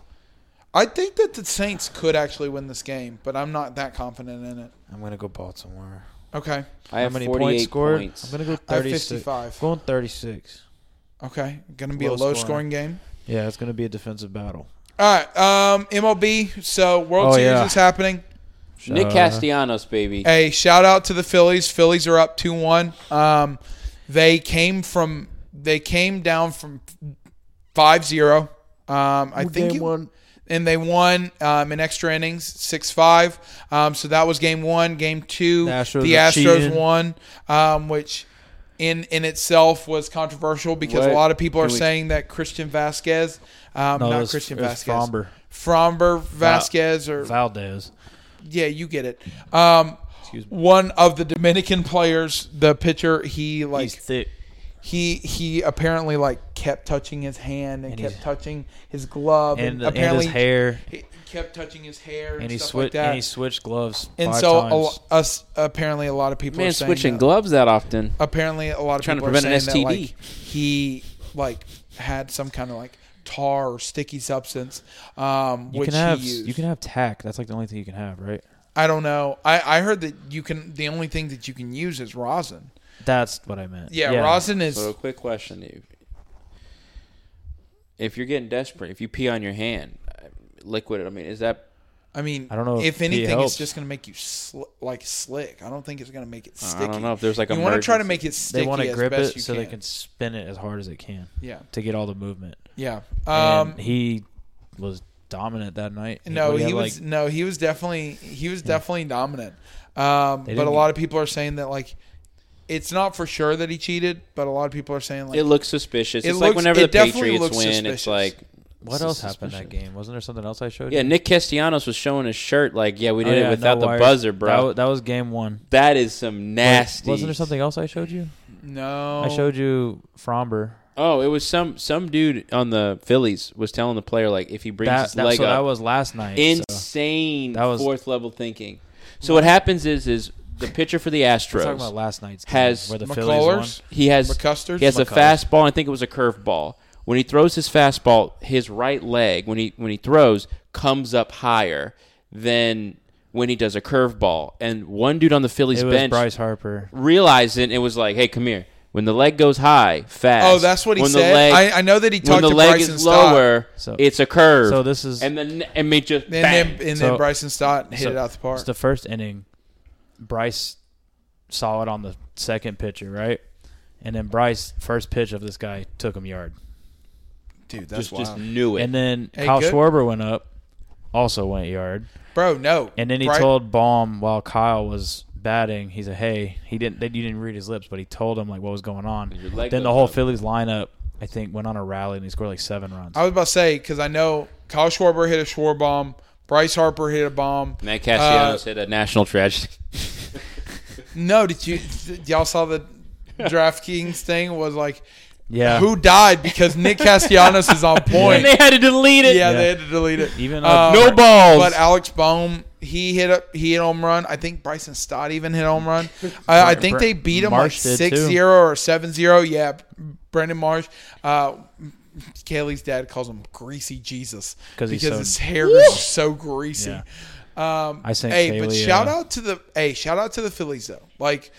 [SPEAKER 1] I think that the Saints could actually win this game, but I'm not that confident in it.
[SPEAKER 2] I'm gonna go Baltimore.
[SPEAKER 1] Okay,
[SPEAKER 3] I have
[SPEAKER 2] How many
[SPEAKER 3] 48
[SPEAKER 2] points scored?
[SPEAKER 3] points.
[SPEAKER 2] I'm gonna go
[SPEAKER 1] I have
[SPEAKER 2] 36.
[SPEAKER 1] 55.
[SPEAKER 2] Going 36.
[SPEAKER 1] Okay, going to be a
[SPEAKER 2] Low
[SPEAKER 1] low
[SPEAKER 2] scoring.
[SPEAKER 1] scoring game.
[SPEAKER 2] Yeah, it's gonna be a defensive battle.
[SPEAKER 1] All right, um, MLB. So World
[SPEAKER 2] Oh,
[SPEAKER 1] Series
[SPEAKER 2] yeah.
[SPEAKER 1] is happening.
[SPEAKER 3] Nick
[SPEAKER 2] Uh,
[SPEAKER 3] Castellanos, baby.
[SPEAKER 1] Hey, shout out to the Phillies. Phillies are up two one. Um, they came from they came down from 5-0. Um, I think you- and they won um, in extra innings six five. Um, so that was game one. Game two,
[SPEAKER 2] The
[SPEAKER 1] the
[SPEAKER 2] Astros
[SPEAKER 1] Astros,
[SPEAKER 2] are cheating.
[SPEAKER 1] won, um, which in in itself was controversial because a
[SPEAKER 3] What
[SPEAKER 1] lot of people are
[SPEAKER 3] do we-
[SPEAKER 1] saying that Christian Vasquez, um,
[SPEAKER 2] No, it
[SPEAKER 1] not
[SPEAKER 2] was-
[SPEAKER 1] Christian
[SPEAKER 2] it was
[SPEAKER 1] Vasquez,
[SPEAKER 2] Fromber.
[SPEAKER 1] Fromber Vasquez or
[SPEAKER 2] Valdez.
[SPEAKER 1] yeah, you get it. Um, one of the Dominican players, the pitcher, he like
[SPEAKER 2] He's thick.
[SPEAKER 1] he he apparently like kept touching his hand and,
[SPEAKER 2] And
[SPEAKER 1] kept
[SPEAKER 2] he's-
[SPEAKER 1] touching his glove
[SPEAKER 2] And,
[SPEAKER 1] and,
[SPEAKER 2] and
[SPEAKER 1] apparently
[SPEAKER 2] his hair.
[SPEAKER 1] He kept touching his hair and,
[SPEAKER 2] And he,
[SPEAKER 1] stuff
[SPEAKER 2] swi-
[SPEAKER 1] like that.
[SPEAKER 2] and he switched gloves
[SPEAKER 1] And
[SPEAKER 2] five
[SPEAKER 1] so oh, a,
[SPEAKER 2] times.
[SPEAKER 1] lo- us apparently a lot of people are
[SPEAKER 3] Man,
[SPEAKER 1] saying
[SPEAKER 3] switching
[SPEAKER 1] that-
[SPEAKER 3] gloves that often.
[SPEAKER 1] Apparently a lot of
[SPEAKER 3] Trying to
[SPEAKER 1] people
[SPEAKER 3] prevent
[SPEAKER 1] are
[SPEAKER 3] an
[SPEAKER 1] saying that
[SPEAKER 3] STD.
[SPEAKER 1] like he like had some kind of like tar or sticky substance um
[SPEAKER 2] you
[SPEAKER 1] which
[SPEAKER 2] can have
[SPEAKER 1] he used.
[SPEAKER 2] you can have tack. That's like the only thing you can have, right?
[SPEAKER 1] I don't know. I I heard that you can the only thing that you can use is rosin.
[SPEAKER 2] That's what I meant.
[SPEAKER 1] Yeah, rosin is
[SPEAKER 3] So, a quick question: If, if you're getting desperate, if you pee on your hand, uh, liquid. I mean, is that
[SPEAKER 1] I mean,
[SPEAKER 2] I don't know if
[SPEAKER 1] if
[SPEAKER 2] pee
[SPEAKER 1] anything,
[SPEAKER 2] helps.
[SPEAKER 1] it's just going to make you sl- like slick. I don't think it's going to make it
[SPEAKER 3] I
[SPEAKER 1] sticky.
[SPEAKER 3] don't know if there's like
[SPEAKER 1] you
[SPEAKER 3] a.
[SPEAKER 1] want to try to make it sticky
[SPEAKER 2] They want to
[SPEAKER 1] as
[SPEAKER 2] grip
[SPEAKER 1] best
[SPEAKER 2] it
[SPEAKER 1] you
[SPEAKER 2] so
[SPEAKER 1] can.
[SPEAKER 2] they can spin it as hard as it can
[SPEAKER 1] Yeah,
[SPEAKER 2] to get all the movement.
[SPEAKER 1] yeah. Um,
[SPEAKER 2] and he was dominant that night.
[SPEAKER 1] no,
[SPEAKER 2] what
[SPEAKER 1] he
[SPEAKER 2] had,
[SPEAKER 1] was
[SPEAKER 2] like-
[SPEAKER 1] no, he was definitely he was definitely dominant. Um,
[SPEAKER 2] They
[SPEAKER 1] but a
[SPEAKER 2] didn't- e-,
[SPEAKER 1] lot of people are saying that like it's not for sure that he cheated, but a lot of people are saying like
[SPEAKER 3] It looks suspicious.
[SPEAKER 1] It
[SPEAKER 3] it's
[SPEAKER 1] looks-
[SPEAKER 3] like whenever
[SPEAKER 1] it
[SPEAKER 3] the
[SPEAKER 1] definitely
[SPEAKER 3] Patriots win,
[SPEAKER 1] looks suspicious.
[SPEAKER 3] it's like.
[SPEAKER 2] what
[SPEAKER 3] it's
[SPEAKER 2] else
[SPEAKER 3] suspicious.
[SPEAKER 2] happened that game? Wasn't there something else I showed
[SPEAKER 3] Yeah,
[SPEAKER 2] you?
[SPEAKER 3] Nick Castellanos was showing his shirt like, yeah, we
[SPEAKER 2] Oh,
[SPEAKER 3] did
[SPEAKER 2] yeah,
[SPEAKER 3] it without
[SPEAKER 2] no
[SPEAKER 3] the
[SPEAKER 2] wires.
[SPEAKER 3] buzzer,
[SPEAKER 2] That
[SPEAKER 3] bro.
[SPEAKER 2] was, that was game one.
[SPEAKER 3] that is some
[SPEAKER 2] Wait,
[SPEAKER 3] nasty.
[SPEAKER 2] wasn't there something else I showed you?
[SPEAKER 1] no.
[SPEAKER 2] I showed you Fromber.
[SPEAKER 3] Oh, it was some some dude on the Phillies was telling the player like, if he brings
[SPEAKER 1] Uh,
[SPEAKER 2] That,
[SPEAKER 3] his
[SPEAKER 2] that,
[SPEAKER 3] leg
[SPEAKER 2] so
[SPEAKER 3] up,
[SPEAKER 2] that was last night. so.
[SPEAKER 3] insane
[SPEAKER 2] That was-
[SPEAKER 3] fourth level thinking. So what happens is is the pitcher for the
[SPEAKER 2] We're talking
[SPEAKER 3] Astros
[SPEAKER 2] about last night's game
[SPEAKER 3] has
[SPEAKER 2] where the Phillies
[SPEAKER 1] McCullers,
[SPEAKER 3] he has
[SPEAKER 1] McCusters?
[SPEAKER 3] he has a
[SPEAKER 2] McCullers.
[SPEAKER 3] fastball. I think it was a curveball. When he throws his fastball, his right leg when he when he throws comes up higher than when he does a curveball. And one dude on the
[SPEAKER 2] won.
[SPEAKER 3] Phillies
[SPEAKER 2] It was
[SPEAKER 3] bench
[SPEAKER 2] Bryce Harper.
[SPEAKER 3] realized it and was like, "Hey, come here." When the leg goes high, fast.
[SPEAKER 1] Oh, that's what he
[SPEAKER 3] when
[SPEAKER 1] said.
[SPEAKER 3] The leg,
[SPEAKER 1] I, I know that he
[SPEAKER 3] when
[SPEAKER 1] talked
[SPEAKER 3] the
[SPEAKER 1] to
[SPEAKER 3] leg
[SPEAKER 1] Bryson
[SPEAKER 3] is
[SPEAKER 1] Stott,
[SPEAKER 3] lower,
[SPEAKER 2] So-
[SPEAKER 3] it's a curve.
[SPEAKER 2] So this is
[SPEAKER 3] and then and it just
[SPEAKER 1] and
[SPEAKER 3] bang.
[SPEAKER 1] then and
[SPEAKER 2] So-
[SPEAKER 1] then Bryson Stott hit
[SPEAKER 2] so
[SPEAKER 1] it out the park.
[SPEAKER 2] It's the first inning. Bryce saw it on the second pitcher, right? And then Bryce, first pitch of this guy, took him yard.
[SPEAKER 1] Dude, that's
[SPEAKER 3] just
[SPEAKER 1] wild.
[SPEAKER 3] just knew it.
[SPEAKER 2] And then
[SPEAKER 1] Hey,
[SPEAKER 2] Kyle
[SPEAKER 1] good.
[SPEAKER 2] Schwarber went up, also went yard.
[SPEAKER 1] bro. No,
[SPEAKER 2] And then he
[SPEAKER 1] Bry-
[SPEAKER 2] told Baum while Kyle was batting, he said, "Hey, he didn't. They, you didn't read his lips, but he told him like what was going on."
[SPEAKER 3] Your leg
[SPEAKER 2] Then the
[SPEAKER 3] goes
[SPEAKER 2] whole
[SPEAKER 3] up.
[SPEAKER 2] Phillies lineup, I think, went on a rally and he scored like seven runs.
[SPEAKER 1] I was about to say because I know Kyle Schwarber hit a Schwarber bomb. Bryce Harper hit a bomb.
[SPEAKER 3] Matt
[SPEAKER 1] Uh,
[SPEAKER 3] Castellanos hit a national tragedy.
[SPEAKER 1] No, did you did y'all saw the DraftKings thing was like
[SPEAKER 2] yeah,
[SPEAKER 1] who died because Nick Castellanos is on point.
[SPEAKER 3] and they had to delete
[SPEAKER 1] Yeah,
[SPEAKER 3] it.
[SPEAKER 1] they had to delete it.
[SPEAKER 2] Even, uh,
[SPEAKER 1] Uh,
[SPEAKER 3] No
[SPEAKER 4] Oh,
[SPEAKER 3] balls.
[SPEAKER 1] But Alex Bohm, he hit up he hit home run. I think Bryson Stott even hit home run. I, I think they beat him
[SPEAKER 2] Marsh
[SPEAKER 1] like
[SPEAKER 2] did, too.
[SPEAKER 1] 6-0 or 7-0. Yeah, Br- Brandon Marsh. Uh, Kaylee's dad calls him Greasy Jesus
[SPEAKER 4] 'Cause he's
[SPEAKER 1] because
[SPEAKER 4] so-
[SPEAKER 1] his hair is so greasy.
[SPEAKER 4] Yeah.
[SPEAKER 1] Um,
[SPEAKER 4] I think
[SPEAKER 1] hey, but
[SPEAKER 4] Kaylee,
[SPEAKER 1] shout
[SPEAKER 4] uh,
[SPEAKER 1] out to the hey, shout out to the Phillies though. Like,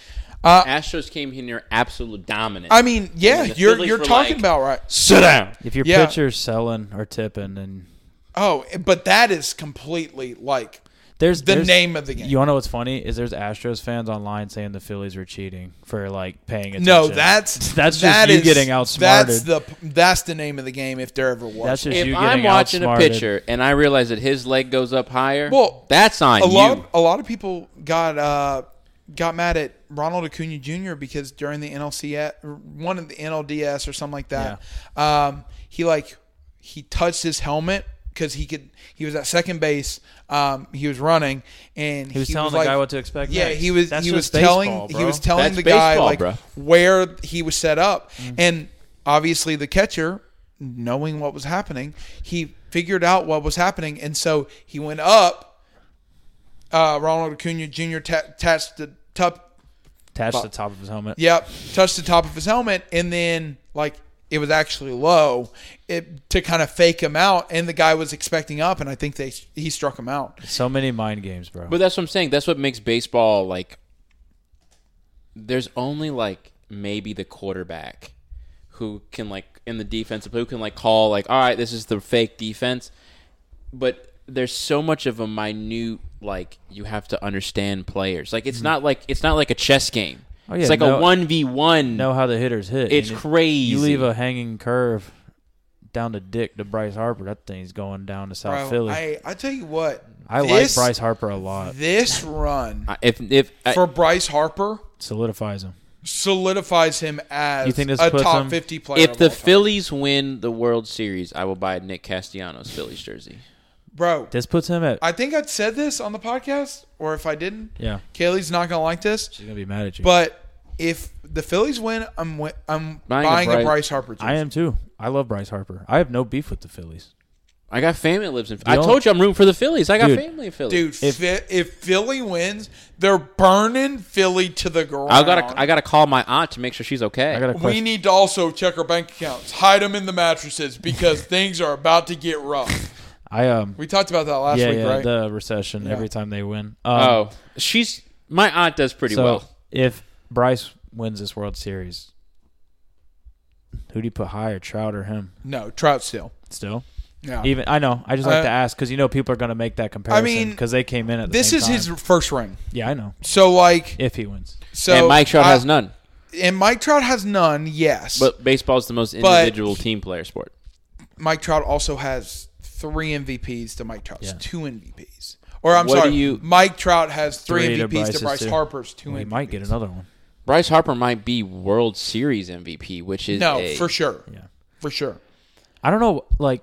[SPEAKER 1] uh,
[SPEAKER 3] Astros came here near absolute dominant.
[SPEAKER 1] I mean, yeah,
[SPEAKER 3] the
[SPEAKER 1] you're
[SPEAKER 3] Phillies
[SPEAKER 1] you're
[SPEAKER 3] were
[SPEAKER 1] talking
[SPEAKER 3] like-
[SPEAKER 1] about right.
[SPEAKER 3] sit down.
[SPEAKER 4] If your
[SPEAKER 1] Yeah.
[SPEAKER 4] pitcher's selling or tipping, then
[SPEAKER 1] Oh, but that is completely like
[SPEAKER 4] there's
[SPEAKER 1] the
[SPEAKER 4] there's-
[SPEAKER 1] name of the game.
[SPEAKER 4] You want to know what's funny is there's Astros fans online saying the Phillies were cheating for like paying attention.
[SPEAKER 1] no, that's
[SPEAKER 4] that's just
[SPEAKER 1] that
[SPEAKER 4] you
[SPEAKER 1] is-
[SPEAKER 4] getting outsmarted.
[SPEAKER 1] That's the that's the name of the game if there ever was.
[SPEAKER 4] That's just you
[SPEAKER 3] If
[SPEAKER 4] getting
[SPEAKER 3] I'm watching a
[SPEAKER 4] outsmarted.
[SPEAKER 3] pitcher and I realize that his leg goes up higher,
[SPEAKER 1] Well,
[SPEAKER 3] that's on
[SPEAKER 1] a
[SPEAKER 3] you.
[SPEAKER 1] lot. A lot of people got uh, got mad at Ronald Acuna Jr. because during the NLCS, or one of the NLDS or something like that, um, he like he touched his helmet because he could. He was at second base. Um, he was running, and he
[SPEAKER 4] was telling the
[SPEAKER 1] like-
[SPEAKER 4] guy what to expect
[SPEAKER 1] Yeah,
[SPEAKER 4] next.
[SPEAKER 1] he was.
[SPEAKER 4] That's
[SPEAKER 1] he was
[SPEAKER 4] just baseball,
[SPEAKER 1] telling. He
[SPEAKER 4] bro.
[SPEAKER 1] was telling
[SPEAKER 3] That's
[SPEAKER 1] the guy
[SPEAKER 3] baseball,
[SPEAKER 1] like
[SPEAKER 3] bro.
[SPEAKER 1] where he was set up, and obviously the catcher, knowing what was happening, he figured out what was happening, and so he went up uh, Ronald Acuna Jr. ta touched the top.
[SPEAKER 4] attached to the top of his helmet.
[SPEAKER 1] Yep, touched the top of his helmet, and then like it was actually low, it, to kind of fake him out. And the guy was expecting up, and I think they he struck him out.
[SPEAKER 4] So many mind games, bro.
[SPEAKER 3] But that's what I'm saying. That's what makes baseball like. There's only like maybe the quarterback who can like in the defensive who can like call like all right this is the fake defense, but there's so much of a minute like you have to understand players like it's not like it's not like a chess game.
[SPEAKER 4] Mm. Oh, yeah,
[SPEAKER 3] it's like
[SPEAKER 4] no-
[SPEAKER 3] a one v one.
[SPEAKER 4] know how the hitters hit.
[SPEAKER 3] It's
[SPEAKER 4] And if
[SPEAKER 3] crazy.
[SPEAKER 4] You leave a hanging curve down the dick to Bryce Harper. That thing's going down to South
[SPEAKER 1] Bro,
[SPEAKER 4] Philly. I,
[SPEAKER 1] I I tell you what,
[SPEAKER 4] like
[SPEAKER 1] this-
[SPEAKER 4] Bryce Harper a lot.
[SPEAKER 1] This run
[SPEAKER 3] if if I-
[SPEAKER 1] for Bryce Harper
[SPEAKER 4] Solidifies him.
[SPEAKER 1] solidifies him as
[SPEAKER 4] You think this
[SPEAKER 1] a
[SPEAKER 4] puts
[SPEAKER 1] top
[SPEAKER 4] him-
[SPEAKER 1] fifty player.
[SPEAKER 3] if
[SPEAKER 1] of
[SPEAKER 3] the
[SPEAKER 1] all time.
[SPEAKER 3] Phillies win the World Series, I will buy Nick Castellanos Phillies jersey.
[SPEAKER 1] bro,
[SPEAKER 4] This puts him at.
[SPEAKER 1] I think I'd said this on the podcast, or if I didn't,
[SPEAKER 4] yeah,
[SPEAKER 1] Kaylee's not gonna like this.
[SPEAKER 4] she's gonna be mad at you.
[SPEAKER 1] But if the Phillies win, I'm wi- I'm
[SPEAKER 3] Buying
[SPEAKER 1] buying,
[SPEAKER 3] a
[SPEAKER 1] a,
[SPEAKER 3] Bryce-
[SPEAKER 1] Bryce, Harper jersey.
[SPEAKER 4] I am too. I love Bryce Harper. I have no beef with the Phillies.
[SPEAKER 3] I got family that lives in. I
[SPEAKER 4] only-
[SPEAKER 3] told you I'm rooting for the Phillies. I got
[SPEAKER 4] Dude.
[SPEAKER 3] family in Philly.
[SPEAKER 1] Dude,
[SPEAKER 4] If-
[SPEAKER 1] if, if Philly wins, they're burning Philly to the ground.
[SPEAKER 3] I gotta I gotta call my aunt to make sure she's okay.
[SPEAKER 4] I got a
[SPEAKER 1] we
[SPEAKER 4] question.
[SPEAKER 1] need to also check our bank accounts, hide them in the mattresses because things are about to get rough.
[SPEAKER 4] I um.
[SPEAKER 1] We talked about that last
[SPEAKER 4] Yeah,
[SPEAKER 1] week,
[SPEAKER 4] yeah.
[SPEAKER 1] right?
[SPEAKER 4] The recession every time they win. Um,
[SPEAKER 3] oh, she's my aunt does pretty
[SPEAKER 4] so
[SPEAKER 3] well.
[SPEAKER 4] if Bryce wins this World Series, who do you put higher, Trout or him?
[SPEAKER 1] no, Trout still.
[SPEAKER 4] Still,
[SPEAKER 1] Yeah.
[SPEAKER 4] even I know. I just like
[SPEAKER 1] Uh,
[SPEAKER 4] to ask because you know people are going to make that comparison.
[SPEAKER 1] mean,
[SPEAKER 4] because they came in at the
[SPEAKER 1] this
[SPEAKER 4] same
[SPEAKER 1] is
[SPEAKER 4] time.
[SPEAKER 1] his first ring.
[SPEAKER 4] Yeah, I know.
[SPEAKER 1] So like
[SPEAKER 4] If he wins,
[SPEAKER 1] so
[SPEAKER 3] and Mike Trout
[SPEAKER 1] I-
[SPEAKER 3] has none.
[SPEAKER 1] And Mike Trout has none, yes.
[SPEAKER 3] But baseball's the most
[SPEAKER 1] But-
[SPEAKER 3] individual team player sport.
[SPEAKER 1] Mike Trout also has three MVPs to Mike Trout's
[SPEAKER 4] Yeah.
[SPEAKER 1] two MVPs. Or I'm
[SPEAKER 3] What do
[SPEAKER 1] sorry,
[SPEAKER 3] you-
[SPEAKER 1] Mike Trout has three,
[SPEAKER 4] Three to
[SPEAKER 1] MVPs to
[SPEAKER 4] Bryce's
[SPEAKER 1] Bryce
[SPEAKER 4] two.
[SPEAKER 1] Harper's two.
[SPEAKER 4] we
[SPEAKER 1] MVPs.
[SPEAKER 4] might get another one.
[SPEAKER 3] Bryce Harper might be World Series MVP, which is
[SPEAKER 1] No,
[SPEAKER 3] a-
[SPEAKER 1] for sure,
[SPEAKER 4] Yeah,
[SPEAKER 1] for sure.
[SPEAKER 4] I don't know. Like,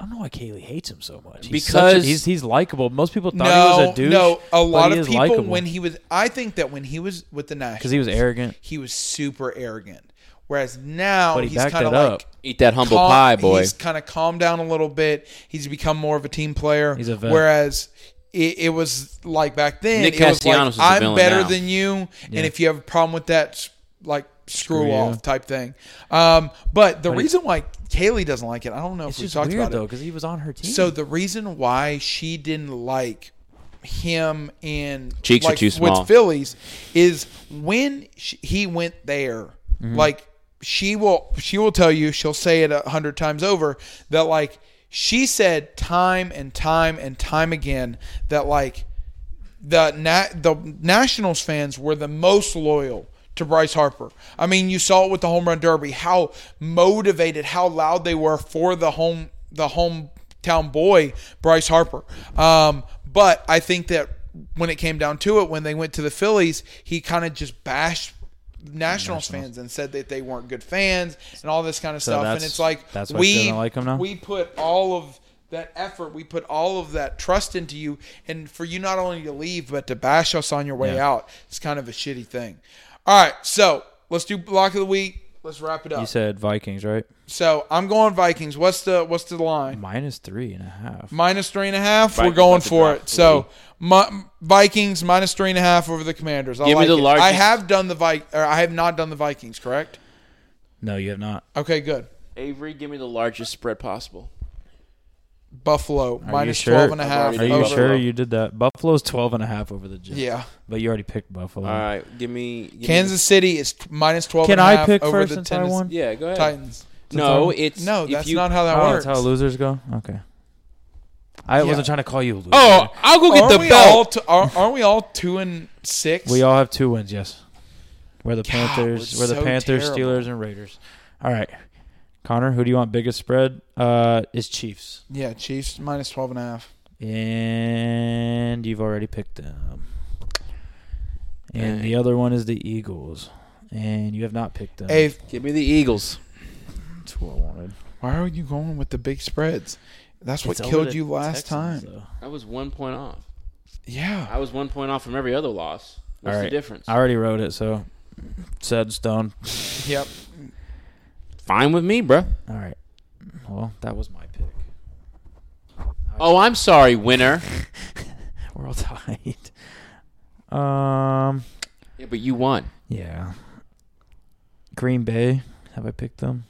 [SPEAKER 4] I don't know why Kaylee hates him so much. He's
[SPEAKER 3] Because-
[SPEAKER 4] such a- he's he's likable. Most people thought he
[SPEAKER 1] No,
[SPEAKER 4] was a douche.
[SPEAKER 1] no, a lot of people
[SPEAKER 4] likable.
[SPEAKER 1] when he was, I think that when he was with the Nationals,
[SPEAKER 4] because he was arrogant.
[SPEAKER 1] he was super arrogant. Whereas now
[SPEAKER 4] But he
[SPEAKER 1] he's
[SPEAKER 4] backed
[SPEAKER 1] kind of
[SPEAKER 4] it
[SPEAKER 1] like
[SPEAKER 4] up.
[SPEAKER 3] eat that humble
[SPEAKER 1] calm-
[SPEAKER 3] pie, boy.
[SPEAKER 1] He's kind of calmed down a little bit. He's become more of a team player.
[SPEAKER 4] He's a vet.
[SPEAKER 1] Whereas it, it was like back then,
[SPEAKER 3] Nick
[SPEAKER 1] it was like,
[SPEAKER 3] Castellanos is the
[SPEAKER 1] I'm
[SPEAKER 3] villain
[SPEAKER 1] better
[SPEAKER 3] now."
[SPEAKER 1] than you, and if you have a problem with that, s- like screw,
[SPEAKER 4] Screw you.
[SPEAKER 1] off type thing. Um, but the reason why Kaylee doesn't like it, I don't know
[SPEAKER 4] It's
[SPEAKER 1] if we
[SPEAKER 4] just
[SPEAKER 1] talked
[SPEAKER 4] weird
[SPEAKER 1] about
[SPEAKER 4] though
[SPEAKER 1] it.
[SPEAKER 4] because he was on her team.
[SPEAKER 1] So the reason why she didn't like him and
[SPEAKER 3] Cheeks are
[SPEAKER 1] like,
[SPEAKER 3] too small.
[SPEAKER 1] with Phillies is when sh he went there, like she will she will tell you she'll say it a hundred times over that like she said time and time and time again that like the na- the Nationals fans were the most loyal to Bryce Harper. I mean, you saw it with the home run derby, how motivated, how loud they were for the home the hometown boy Bryce Harper. Um, but I think that when it came down to it, when they went to the Phillies, he kind of just bashed. Nationals, fans and said that they weren't good fans and all this kind of stuff and
[SPEAKER 4] that's-
[SPEAKER 1] it's like
[SPEAKER 4] that's why she
[SPEAKER 1] we
[SPEAKER 4] doesn't like him now?
[SPEAKER 1] we put all of that effort, we put all of that trust into you, and for you not only to leave but to bash us on your way
[SPEAKER 4] Yeah.
[SPEAKER 1] out, it's kind of a shitty thing. All right, so let's do block of the week. Let's wrap it
[SPEAKER 4] you
[SPEAKER 1] up.
[SPEAKER 4] said Vikings, right?
[SPEAKER 1] So I'm going Vikings. What's the what's the line?
[SPEAKER 4] Minus three and a half.
[SPEAKER 1] Minus three and a half.
[SPEAKER 3] Vikings
[SPEAKER 1] We're going
[SPEAKER 3] about to
[SPEAKER 1] for
[SPEAKER 3] drop
[SPEAKER 1] it. So my, Vikings minus three and a half over the Commanders. I
[SPEAKER 3] Give me
[SPEAKER 1] like
[SPEAKER 3] the
[SPEAKER 1] it. I
[SPEAKER 3] largest-
[SPEAKER 1] have done the Vi- or I have not done the Vikings. Correct.
[SPEAKER 4] No, you have not.
[SPEAKER 1] Okay, good.
[SPEAKER 3] Avery, give me the largest spread possible.
[SPEAKER 1] Buffalo
[SPEAKER 4] you
[SPEAKER 1] minus
[SPEAKER 4] sure?
[SPEAKER 1] 12 and a
[SPEAKER 3] I've
[SPEAKER 1] half.
[SPEAKER 3] already
[SPEAKER 4] Are you
[SPEAKER 3] done
[SPEAKER 1] over-
[SPEAKER 3] that.
[SPEAKER 4] sure you did that? Buffalo's 12 and a half over the Jets.
[SPEAKER 1] Yeah.
[SPEAKER 4] But you already picked Buffalo.
[SPEAKER 3] All right, give me give me-
[SPEAKER 1] Kansas City is t- minus 12
[SPEAKER 4] Can
[SPEAKER 1] and a
[SPEAKER 4] I
[SPEAKER 1] half
[SPEAKER 4] pick
[SPEAKER 1] over
[SPEAKER 4] first
[SPEAKER 1] the
[SPEAKER 4] since I
[SPEAKER 1] Tennessee
[SPEAKER 4] won?
[SPEAKER 3] Yeah, go ahead.
[SPEAKER 1] Titans.
[SPEAKER 3] No, it's
[SPEAKER 1] No,
[SPEAKER 3] if
[SPEAKER 1] that's
[SPEAKER 3] you-
[SPEAKER 1] not how that
[SPEAKER 4] oh,
[SPEAKER 1] works.
[SPEAKER 4] that's how losers go? Okay. I
[SPEAKER 1] Yeah.
[SPEAKER 4] wasn't trying to call you a loser.
[SPEAKER 3] Oh, I'll go get
[SPEAKER 1] aren't
[SPEAKER 3] the
[SPEAKER 1] we
[SPEAKER 3] belt.
[SPEAKER 1] all t- are, aren't we all 2 and 6?
[SPEAKER 4] We all have two wins, yes. We're the
[SPEAKER 1] God,
[SPEAKER 4] Panthers.
[SPEAKER 1] we're
[SPEAKER 4] We're, the
[SPEAKER 1] so
[SPEAKER 4] Panthers,
[SPEAKER 1] terrible.
[SPEAKER 4] Steelers, and Raiders. All right. Connor, who do you want biggest spread? Uh is Chiefs.
[SPEAKER 1] Yeah, Chiefs minus 12 and a half.
[SPEAKER 4] And you've already picked them. And the
[SPEAKER 3] Dang.
[SPEAKER 4] other one is the Eagles. And you have not picked them.
[SPEAKER 1] Hey,
[SPEAKER 3] give me the Eagles.
[SPEAKER 4] That's what I wanted.
[SPEAKER 1] why are you going with the big spreads? That's what
[SPEAKER 4] It's over
[SPEAKER 1] killed
[SPEAKER 4] the
[SPEAKER 1] you last
[SPEAKER 4] Texans,
[SPEAKER 1] time.
[SPEAKER 4] though.
[SPEAKER 3] I was one point off.
[SPEAKER 1] Yeah.
[SPEAKER 3] I was one point off from every other loss. What's
[SPEAKER 4] All
[SPEAKER 3] the
[SPEAKER 4] right.
[SPEAKER 3] difference?
[SPEAKER 4] I already wrote it, so said in stone.
[SPEAKER 1] Yep.
[SPEAKER 3] Fine with me, bro.
[SPEAKER 4] All right. Well, that was my pick.
[SPEAKER 3] Oh, I'm sorry, winner.
[SPEAKER 4] We're all tied. Um.
[SPEAKER 3] yeah, but you won.
[SPEAKER 4] Yeah. Green Bay. Have I picked them?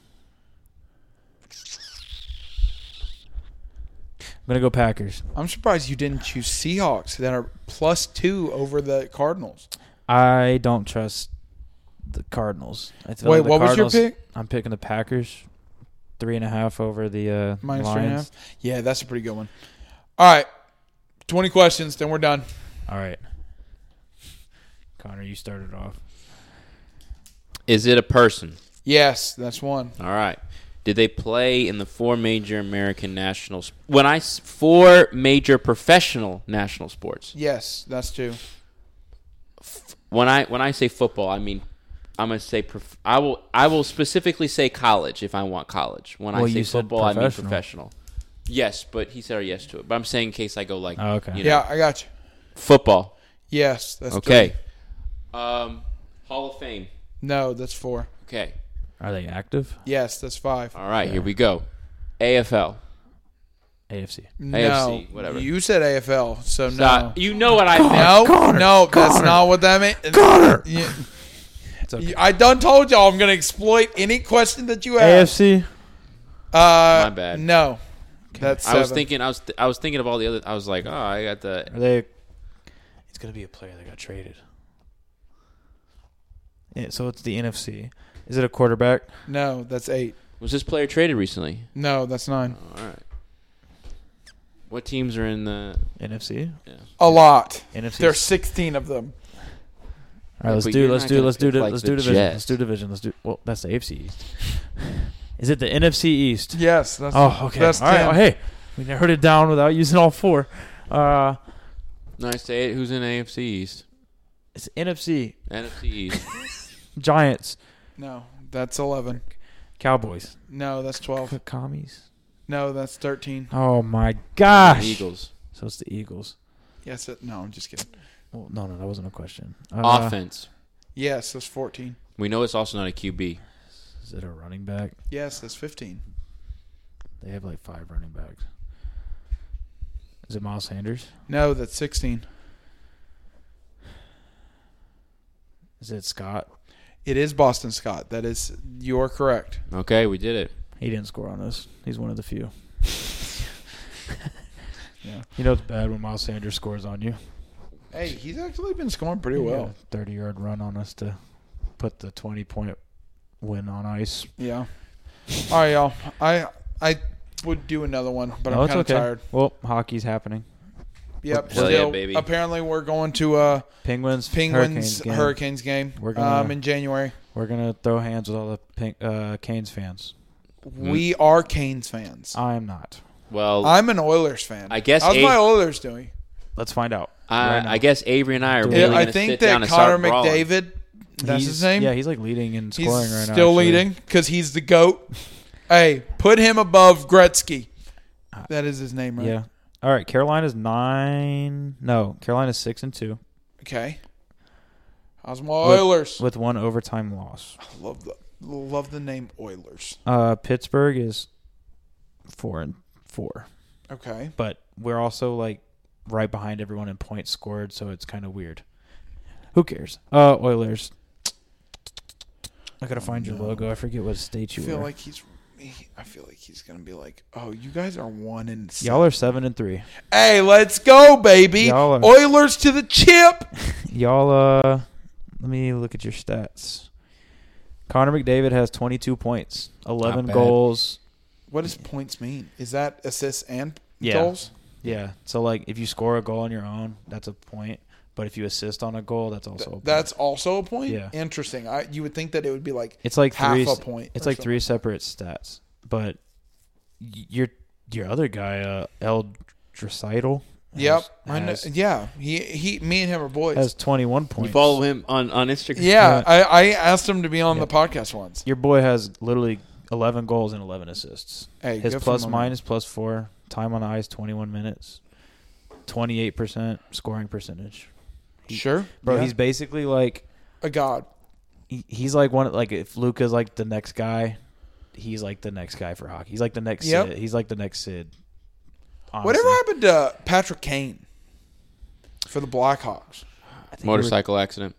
[SPEAKER 4] I'm gonna go Packers.
[SPEAKER 1] I'm surprised you didn't choose Seahawks that are plus 2 over the Cardinals.
[SPEAKER 4] I don't trust the Cardinals. I feel
[SPEAKER 1] Wait,
[SPEAKER 4] like the
[SPEAKER 1] what was your
[SPEAKER 4] Cardinals-
[SPEAKER 1] pick?
[SPEAKER 4] I'm picking the Packers. Three and a half over the uh,
[SPEAKER 1] Minus
[SPEAKER 4] Lions.
[SPEAKER 1] three and a half. Yeah, that's a pretty good one. All right. 20 questions, then we're done.
[SPEAKER 4] All right. Connor, you started off.
[SPEAKER 3] Is it a person?
[SPEAKER 1] Yes, that's one.
[SPEAKER 3] All right. Did they play in the four major American national? sp- When I s- four major professional national sports.
[SPEAKER 1] Yes, that's two.
[SPEAKER 3] When I when I say football, I mean I'm gonna say prof- I will I will specifically say college if I want college. When
[SPEAKER 4] Well,
[SPEAKER 3] I say
[SPEAKER 4] you said
[SPEAKER 3] football, I mean
[SPEAKER 4] professional.
[SPEAKER 3] professional. Yes, but he said a yes to it. But I'm saying in case I go like
[SPEAKER 4] Oh, okay.
[SPEAKER 3] you know,
[SPEAKER 1] Yeah, I got you.
[SPEAKER 3] football.
[SPEAKER 1] Yes, that's
[SPEAKER 3] Okay.
[SPEAKER 1] three.
[SPEAKER 3] Um, Hall of Fame.
[SPEAKER 1] No, that's four.
[SPEAKER 3] Okay.
[SPEAKER 4] Are they active?
[SPEAKER 1] Yes, that's five.
[SPEAKER 3] All right. Here we go. AFL.
[SPEAKER 4] AFC.
[SPEAKER 1] No,
[SPEAKER 3] AFC, whatever.
[SPEAKER 1] You said AFL, so
[SPEAKER 3] Stop.
[SPEAKER 1] no.
[SPEAKER 3] You know what I meant.
[SPEAKER 1] No, no, that's not what that meant. Connor, I done told y'all I'm gonna exploit any question that you ask.
[SPEAKER 4] AFC.
[SPEAKER 1] Uh,
[SPEAKER 3] My bad.
[SPEAKER 1] No, that's.
[SPEAKER 3] I was
[SPEAKER 1] seven.
[SPEAKER 3] thinking. I was. Th- I was thinking of all the other. I was like, oh, I got the.
[SPEAKER 4] Are they? It's gonna be a player that got traded.
[SPEAKER 2] Yeah, so it's the NFC. Is it a quarterback?
[SPEAKER 1] No, that's eight.
[SPEAKER 3] Was this player traded recently?
[SPEAKER 1] No, that's nine.
[SPEAKER 3] All right. What teams are in the?
[SPEAKER 2] NFC.
[SPEAKER 1] A
[SPEAKER 3] Oh,
[SPEAKER 1] lot.
[SPEAKER 2] NFC.
[SPEAKER 1] There's 16 of them.
[SPEAKER 4] All right, let's
[SPEAKER 3] but you're
[SPEAKER 4] do. Let's
[SPEAKER 3] not
[SPEAKER 4] do.
[SPEAKER 3] gonna
[SPEAKER 4] Let's do.
[SPEAKER 3] pick,
[SPEAKER 4] di-
[SPEAKER 3] like,
[SPEAKER 4] Let's
[SPEAKER 3] the
[SPEAKER 4] do division.
[SPEAKER 3] Jets.
[SPEAKER 4] Let's do division. Let's do. Well, that's the AFC East. Is it the NFC East?
[SPEAKER 1] Yes, that's.
[SPEAKER 4] Oh, okay.
[SPEAKER 1] That's
[SPEAKER 4] all right.
[SPEAKER 1] 10.
[SPEAKER 4] Well, hey, we narrowed it down without using all four. Uh,
[SPEAKER 3] No, I say it. Who's in AFC East?
[SPEAKER 4] it's NFC
[SPEAKER 3] NFC East.
[SPEAKER 4] Giants,
[SPEAKER 1] No, that's 11.
[SPEAKER 4] Cowboys,
[SPEAKER 1] No, that's 12.
[SPEAKER 4] commies.
[SPEAKER 1] No, that's 13.
[SPEAKER 4] Oh my gosh!
[SPEAKER 3] Eagles.
[SPEAKER 4] So it's the Eagles.
[SPEAKER 1] Yes, it, no, I'm just kidding.
[SPEAKER 4] Well, no, no, that wasn't a question. Uh,
[SPEAKER 3] Offense.
[SPEAKER 1] Yes, that's 14.
[SPEAKER 3] We know it's also not a QB.
[SPEAKER 4] Is it a running back?
[SPEAKER 1] Yes, that's 15.
[SPEAKER 4] They have like five running backs. Is it Miles Sanders?
[SPEAKER 1] No, that's 16.
[SPEAKER 4] Is it Scott?
[SPEAKER 1] It is Boston Scott. That is, you are correct.
[SPEAKER 3] Okay, we did it.
[SPEAKER 4] He didn't score on us. He's one of the few.
[SPEAKER 1] Yeah.
[SPEAKER 4] You know it's bad when Miles Sanders scores on you.
[SPEAKER 1] Hey, he's actually been scoring pretty
[SPEAKER 4] He got
[SPEAKER 1] well.
[SPEAKER 4] a thirty-yard run on us to put the twenty-point win on ice.
[SPEAKER 1] Yeah. All right, y'all. I I would do another one, but
[SPEAKER 4] No,
[SPEAKER 1] I'm
[SPEAKER 4] it's
[SPEAKER 1] kind of tired.
[SPEAKER 4] Well, hockey's happening.
[SPEAKER 1] Yep.
[SPEAKER 3] Hell yeah,
[SPEAKER 1] still,
[SPEAKER 3] baby.
[SPEAKER 1] Apparently, we're going to uh,
[SPEAKER 4] Penguins,
[SPEAKER 1] Penguins
[SPEAKER 4] Hurricanes game.
[SPEAKER 1] Hurricanes game,
[SPEAKER 4] We're gonna-
[SPEAKER 1] um, in January.
[SPEAKER 4] We're gonna throw hands with all the Pink, uh, Canes fans.
[SPEAKER 3] Hmm.
[SPEAKER 1] We are Canes fans.
[SPEAKER 4] I am not.
[SPEAKER 3] Well, I,
[SPEAKER 1] I'm an Oilers fan.
[SPEAKER 3] I guess
[SPEAKER 1] How's
[SPEAKER 3] eight-
[SPEAKER 1] my Oilers doing?
[SPEAKER 4] Let's find out. right now.
[SPEAKER 3] I guess Avery and I are
[SPEAKER 4] Yeah,
[SPEAKER 3] really
[SPEAKER 1] I
[SPEAKER 3] going to
[SPEAKER 1] think
[SPEAKER 3] sit
[SPEAKER 1] that
[SPEAKER 3] down and
[SPEAKER 1] Connor
[SPEAKER 3] start brawling.
[SPEAKER 1] McDavid, that's
[SPEAKER 4] He's-
[SPEAKER 1] his name.
[SPEAKER 4] Yeah, he's like leading and
[SPEAKER 1] He's
[SPEAKER 4] scoring right now.
[SPEAKER 1] still
[SPEAKER 4] actually.
[SPEAKER 1] leading because he's the goat. hey, put him above Gretzky. That is his name, right?
[SPEAKER 4] Yeah. All right. Carolina's nine. No, Carolina's six and two
[SPEAKER 1] Okay. How's my Oilers?
[SPEAKER 4] with one overtime loss.
[SPEAKER 1] Love the love the name Oilers.
[SPEAKER 4] Uh, Pittsburgh is four and four,
[SPEAKER 1] Okay.
[SPEAKER 4] but we're also like right behind everyone in points scored, so it's kind of weird. Who cares? Uh, Oilers.
[SPEAKER 2] I gotta find your logo. I forget what state
[SPEAKER 1] I
[SPEAKER 2] you
[SPEAKER 1] feel
[SPEAKER 2] were.
[SPEAKER 1] like he's. He, I feel like he's gonna be like, "Oh, you guys are one and seven.
[SPEAKER 2] Y'all are seven and three.
[SPEAKER 1] Hey, let's go, baby!
[SPEAKER 2] Y'all are-
[SPEAKER 1] Oilers to the chip."
[SPEAKER 2] Y'all, uh, let me look at your stats. Connor McDavid has 22 points, Oh, 11
[SPEAKER 4] bad.
[SPEAKER 2] goals.
[SPEAKER 1] What does points mean? Is that assists and
[SPEAKER 2] Yeah.
[SPEAKER 1] goals?
[SPEAKER 2] Yeah. So, like, if you score a goal on your own, that's a point. But if you assist on a goal, that's also a point.
[SPEAKER 1] That's also a point.
[SPEAKER 2] Yeah.
[SPEAKER 1] Interesting. I you would think that it would be like
[SPEAKER 2] it's like
[SPEAKER 1] half
[SPEAKER 2] three,
[SPEAKER 1] a point.
[SPEAKER 2] It's
[SPEAKER 1] or
[SPEAKER 2] like three separate stats. But y- your your other guy, uh, El Dracidal,
[SPEAKER 1] something. Yep. I kn-
[SPEAKER 2] has,
[SPEAKER 1] yeah. He he. Me and him are boys.
[SPEAKER 2] has 21 points.
[SPEAKER 3] You follow him on on Instagram.
[SPEAKER 1] yeah.
[SPEAKER 2] Yeah.
[SPEAKER 1] I, I asked him to be on the podcast once.
[SPEAKER 2] Your boy has literally 11 goals and 11 assists.
[SPEAKER 1] Hey,
[SPEAKER 2] His
[SPEAKER 1] good for
[SPEAKER 2] plus
[SPEAKER 1] him.
[SPEAKER 2] minus plus four. Time on ice, 21 minutes. 28% scoring percentage.
[SPEAKER 1] Sure,
[SPEAKER 2] Bro,
[SPEAKER 1] Yeah.
[SPEAKER 2] he's basically like,
[SPEAKER 1] a god.
[SPEAKER 2] he- he's like one, of- like if Luca's like the next guy, he's like the next guy for hockey. He's like the next
[SPEAKER 1] Yep.
[SPEAKER 2] Sid. He's like the next Sid. Honestly.
[SPEAKER 1] Whatever happened to Patrick Kane for the Blackhawks?
[SPEAKER 2] I think he was-
[SPEAKER 3] Motorcycle accident.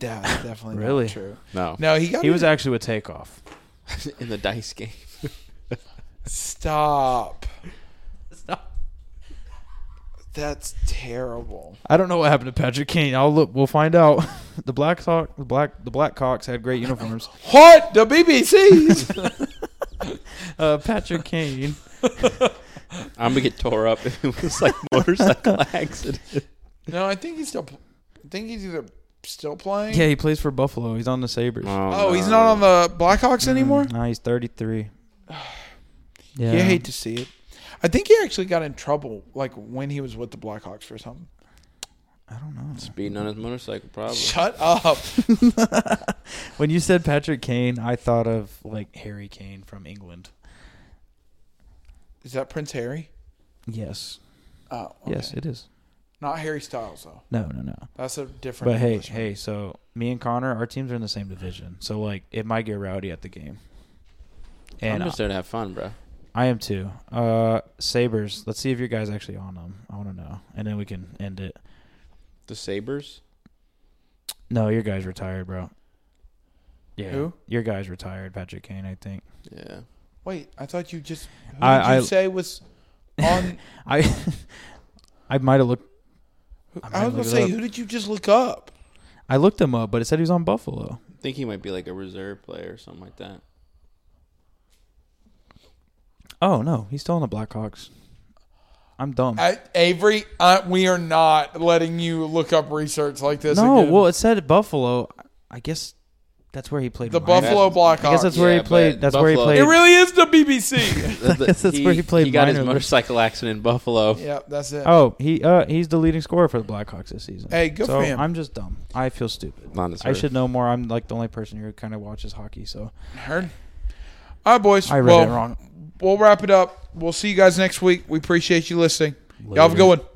[SPEAKER 1] That's definitely not
[SPEAKER 2] Really?
[SPEAKER 1] true.
[SPEAKER 3] No.
[SPEAKER 1] No, he got
[SPEAKER 2] He was
[SPEAKER 1] in-
[SPEAKER 2] actually with takeoff.
[SPEAKER 3] in the dice game.
[SPEAKER 1] stop. That's terrible.
[SPEAKER 2] I don't know what happened to Patrick Kane. I'll look. We'll find out. The Black Hawk, the Black, the Blackhawks had great uniforms.
[SPEAKER 1] What the BBC's?
[SPEAKER 2] Uh, Patrick Kane.
[SPEAKER 3] I'm gonna get tore up if it was like motorcycle accident.
[SPEAKER 1] no, I think he's still. pl- I think he's either still playing.
[SPEAKER 2] Yeah, he plays for Buffalo. He's on the Sabers.
[SPEAKER 1] Oh, he's not on the Blackhawks anymore.
[SPEAKER 2] No, he's 33.
[SPEAKER 1] Yeah, I hate to see it. I think he actually got in trouble like when he was with the Blackhawks for something.
[SPEAKER 2] I don't know.
[SPEAKER 3] Speeding on his motorcycle, probably.
[SPEAKER 1] Shut up.
[SPEAKER 2] When you said Patrick Kane, I thought of like Harry Kane from England.
[SPEAKER 1] Is that Prince Harry?
[SPEAKER 2] Yes.
[SPEAKER 1] Oh, okay.
[SPEAKER 2] Yes, it is.
[SPEAKER 1] Not Harry Styles though.
[SPEAKER 2] No, no, no.
[SPEAKER 1] That's a different.
[SPEAKER 2] But hey,
[SPEAKER 1] Englishman.
[SPEAKER 2] hey, so me and Connor, our teams are in the same division. So like it might get rowdy at the game. And
[SPEAKER 3] I'm just there to have fun, bro.
[SPEAKER 2] I am too. Uh Sabres, let's see if your guys actually on them. I want to know. And then we can end it.
[SPEAKER 3] The Sabers.
[SPEAKER 2] No, your guy's retired, bro. Yeah.
[SPEAKER 1] Who?
[SPEAKER 2] Your guy's retired, Patrick Kane, I think.
[SPEAKER 3] Yeah.
[SPEAKER 1] Wait, I thought you just. Who did
[SPEAKER 2] I-
[SPEAKER 1] you
[SPEAKER 2] I-
[SPEAKER 1] say was on?
[SPEAKER 2] I I might have looked
[SPEAKER 1] who-
[SPEAKER 2] might
[SPEAKER 1] I, was gonna
[SPEAKER 2] look it
[SPEAKER 1] say,
[SPEAKER 2] up.
[SPEAKER 1] who did you just look up?
[SPEAKER 2] I looked him up, but it said he was on Buffalo.
[SPEAKER 3] I think he might be like a reserve player or something like that.
[SPEAKER 2] Oh no, he's still on the Blackhawks. I'm dumb.
[SPEAKER 1] I, Avery, uh, we are not letting you look up research like this.
[SPEAKER 2] no,
[SPEAKER 1] again.
[SPEAKER 2] well it said Buffalo. I guess that's where he played.
[SPEAKER 1] the
[SPEAKER 2] in minors.
[SPEAKER 1] Buffalo Blackhawks.
[SPEAKER 2] I guess that's where
[SPEAKER 3] Yeah,
[SPEAKER 2] he played.
[SPEAKER 3] but
[SPEAKER 2] That's where he
[SPEAKER 3] Buffalo-
[SPEAKER 1] it
[SPEAKER 2] played.
[SPEAKER 1] really is the BBC.
[SPEAKER 3] The- the-
[SPEAKER 2] guess that's where he played
[SPEAKER 3] He got his
[SPEAKER 2] minor league.
[SPEAKER 3] motorcycle accident in Buffalo.
[SPEAKER 1] yeah, that's it.
[SPEAKER 2] oh, he uh, he's the leading scorer for the Blackhawks this season.
[SPEAKER 1] Hey, good
[SPEAKER 2] so
[SPEAKER 1] for him.
[SPEAKER 2] I'm just dumb. I feel stupid.
[SPEAKER 3] Not his
[SPEAKER 2] I
[SPEAKER 3] earth.
[SPEAKER 2] should know more. I'm like the only person here who kind of watches hockey, so
[SPEAKER 1] Heard. All right, boys.
[SPEAKER 2] I read
[SPEAKER 1] well,
[SPEAKER 2] it wrong.
[SPEAKER 1] We'll wrap it up. We'll see you guys next week. We appreciate you listening. Y'all have a good one.